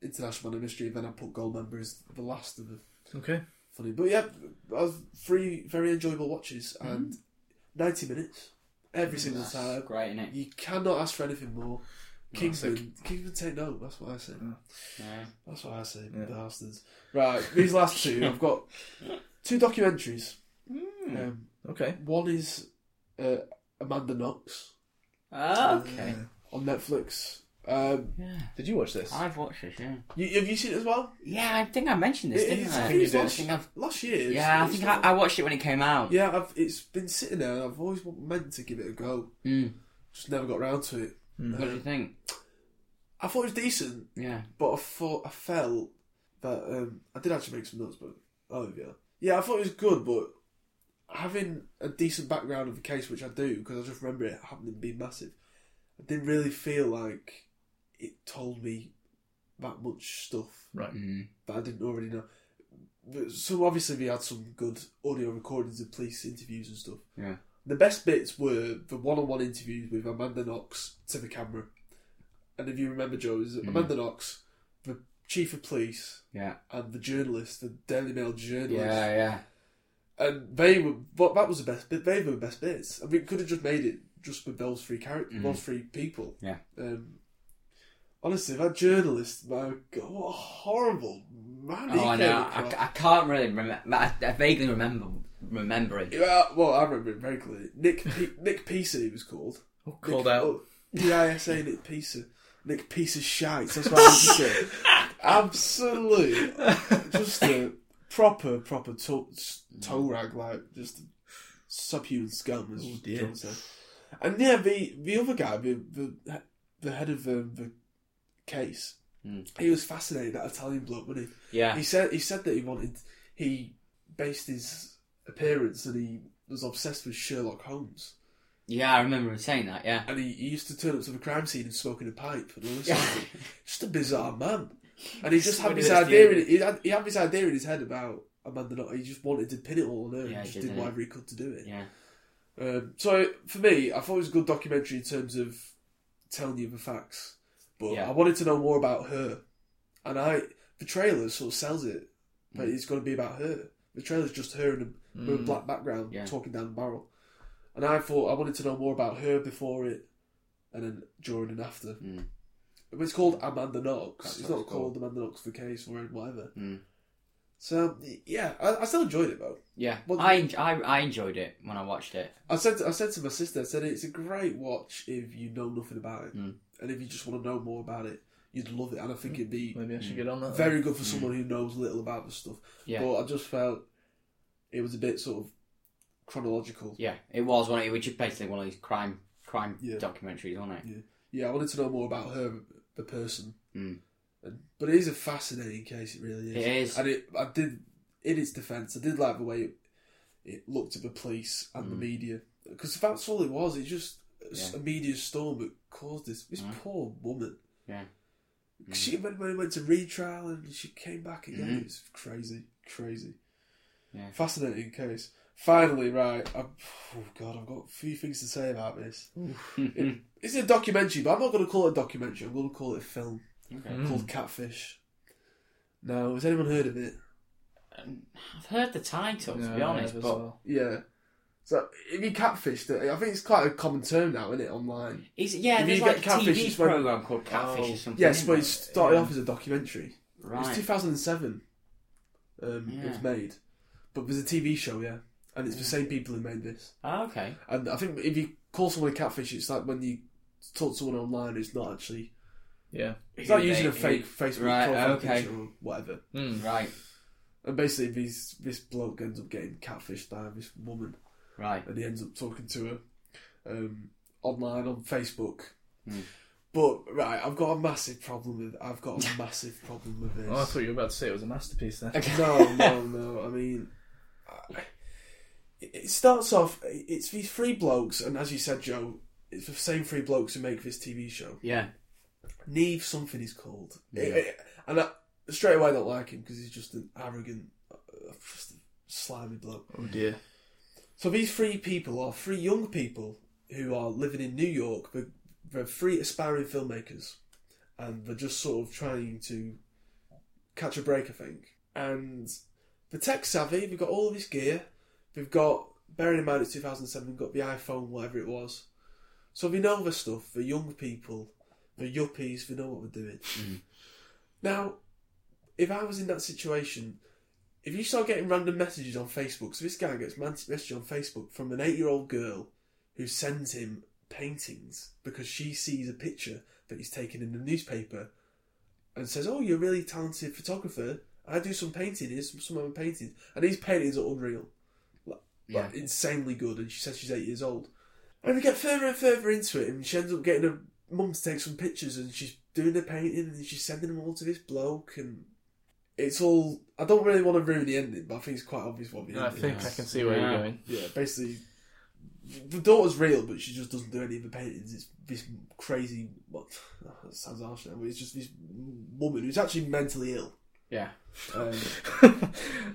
S2: International Man of Mystery. And then I put Goldmember as the last of the
S1: Okay.
S2: funny. But yeah, I was three very enjoyable watches
S1: Hmm.
S2: and ninety minutes every single time.
S3: Great, innit?
S2: You cannot ask for anything more. Kingsman, Kingsman, take note. That's what I say.
S3: Yeah.
S2: That's what I say,
S1: Hmm. Yeah.
S2: bastards. Right, these last two, I've got two documentaries.
S1: Hmm.
S2: Um,
S1: Okay.
S2: one is uh, Amanda Knox
S3: okay.
S2: on Netflix. Um,
S3: Yeah.
S1: Did you watch this?
S3: I've watched this, yeah.
S2: you, have you seen it as well?
S3: Yeah, I think I mentioned this,
S2: It-
S3: didn't
S2: it's-
S3: I?
S2: I think it's
S3: I
S2: last,
S3: think I've,
S2: last year. it's-
S3: yeah, I
S2: it's
S3: think I,
S2: not-
S3: I watched it when it came out.
S2: yeah, I've, it's been sitting there. and I've always wa- meant to give it a go.
S3: Mm.
S2: Just never got round to it.
S3: What do you think?
S2: I thought it was decent,
S3: Yeah.
S2: but I thought I felt that um, I did actually make some notes, but oh yeah, yeah, I thought it was good, but having a decent background of the case, which I do because I just remember it happening being massive, I didn't really feel like it told me that much stuff
S1: Right.
S3: Mm.
S2: that I didn't already know. But- So obviously we had some good audio recordings of police interviews and stuff.
S3: Yeah.
S2: The best bits were the one-on-one interviews with Amanda Knox to the camera. And if you remember, Joe, it was Amanda Knox, the chief of police,
S3: Hmm. Yeah.
S2: and the journalist, the Daily Mail journalist,
S3: Yeah, yeah.
S2: and they were. But that was the best bit. They were the best bits. I mean, could have just made it just with those three characters, those three people.
S3: Mm. Yeah.
S2: Um, honestly, that journalist, my God, what a horrible man he
S3: Oh, I
S2: came
S3: know. I,
S2: across.
S3: I can't really remember. I, I vaguely remember remembering.
S2: Yeah, well, I remember it very clearly. Nick P- Nick Pisa, he was called.
S1: Called
S2: Nick,
S1: out.
S2: Oh, D-I-S-A Nick Pisa. Nick Pisa shite. That's what I was to say. Absolute. Just a proper, proper toe, s- toe rag, like just subhuman scum, as
S1: Oh, dear.
S2: John said. And yeah, the the other guy, the the, the head of the, the case,
S1: Hmm.
S2: he was fascinated that Italian bloke, wasn't he?
S3: Yeah.
S2: He said he said that he wanted he based his appearance that he was obsessed with Sherlock Holmes,
S3: Yeah, I remember him saying that, yeah.
S2: and he, he used to turn up to the crime scene and smoking a pipe and all this. sort of thing. Just a bizarre man, and he just had
S6: Somebody
S2: this
S6: that's
S2: idea.
S6: the-
S2: In, he had he had this idea in his head about Amanda Knox. He just wanted to pin it all on her. and
S3: Yeah, he
S2: just
S3: did,
S2: did
S3: didn't
S2: whatever he could to do it.
S3: Yeah.
S2: Um, so for me, I thought it was a good documentary in terms of telling you the facts, but
S3: Yeah.
S2: I wanted to know more about her, and I the trailer sort of sells it, but
S3: Mm.
S2: it's going to be about her. The trailer's just her in a, with a black background
S3: Yeah.
S2: talking down the barrel, and I thought I wanted to know more about her before it, and then during and after.
S3: Mm.
S2: But It's called Amanda Knox.
S3: That's
S2: it's
S3: what
S2: not
S3: it's called.
S2: called Amanda Knox the case or whatever.
S3: Mm.
S2: So um, yeah, I, I still enjoyed it though.
S3: Yeah.
S2: Well,
S3: I, en- I I enjoyed it when I watched it.
S2: I said to, I said to my sister, I said it's a great watch if you know nothing about it,
S3: Mm.
S2: and if you just want to know more about it, you'd love it. And I think it'd be
S1: Maybe I should get on that.
S2: Hmm. very good for someone who knows little about the stuff.
S3: Hmm. Yeah.
S2: But I just felt it was a bit sort of chronological.
S3: Yeah, it was one. It was just basically one of these crime crime
S2: Yeah.
S3: documentaries, wasn't it?
S2: Yeah. Yeah, I wanted to know more about her, the person.
S3: Mm.
S2: And, but it is a fascinating case. It really is.
S3: It is.
S2: And it, I did, in its defence, I did like the way it, it looked at the police and
S3: Mm.
S2: the media because that's all it was. It's just a s-
S3: Yeah.
S2: a media storm that caused this. This
S3: Mm.
S2: poor woman.
S3: Yeah. Mm.
S2: She went, when it went to retrial and she came back again.
S3: Mhm.
S2: It's crazy, crazy.
S3: Yeah.
S2: Fascinating case. Finally, right. i oh God, I've got a few things to say about this. It- it's a documentary, but I'm not going to call it a documentary. I'm going to call it a film
S3: Okay.
S2: called Catfish. Now, has anyone heard of it?
S3: I've heard the title to
S1: Yeah,
S3: be
S1: I
S3: honest,
S1: have as
S3: but
S1: well.
S2: Yeah. So, if you catfished, I think it's quite a common term now, isn't it, online?
S3: is it- yeah,
S2: If
S3: there's
S2: you get
S3: like a
S2: Catfish,
S3: TV
S2: it's when-
S3: program called Catfish or something.
S2: Yes,
S3: isn't
S2: but
S3: there?
S2: it started off as a documentary. It was
S3: right.
S2: 2007. Um, It
S3: Yeah.
S2: was made, but there's a TV show, yeah, and it's the same people who made this.
S3: Oh, okay.
S2: And I think if you call someone a catfish, it's like when you talk to someone online, it's not actually.
S1: Yeah.
S2: It's
S3: Who
S2: not using
S3: they-
S2: a fake
S3: who-
S2: Facebook
S3: right,
S2: profile
S3: okay.
S2: picture or whatever.
S1: Mm.
S3: Right.
S2: And basically, these, this bloke ends up getting catfished by this woman,
S3: Right.
S2: and he ends up talking to her um, online on Facebook.
S3: Hmm.
S2: But right, I've got a massive problem with. I've got a massive problem with this.
S1: Oh, I thought you were about to say it was a masterpiece there.
S2: no, no, no. I mean, I- it starts off. It's these three blokes, and as you said, Joe, it's the same three blokes who make this TV show.
S3: Yeah.
S2: Neve something is called, It- it- and I, straight away I don't like him because he's just an arrogant, uh, just a slimy bloke.
S1: Oh dear.
S2: So these three people are three young people who are living in New York. They're, they're three aspiring filmmakers, and they're just sort of trying to catch a break, I think. And the tech savvy, they've got all this gear. They've got, bearing in mind it's 2007, they've got the iPhone, whatever it was. So they know the stuff. The young people, the yuppies, they know what they're doing. Now, if I was in that situation, if you start getting random messages on Facebook, so this guy gets man- message on Facebook from an eight-year-old girl who sends him paintings because she sees a picture that he's taken in the newspaper and says, "Oh, you're a really talented photographer. I do some painting. Here's some of my paintings, and these paintings are unreal, like, like insanely good." And she says she's eight years old. And we get further and further into it, and she ends up getting her mum to take some pictures, and she's doing the painting, and she's sending them all to this bloke, and it's all. I don't really want to ruin the ending, but I think it's quite obvious what the
S1: I
S2: ending
S1: think
S2: is.
S1: I can see where
S3: Yeah.
S1: you're going.
S2: Yeah, basically, the daughter's real, but she just doesn't do any of the paintings. It's this crazy. What that sounds harsh now, but it's just this woman who's actually mentally ill.
S3: Yeah.
S2: Um,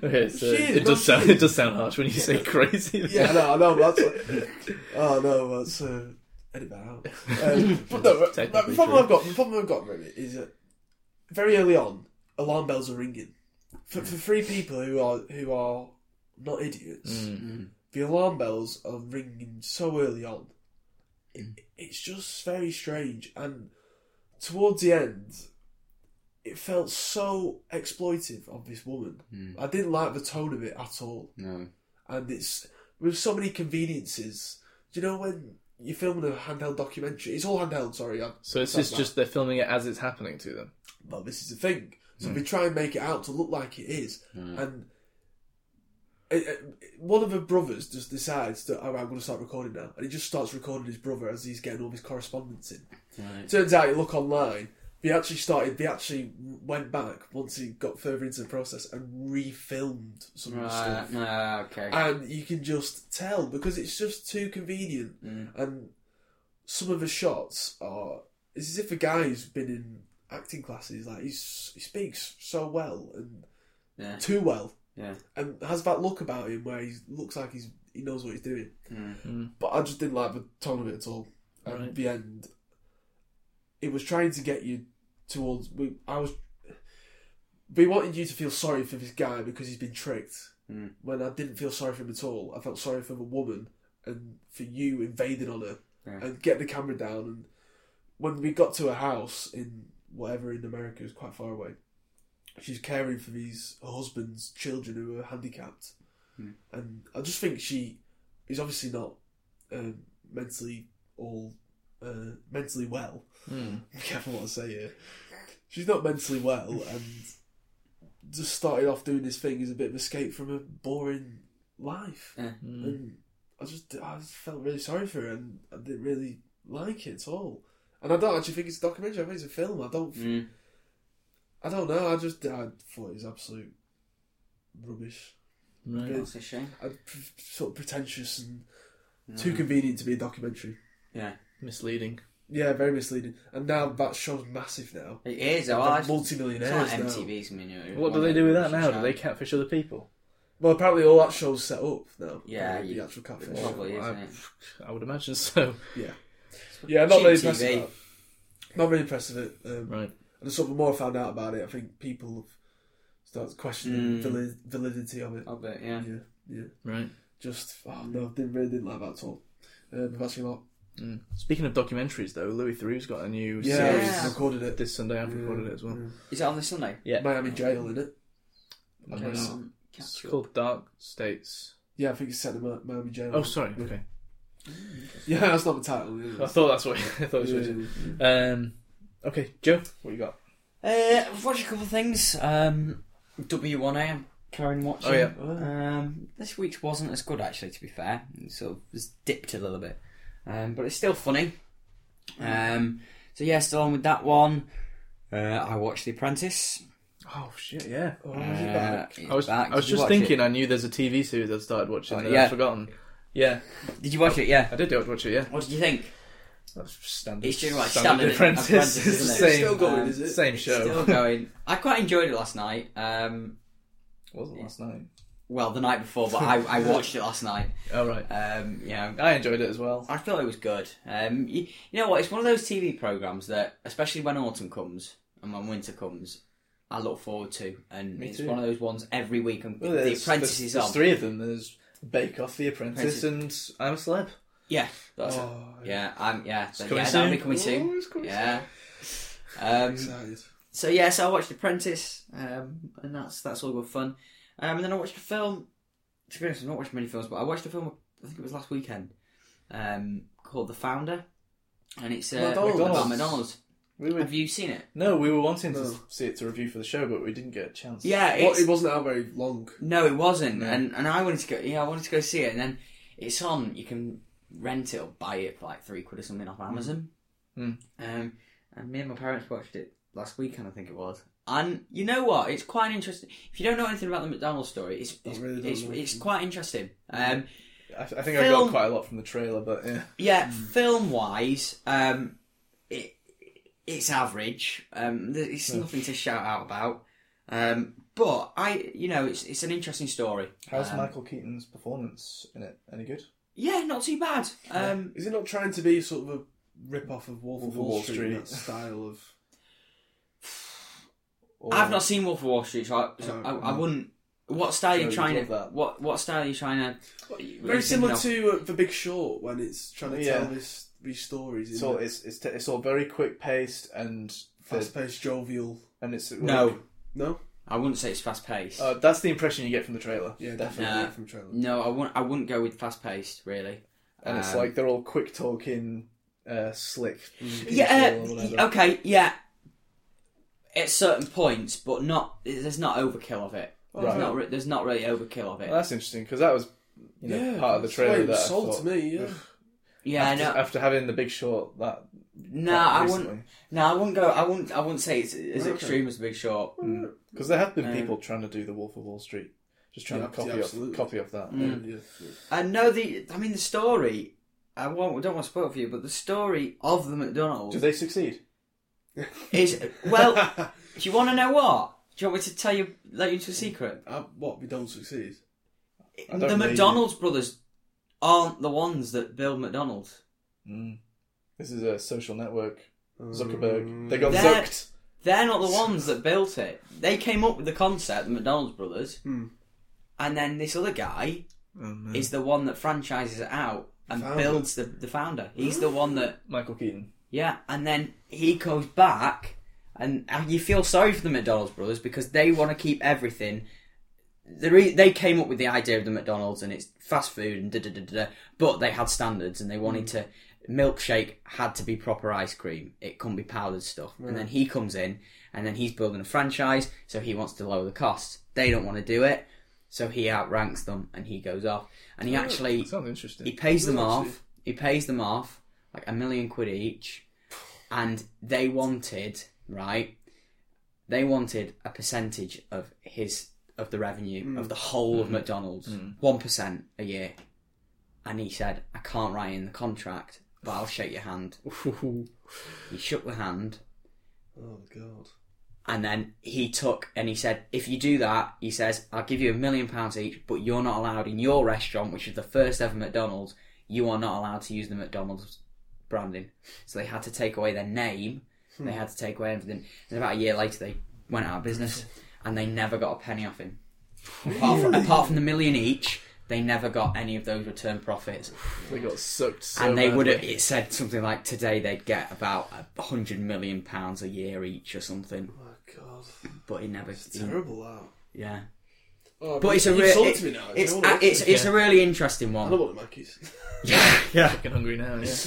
S1: okay, so
S2: She is,
S1: it does
S2: well,
S1: sound
S2: she
S1: it does sound harsh when you say crazy.
S2: yeah, I know, I know. But that's, oh no, that's uh, edit that out. Um, but no, right, the
S1: Technically
S2: problem I've got, the problem I've got really is that very early on, alarm bells are ringing for, for three people who are who are not idiots.
S1: Hmm.
S2: The alarm bells are ringing so early on. It, it's just very strange, and towards the end, it felt so exploitive of this woman. I didn't like the tone of it at all
S3: No.
S2: and it's with so many conveniences. Do you know when you're filming a handheld documentary? It's all handheld. Sorry, I'm,
S1: So it's
S2: Sorry
S1: just
S2: about
S1: just they're filming it as it's happening to them.
S2: but this is the thing. So we try and make it out to look like it is, and it- it- one of the brothers just decides that oh, I'm going to start recording now, and he just starts recording his brother as he's getting all his correspondence in.
S6: Right.
S2: Turns out, you look online. They actually started. They actually went back once he got further into the process and refilmed some of the stuff
S3: Right. Ah, okay.
S2: and you can just tell because it's just too convenient.
S3: Mm.
S2: And some of the shots are it's as if a guy's been in acting classes. Like he's he speaks so well and
S3: Yeah.
S2: too well,
S3: Yeah.
S2: and has that look about him where he looks like he's he knows what he's doing.
S3: Mm.
S2: But I just didn't like the tone of it at all. And
S1: Right.
S2: the end, it was trying to get you towards. We, I was. We wanted you to feel sorry for this guy because he's been tricked when I didn't feel sorry for him at all. I felt sorry for the woman and for you invading on her
S3: Yeah.
S2: and getting the camera down. And when we got to her house in whatever in America, it was quite far away. She's caring for these her husband's children who are handicapped, and I just think she is obviously not um, mentally all uh, mentally well. Be careful what I say here. She's not mentally well, and just started off doing this thing as a bit of escape from a boring life.
S3: Yeah.
S1: Hmm,
S2: And I just I just felt really sorry for her and I didn't really like it at all. And I don't actually think it's a documentary, I think it's a film. I don't
S3: Mm.
S2: I don't know, I just I thought it was absolute rubbish.
S1: Right.
S3: That's a shame.
S2: I, pre- sort of pretentious and too
S3: Mm.
S2: convenient to be a documentary.
S3: Yeah.
S1: Misleading.
S2: Yeah, very misleading. And now that show's massive now.
S3: It is. Oh,
S2: They're
S3: it's- it's
S2: multi-millionaires
S3: like
S2: now.
S3: MTV's menu.
S1: What do they do with that now? Do they catfish other people?
S2: Well, apparently all that show's set up now.
S3: Yeah,
S2: the
S3: you-
S2: actual catfish.
S3: Probably, isn't
S1: I-
S3: it?
S1: I would imagine so.
S2: Yeah. Yeah, I'm not really
S3: Cheap
S2: impressed
S3: TV.
S2: with that. Not really impressed with it. Um,
S1: Right.
S2: And sort of the more I found out about it, I think people have started questioning
S3: Mm.
S2: valid, validity of it.
S3: I'll bet, yeah.
S2: Yeah, yeah.
S1: Right.
S2: Just, oh no, didn't, really didn't like that at all. Um, I've actually not.
S1: Mm. Speaking of documentaries, though, Louis Theroux's got a new
S2: Yeah,
S1: series.
S2: I recorded it.
S1: This Sunday, I've recorded it as well.
S3: Is it on this Sunday?
S1: Yeah.
S2: Miami Jail, in it.
S1: Okay.
S2: Nice.
S3: Um,
S1: It's
S3: catch up.
S1: called Dark States.
S2: Yeah, I think it's set in Mi- Miami Jail.
S1: Oh, sorry. Okay.
S2: Yeah, that's not the title. Is it?
S1: I thought that's what I thought it was. Um, okay, Joe, what you got?
S3: Uh, I've watched a couple of things. Um, W1A, I'm currently watching.
S1: Oh, yeah.
S3: Um, this week's wasn't as good, actually, to be fair. It sort of was dipped a little bit. Um, but it's still funny. Um, so, yeah, still on with that one. Uh, I watched The Apprentice.
S1: Oh shit, yeah.
S2: Oh, is it back?
S3: Uh, it's
S1: I was
S3: back.
S1: I was
S3: Did you
S1: just
S3: watch it?
S1: thinking. I knew there's a TV series I'd started watching
S3: Oh,
S1: that
S3: yeah.
S1: I'd forgotten. Yeah,
S3: Did you watch it? Yeah.
S1: I did watch it. Yeah,
S3: What did you think?
S1: that's standard.
S3: It's just like standard
S1: Apprentice.
S3: Apprentice,
S1: It's the
S3: isn't
S2: it?
S1: same,
S2: Still going,
S1: um,
S2: is it?
S1: Same show.
S3: Still going. I quite enjoyed it last night. Um,
S1: Wasn't last night.
S3: well, the night before, but I, I watched it last night.
S1: All right.
S3: Um, yeah,
S1: I enjoyed it as well.
S3: I thought it was good. Um, you, you know what? It's one of those TV programs that, especially when autumn comes and when winter comes, I look forward to. And it's
S1: too.
S3: one of those ones every week. And the Apprentice
S1: there's,
S3: is
S1: there's
S3: on.
S1: three of them. There's Bake Off, The Apprentice, and I'm a Celeb.
S3: Yeah, that's it.
S2: Oh,
S3: Yeah, I'm, yeah, so,
S1: coming
S3: yeah that'll be
S1: soon.
S3: coming soon.
S2: Oh, it's coming
S3: yeah. Um,
S2: excited.
S3: so yeah, so I watched The Apprentice, um, and that's that's all good fun. Um, and then I watched a film. To be honest, I've not watched many films, but I watched a film. I think it was last weekend, um, called The Founder, and it's uh,
S2: McDonald's.
S3: about McDonald's.
S1: We were,
S3: Have you seen it?
S1: no, we were wanting to
S2: No.
S1: see it to review for the show, but we didn't get a chance.
S3: Yeah,
S2: Well,
S3: it's,
S2: it wasn't out very long.
S3: no, it wasn't.
S1: No.
S3: And and I wanted to go. Yeah, I wanted to go see it, and then it's on. You can rent it or buy it for like three quid or something
S2: Hmm.
S3: off Amazon.
S1: Mm.
S3: Um, and me and my parents watched it last weekend, I think it was. And you know what? It's quite interesting. If you don't know anything about the McDonald's story, it's it's
S2: really don't
S3: it's,
S2: know. Hmm.
S3: it's quite interesting. Um,
S1: I, I think I
S3: Film.
S1: got quite a lot from the trailer, but yeah.
S3: yeah,
S2: Hmm.
S3: film wise, um, it it's average. Um, there- it's nothing to shout out about. Um, but I, you know, it's it's an interesting story.
S1: How's
S3: Um,
S1: Michael Keaton's performance in it? Any good?
S3: Yeah, not too bad. Um,
S2: Is it not trying to be sort of a rip off of Wolf,
S1: Wolf
S2: of Wall, Street, in that style of?
S1: Or- mm.
S3: I've not seen Wolf of Wall Street, so I, so
S2: Oh,
S3: I, I
S2: no.
S3: wouldn't. What style are
S1: No,
S3: you
S1: you'd
S3: trying to?
S1: love that.
S3: What what style are you trying to?
S2: Very
S3: really
S2: similar
S3: thinking
S2: to uh, The Big Short when it's trying to
S1: Yeah.
S2: tell this these stories.
S1: It's
S2: isn't
S1: all
S2: it?
S1: it's it's, t- it's all very quick paced and
S2: fast paced, jovial.
S1: and it's
S3: No,
S2: No,
S3: I wouldn't say it's fast paced.
S1: Uh, that's the impression you get from the trailer.
S2: yeah,
S3: Nah.
S2: definitely from trailer.
S3: no, I wouldn't. I wouldn't go with fast paced really.
S1: and it's
S3: Um,
S1: like they're all quick talking, uh, slick.
S3: Yeah.
S1: people or
S3: Uh,
S1: whatever.
S3: okay. Yeah. At certain points, but not. There's not overkill of it. There's
S1: Right.
S3: not re- there's not really overkill of it.
S1: Well, that's interesting because that was you know
S2: yeah,
S1: part of the
S2: that's way
S1: trailer
S2: it
S1: that I
S2: was sold
S1: thought,
S2: to me. Yeah,
S3: yeah,
S1: after,
S3: no,
S1: after having the Big Short that
S3: no,
S1: that
S3: I
S1: recently.
S3: wouldn't. No, I wouldn't go. I wouldn't. I wouldn't say it's as
S2: Okay.
S3: extreme as Big Short.
S1: Because there have been
S3: No.
S1: people trying to do the Wolf of Wall Street, just trying
S2: Yeah,
S1: to copy
S2: yeah,
S1: off
S2: absolutely.
S1: copy off that.
S3: Mm.
S2: yeah, Mm. yeah.
S3: And no, the I mean the story. I won't. Don't want to spoil it for you, but the story of the McDonald's
S1: Do they succeed?
S3: is well. do you want to know what? Do you want me to tell you? Let you into a secret.
S2: I, uh, what we don't succeed.
S1: don't
S3: The
S1: need it.
S3: McDonald's brothers aren't the ones that build McDonald's.
S1: This is a social network.
S2: Mm.
S1: Zuckerberg, they got
S3: They're-
S1: zucked.
S3: They're not the ones that built it. They came up with the concept, the McDonald's brothers,
S2: Hmm.
S3: and then this other guy is the one that franchises it out and
S2: Founder.
S3: builds the the founder. He's the one that
S1: Michael Keaton.
S3: Yeah, and then he goes back, and and you feel sorry for the McDonald's brothers because they want to keep everything. The re- they came up with the idea of the McDonald's and it's fast food and da da da da, da, but they had standards and they wanted to. Milkshake had to be proper ice cream. It couldn't be powdered stuff. And then he comes in, and then he's building a franchise, so he wants to lower the costs. They don't want to do it, so he outranks them and he goes off. And he actually
S1: Sounds interesting.
S3: he pays them off. He pays them off like a million quid each, and they wanted right. They wanted a percentage of his of the revenue
S1: Mm.
S3: of the whole
S1: Mm-hmm.
S3: of McDonald's, one a year, and he said, "I can't write in the contract, but I'll shake your hand." he shook the hand,
S2: Oh god.
S3: and then he took and he said, if you do that, he says, I'll give you a million pounds each, but you're not allowed in your restaurant, which is the first ever McDonald's, you are not allowed to use the McDonald's branding. So they had to take away their name, they had to take away everything. And about a year later, they went out of business and they never got a penny off him. Apart, from, apart from the million each, they never got any of those return profits.
S1: they got sucked. So
S3: and they would have,
S1: badly.
S3: it said something like today they'd get about a hundred million pounds a year each or something,
S2: My Oh, god.
S3: but it never.
S2: It's terrible that.
S3: Yeah.
S2: Oh,
S3: But it's a
S2: you've
S3: real.
S2: sold
S3: It,
S2: to me now.
S3: it's
S2: I
S3: a,
S2: want it.
S3: it's, it's a really interesting
S2: I
S3: one.
S2: don't want the monkeys.
S1: yeah. fucking hungry now. Yeah.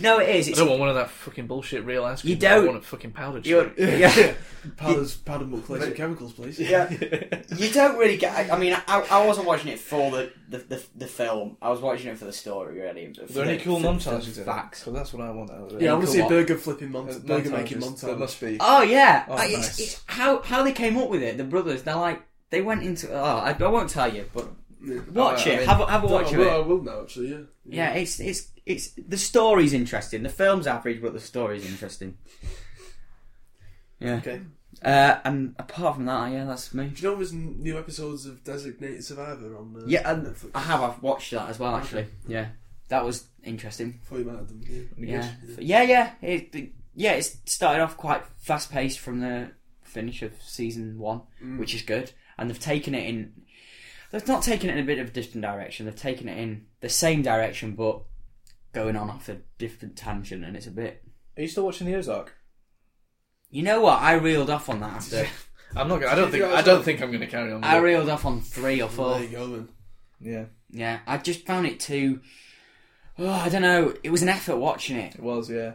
S3: No, it is.
S1: I
S3: It's,
S1: don't want one of that fucking bullshit real ice cream.
S3: You don't.
S1: I want a fucking powdered
S3: you,
S1: shit.
S3: yeah,
S2: Powders, powdered milk, laser chemicals, please.
S3: yeah. You don't really get. I, I mean, I, I wasn't watching it for the, the, the, the film. I was watching it for the story, really. for
S1: Are there any
S3: the-
S1: cool
S3: for- for
S1: montages
S3: the
S1: in
S3: facts.
S1: Because that's what I want. Out of it.
S2: Yeah, I want to
S3: Cool
S2: see a
S3: what?
S2: burger flipping mon-
S1: Montages.
S2: burger making Uh, montage.
S1: There must be.
S3: Oh yeah,
S1: Oh,
S3: Like, it's,
S1: nice.
S3: it's how how they came up with it. The brothers, they're like they went into. Oh, I, I won't tell you, but watch
S1: Oh, I
S3: it.
S1: mean-
S3: have a, have a
S2: No,
S3: watch
S2: I
S3: of
S2: will,
S3: it.
S2: I will now, actually. Yeah.
S3: Yeah, it's it's it's the story's interesting. The film's average, but the story's interesting. Yeah.
S2: Okay.
S3: Uh, and apart from that, yeah, that's me.
S2: Do you know there's n- new episodes of Designated Survivor on uh,
S3: Yeah, and
S2: Netflix?
S3: I have. I've watched that as well, actually. Yeah, that was interesting.
S2: Before you might have them. Yeah.
S3: Yeah, yeah, yeah. It, it- yeah, it started off quite fast paced from the finish of season one, which is good. And they've taken it in. They've not taken it in a bit of a different direction. They've taken it in the same direction, but going on off a different tangent, and it's a bit.
S1: Are you still watching the Ozark?
S3: You know what? I reeled off on that after.
S1: I'm not. Gonna, I don't think.
S2: you guys
S1: I don't
S2: watch-
S1: think I'm going to carry on. With
S3: I
S1: it.
S3: reeled off on three
S2: There
S3: or four.
S2: you go, then.
S1: Yeah,
S3: Yeah, I just found it too. Oh, I don't know. It was an effort watching it.
S1: it was. Yeah.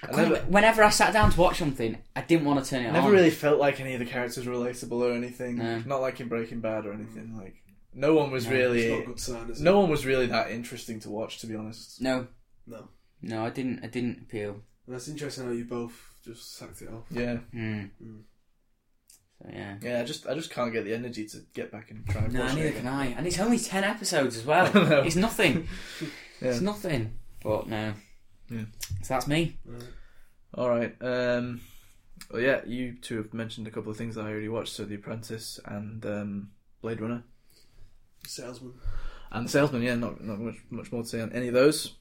S3: I
S1: I
S3: couldn't-
S1: never-
S3: whenever I sat down to watch something, I didn't want to turn it
S1: Never
S3: on.
S1: really felt like any of the characters were relatable or anything.
S3: No.
S1: Not like in Breaking Bad or anything. Like no one was really.
S2: It's not a good sign, is it?
S1: No one was really that interesting to watch, to be honest.
S3: No,
S2: No.
S3: no, I didn't. I didn't appeal.
S2: And that's interesting how you both just sacked it off.
S1: Yeah,
S3: Hmm. So yeah.
S1: yeah. I just, I just can't get the energy to get back and try and
S3: No,
S1: watch
S3: neither
S1: it.
S3: can
S1: Again.
S3: I. And it's only ten episodes as well.
S1: I know.
S3: It's nothing.
S1: Yeah.
S3: It's nothing. But no.
S1: Yeah.
S3: So that's me.
S1: All right. Um, well, yeah, you two have mentioned a couple of things that I already watched, so The Apprentice and um, Blade Runner
S2: Salesman.
S1: and The Salesman. Yeah, not not much much more to say on any of those.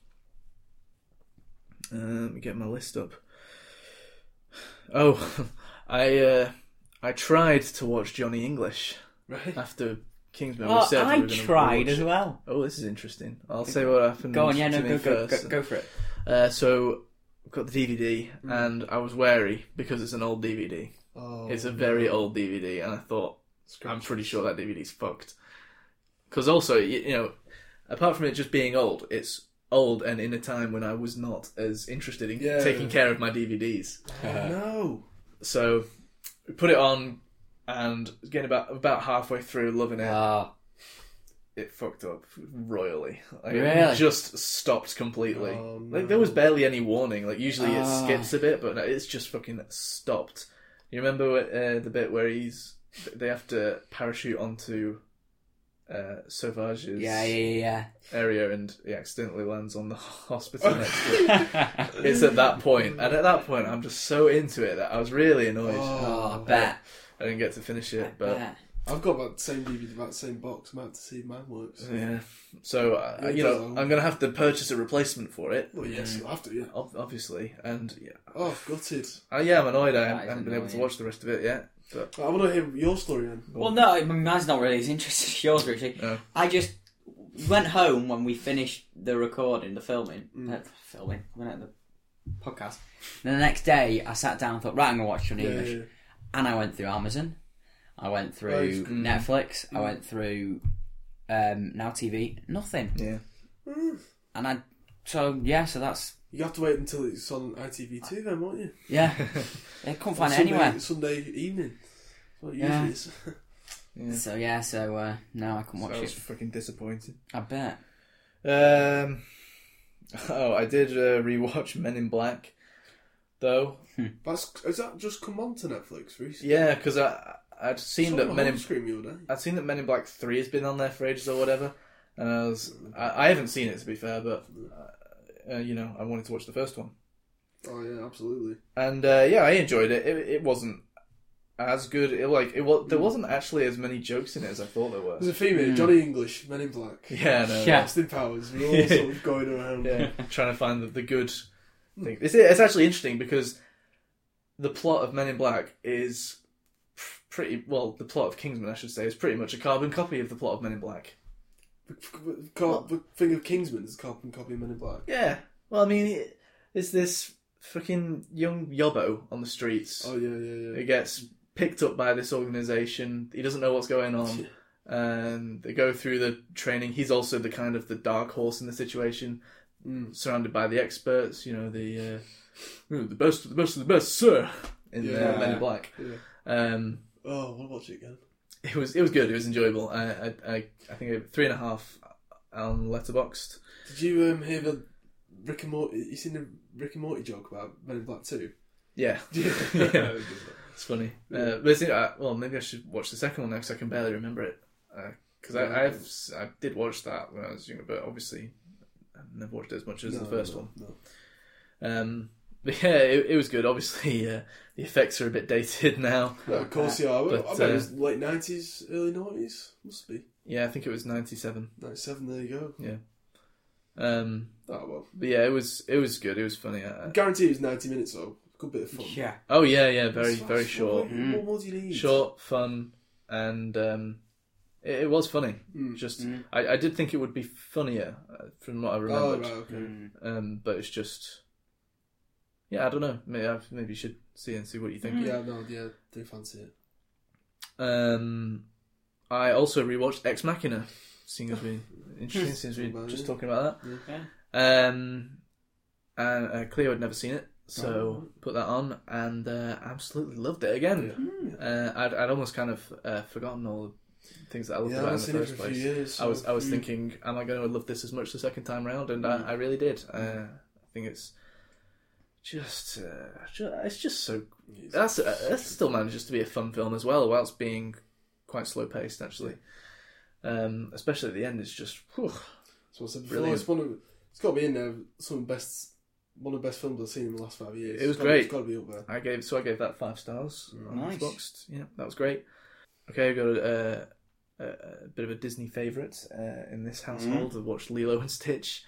S1: Uh, let me get my list up. Oh, I uh, I tried to watch Johnny English
S2: Right?
S1: after Kingsman.
S3: Well,
S1: we said
S3: I
S1: we were gonna
S3: tried
S1: watch
S3: as
S1: it.
S3: well.
S1: Oh, this is interesting. I'll say what happened.
S3: Go on, yeah,
S1: to
S3: no,
S1: me
S3: go, go,
S1: first.
S3: go, go for it.
S1: Uh, so I've got the DVD, and I was wary because it's an old DVD.
S2: Hmm. Oh,
S1: It's a very old DVD, and I thought I'm pretty sure that DVD's fucked. Because also, you, you know, apart from it just being old, it's old and in a time when I was not as interested in
S2: Yeah.
S1: taking care of my DVDs.
S2: no.
S1: So put it on, and getting about about halfway through, loving it,
S2: Ah.
S3: Oh,
S1: it fucked up royally. Like,
S3: Really?
S1: It just stopped completely.
S2: Oh,
S1: Like
S2: no.
S1: there was barely any warning. Like usually it
S3: Ah.
S1: skips a bit, but no, it's just fucking stopped. You remember uh, the bit where he's they have to parachute onto uh, Sauvage's
S3: yeah, yeah,
S1: area and he accidentally lands on the hospital next to him.
S3: yeah.
S1: It's at that point, and at that point, I'm just so into it that I was really annoyed.
S3: oh, I bet.
S1: I didn't get to finish it, but
S3: bet.
S2: I've got about the same DVD, about the same box. I might have to see if mine works.
S1: yeah. So uh,
S2: It
S1: you
S2: does
S1: know,
S2: all-
S1: I'm gonna have to purchase a replacement for it,
S2: Well, yes, you'll have to, yeah.
S1: ob- obviously, and yeah,
S2: Oh, gutted.
S1: I, yeah, I'm annoyed. I
S3: That
S1: haven't
S3: is
S1: haven't been able to
S3: annoying.
S1: watch the rest of it yet. But
S2: I want to hear your story then.
S3: Well, no, I mean, mine's not really as interesting as yours, Richie.
S1: No.
S3: I just went home when we finished the recording, the filming,
S2: Mm.
S3: uh, filming, I mean, the podcast. And the next day, I sat down and thought, right, I'm going to watch it in
S2: Yeah,
S3: English.
S2: yeah, yeah.
S3: And I went through Amazon, I went through
S2: Right. Mm.
S3: Netflix, I went through um, Now TV, nothing.
S1: yeah,
S3: And I, so yeah, so that's,
S2: You have to wait until it's on ITV2 then, won't you?
S3: yeah. I couldn't find it
S2: Sunday,
S3: anywhere.
S2: Sunday evening. That's what it
S3: Yeah.
S2: usually is.
S3: So yeah, so uh, no, I couldn't watch
S1: I was
S3: it.
S1: fucking disappointed.
S3: I bet.
S1: Um, oh, I did uh, rewatch Men in Black, though.
S2: That's, has that just come on to Netflix recently?
S1: Yeah, because I I'd seen
S2: Someone
S1: that Men in
S2: scream the other day.
S1: I'd seen that Men in Black Three has been on there for ages or whatever, and I was I, I haven't seen it to be fair, but uh, uh, you know I wanted to watch the first one,
S2: Oh yeah, absolutely.
S1: and uh, yeah, I enjoyed it. It, it wasn't as good. It like it was
S3: Hmm.
S1: there wasn't actually as many jokes in it as I thought there
S2: There's
S1: were.
S2: a female, Johnny English, Men in Black,
S1: Yeah, no,
S3: Yeah.
S2: Austin Powers. We're all sort of going around.
S1: yeah, trying to find the, the good thing. It's, it's actually interesting because the plot of Men in Black is pr- pretty well. The plot of Kingsman, I should say, is pretty much a carbon copy of the plot of Men in Black.
S2: The Car- the thing of Kingsman is cop and copy Men in Black.
S1: Yeah. Well, I mean, it's this fucking young yobbo on the streets.
S2: Oh yeah, yeah,
S1: He
S2: yeah.
S1: gets picked up by this organization. He doesn't know what's going on. And they go through the training. He's also the kind of the dark horse in the situation,
S2: Mm.
S1: surrounded by the experts. You know, the uh, "Oh, the best, of the best, of the best, sir. In
S2: Yeah.
S1: uh, Men in Black.
S2: Yeah.
S1: Um,
S2: Oh, I want to watch it again.
S1: it was it was good. It was enjoyable. I I I, I think I- three and a half on Letterboxd.
S2: Did you um, hear the Rick and Morty? You seen the Rick and Morty joke about Men in Black Two?
S1: Yeah. Yeah. It's funny. Uh, but it's, uh, well, maybe I should watch the second one now because I can barely remember it. Because I, I've s- I did watch that when I was younger, but obviously I never watched it as much as the first one.
S2: No.
S1: Um, but yeah, it, it was good. Obviously, uh, the effects are a bit dated now.
S2: No, of course you are.
S1: But, uh,
S2: I bet it was late nineties, early nineties. Must be
S1: Yeah, I think it was '97.
S2: ninety seven. There you go.
S1: Um,
S2: Oh well,
S1: but yeah, it was it was good. It was funny.
S2: I
S1: Uh,
S2: guarantee it was ninety minutes though. Good bit of fun.
S3: Yeah.
S1: oh yeah, yeah, very
S2: It's
S1: very
S2: fast.
S1: short,
S2: What, what more do you need?
S1: short, fun, and um, it, it was funny.
S2: Hmm.
S1: Just
S2: Mm.
S3: Mm-hmm.
S1: I, I did think it would be funnier uh, from what I remembered.
S2: Oh right, okay.
S1: Um, but it's just, yeah, I don't know. Maybe I maybe you should see and see what you think.
S2: Yeah, no, yeah, do fancy it.
S1: Um, I also rewatched Ex Machina, seeing as we interesting since we were just talking about that. Um, and uh, Cleo had never seen it, so
S2: Oh.
S1: put that on and uh, absolutely loved it again. Uh, I'd, I'd almost kind of uh, forgotten all the things that I loved
S2: Yeah, I
S1: about
S2: haven't
S1: it in
S2: seen it
S1: the first
S2: for a few
S1: place.
S2: years.
S1: I was
S2: so-
S1: I was thinking, am I going to love this as much the second time round? And I, I really did. Uh, I think it's just, uh, ju- it's just so. That's uh, that still manages to be a fun film as well, whilst being quite slow paced actually. Um, especially at the end, it's just whew,
S2: So I said before,
S1: Brilliant.
S2: it's one of it's got to be in there. Some of the best, one of the best films I've seen in the last five years.
S1: It was
S2: It's gotta-
S1: great.
S2: It's got to be up there.
S1: I gave so I gave that five stars. on
S3: Nice.
S1: Xbox. Yeah, that was great. Okay, I've got a, a, a bit of a Disney favourite uh, in this household. I watched Lilo and Stitch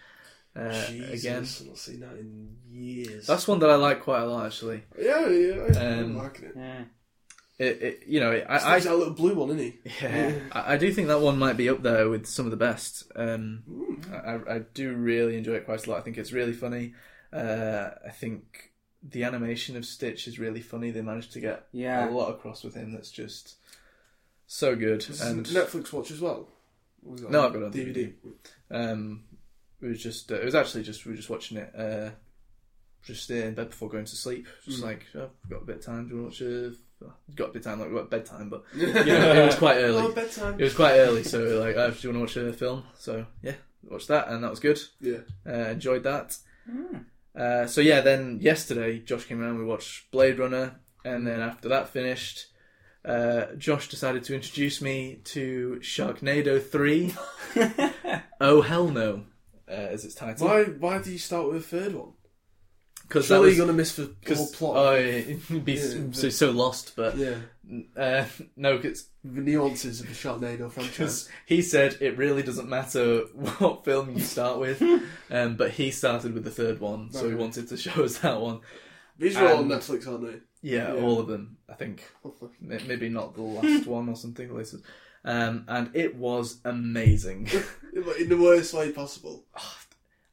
S1: uh,
S2: Jesus,
S1: again.
S2: I've not seen that in years.
S1: That's one that I like quite a lot actually.
S2: yeah, yeah. I'm
S1: Um,
S2: liking it.
S3: Yeah.
S1: It, it you know, it,
S2: I,
S1: I, I
S2: that little blue one, isn't he?
S1: Yeah, I, I do think that one might be up there with some of the best. Um, I, I- I do really enjoy it quite a lot. I think it's really funny. Uh, I think the animation of Stitch is really funny. They managed to get
S3: Yeah.
S1: a lot across with him. That's just so good.
S2: And
S1: And
S2: Netflix watch as well. Or was it
S1: No,
S2: on
S1: I've got it on um, it was just uh, it was actually just we were just watching it. Uh, just in bed before going to sleep, just like oh, I've got a bit of time. Do you want to watch a got a bit time, like about bedtime, but you know, it was quite early.
S2: Oh, bedtime.
S1: It was quite early, so we were like, oh, do you want to watch a film? So yeah, watched that, and that was good.
S2: Yeah.
S1: Uh, enjoyed that.
S2: Hmm.
S1: Uh, so yeah, then yesterday Josh came around. We watched Blade Runner, and then after that finished, uh, Josh decided to introduce me to Sharknado Three. oh hell no, uh, as its titled.
S2: Why? Why do you start with a third one?
S1: Because
S2: Surely you're gonna miss the whole
S1: because
S2: plot.
S1: oh, yeah, it'd be s-
S2: Yeah, but-
S1: so, so lost. But
S2: yeah,
S1: uh, no, because
S2: the nuances of the Sharknado franchise.
S1: Because he said it really doesn't matter what film you start with, um, but he started with the third one, so he
S2: Okay.
S1: wanted to show us that one.
S2: These are all on
S1: and-
S2: Netflix, aren't they?
S1: Yeah,
S2: Yeah.
S1: all of them, I think. M- Maybe not the last one or something. this is- Um, and it was amazing.
S2: In the worst way possible.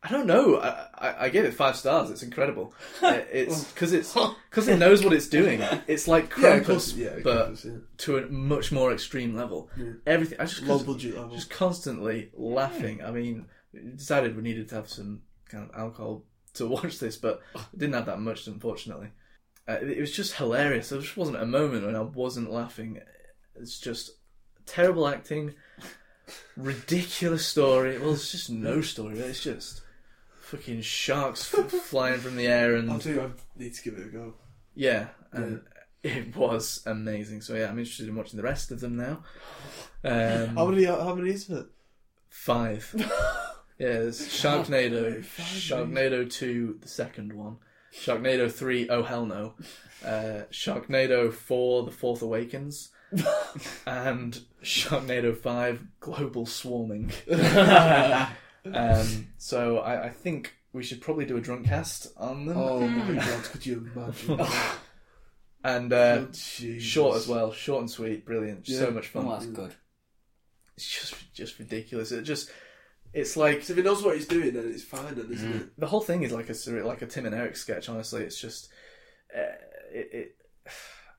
S1: I don't know. I, I, I gave it five stars. It's incredible. Uh, It's because it's because it knows what it's doing. It's like
S2: Oh. Yeah, of
S1: Krampus,
S2: course, yeah,
S1: but
S2: Krampus, yeah.
S1: to a much more extreme level. Everything. I just
S2: Low
S1: couldn't-
S2: budget level.
S1: just constantly laughing. I mean, decided we needed to have some kind of alcohol to watch this, but didn't have that much, unfortunately. Uh, it it was just hilarious. There just wasn't a moment when I wasn't laughing. It's just terrible acting, ridiculous story. Well, it's just no story. really. It's just fucking sharks f- flying from the air
S2: I
S1: and
S2: do. I need to give it a go.
S1: Hmm. yeah, and it was amazing. So yeah, I'm interested in watching the rest of them now. Um,
S2: many? How many is it?
S1: Five. yeah, there's Sharknado, Sharknado 2, the second one, Sharknado 3, oh hell no, uh, Sharknado 4, The Fourth Awakens, and Sharknado 5, Global Swarming. um, so I, I think we should probably do a drunk cast on them.
S2: Oh my god! Could you imagine? Oh,
S1: And uh,
S2: Jesus.
S1: short as well, short and sweet, brilliant,
S2: Yeah.
S1: so much fun.
S3: Oh, that's good.
S1: It's just, just ridiculous. It just, it's like
S2: 'Cause if he knows what he's doing, then it's fine, then isn't it?
S1: the whole thing is like a surre- like a Tim and Eric sketch. Honestly, it's just uh, it,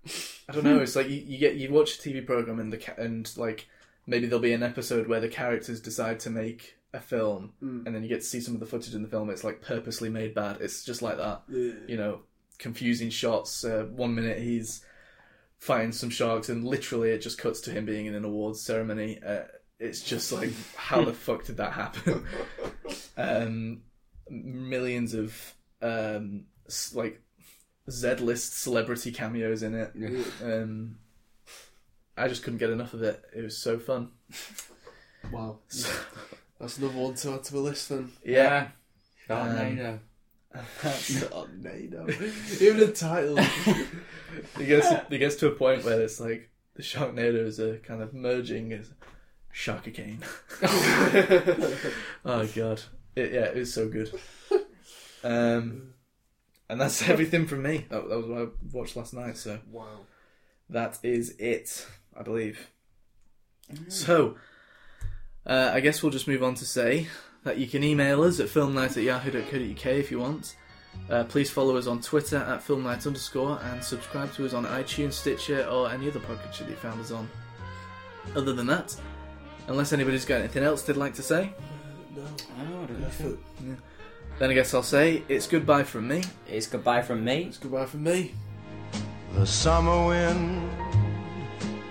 S1: it. I don't know. It's like you, you get you watch a TV program and the ca- and like maybe there'll be an episode where the characters decide to make a film, and then you get to see some of the footage in the film. It's like purposely made bad. It's just like that.
S2: Yeah.
S1: You know, confusing shots. Uh, one minute he's fighting some sharks, and literally it just cuts to him being in an awards ceremony. Uh, it's just like, how the fuck did that happen? um, millions of um, s- like Z-list celebrity cameos in it. Um, I just couldn't get enough of it. It was so fun.
S2: Wow. That's another one to add to the list then.
S1: Yeah,
S3: Oh,
S1: Um,
S3: Sharknado.
S2: Oh, Even the title.
S1: it gets it gets to a point where it's like the Sharknadoes are kind of merging as Shark again. oh god, it, yeah, it was so good. Um, and that's everything from me. That, that was what I watched last night. So
S2: wow.
S1: that is it, I believe. So, uh, I guess we'll just move on to say that you can email us at filmnight at yahoo.co.uk if you want. Uh, please follow us on Twitter at filmnight underscore and subscribe to us on iTunes, Stitcher, or any other podcast that you found us on. Other than that, unless anybody's got anything else they'd like to say,
S2: No.
S3: Oh, I don't know.
S2: That's it.
S1: then I guess I'll say it's goodbye from me.
S3: It's goodbye from me.
S2: It's goodbye from me.
S7: The summer wind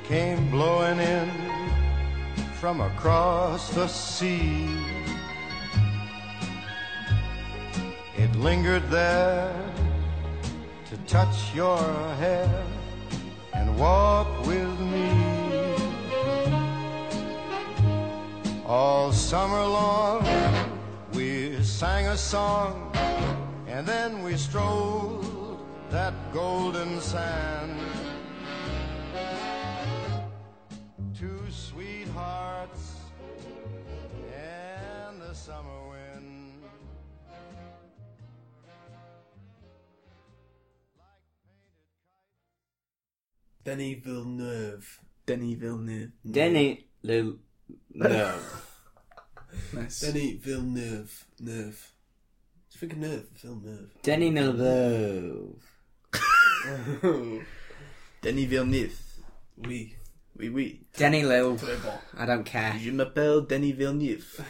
S7: came blowing in from across the sea. It lingered there to touch your hair and walk with me. All summer long, we sang a song and then we strolled that golden sand. Two sweethearts and the summer wind.
S2: Denny Villeneuve.
S1: Denny Villeneuve.
S3: Denny Lil. No.
S1: Nice.
S2: Denny Villeneuve. Nerve. Just think of nerve. Villeneuve.
S3: Denny Lil.
S1: Denny Villeneuve.
S2: We.
S1: Oui, oui.
S3: Denny Lil. I don't care.
S1: Je m'appelle Denny Villeneuve.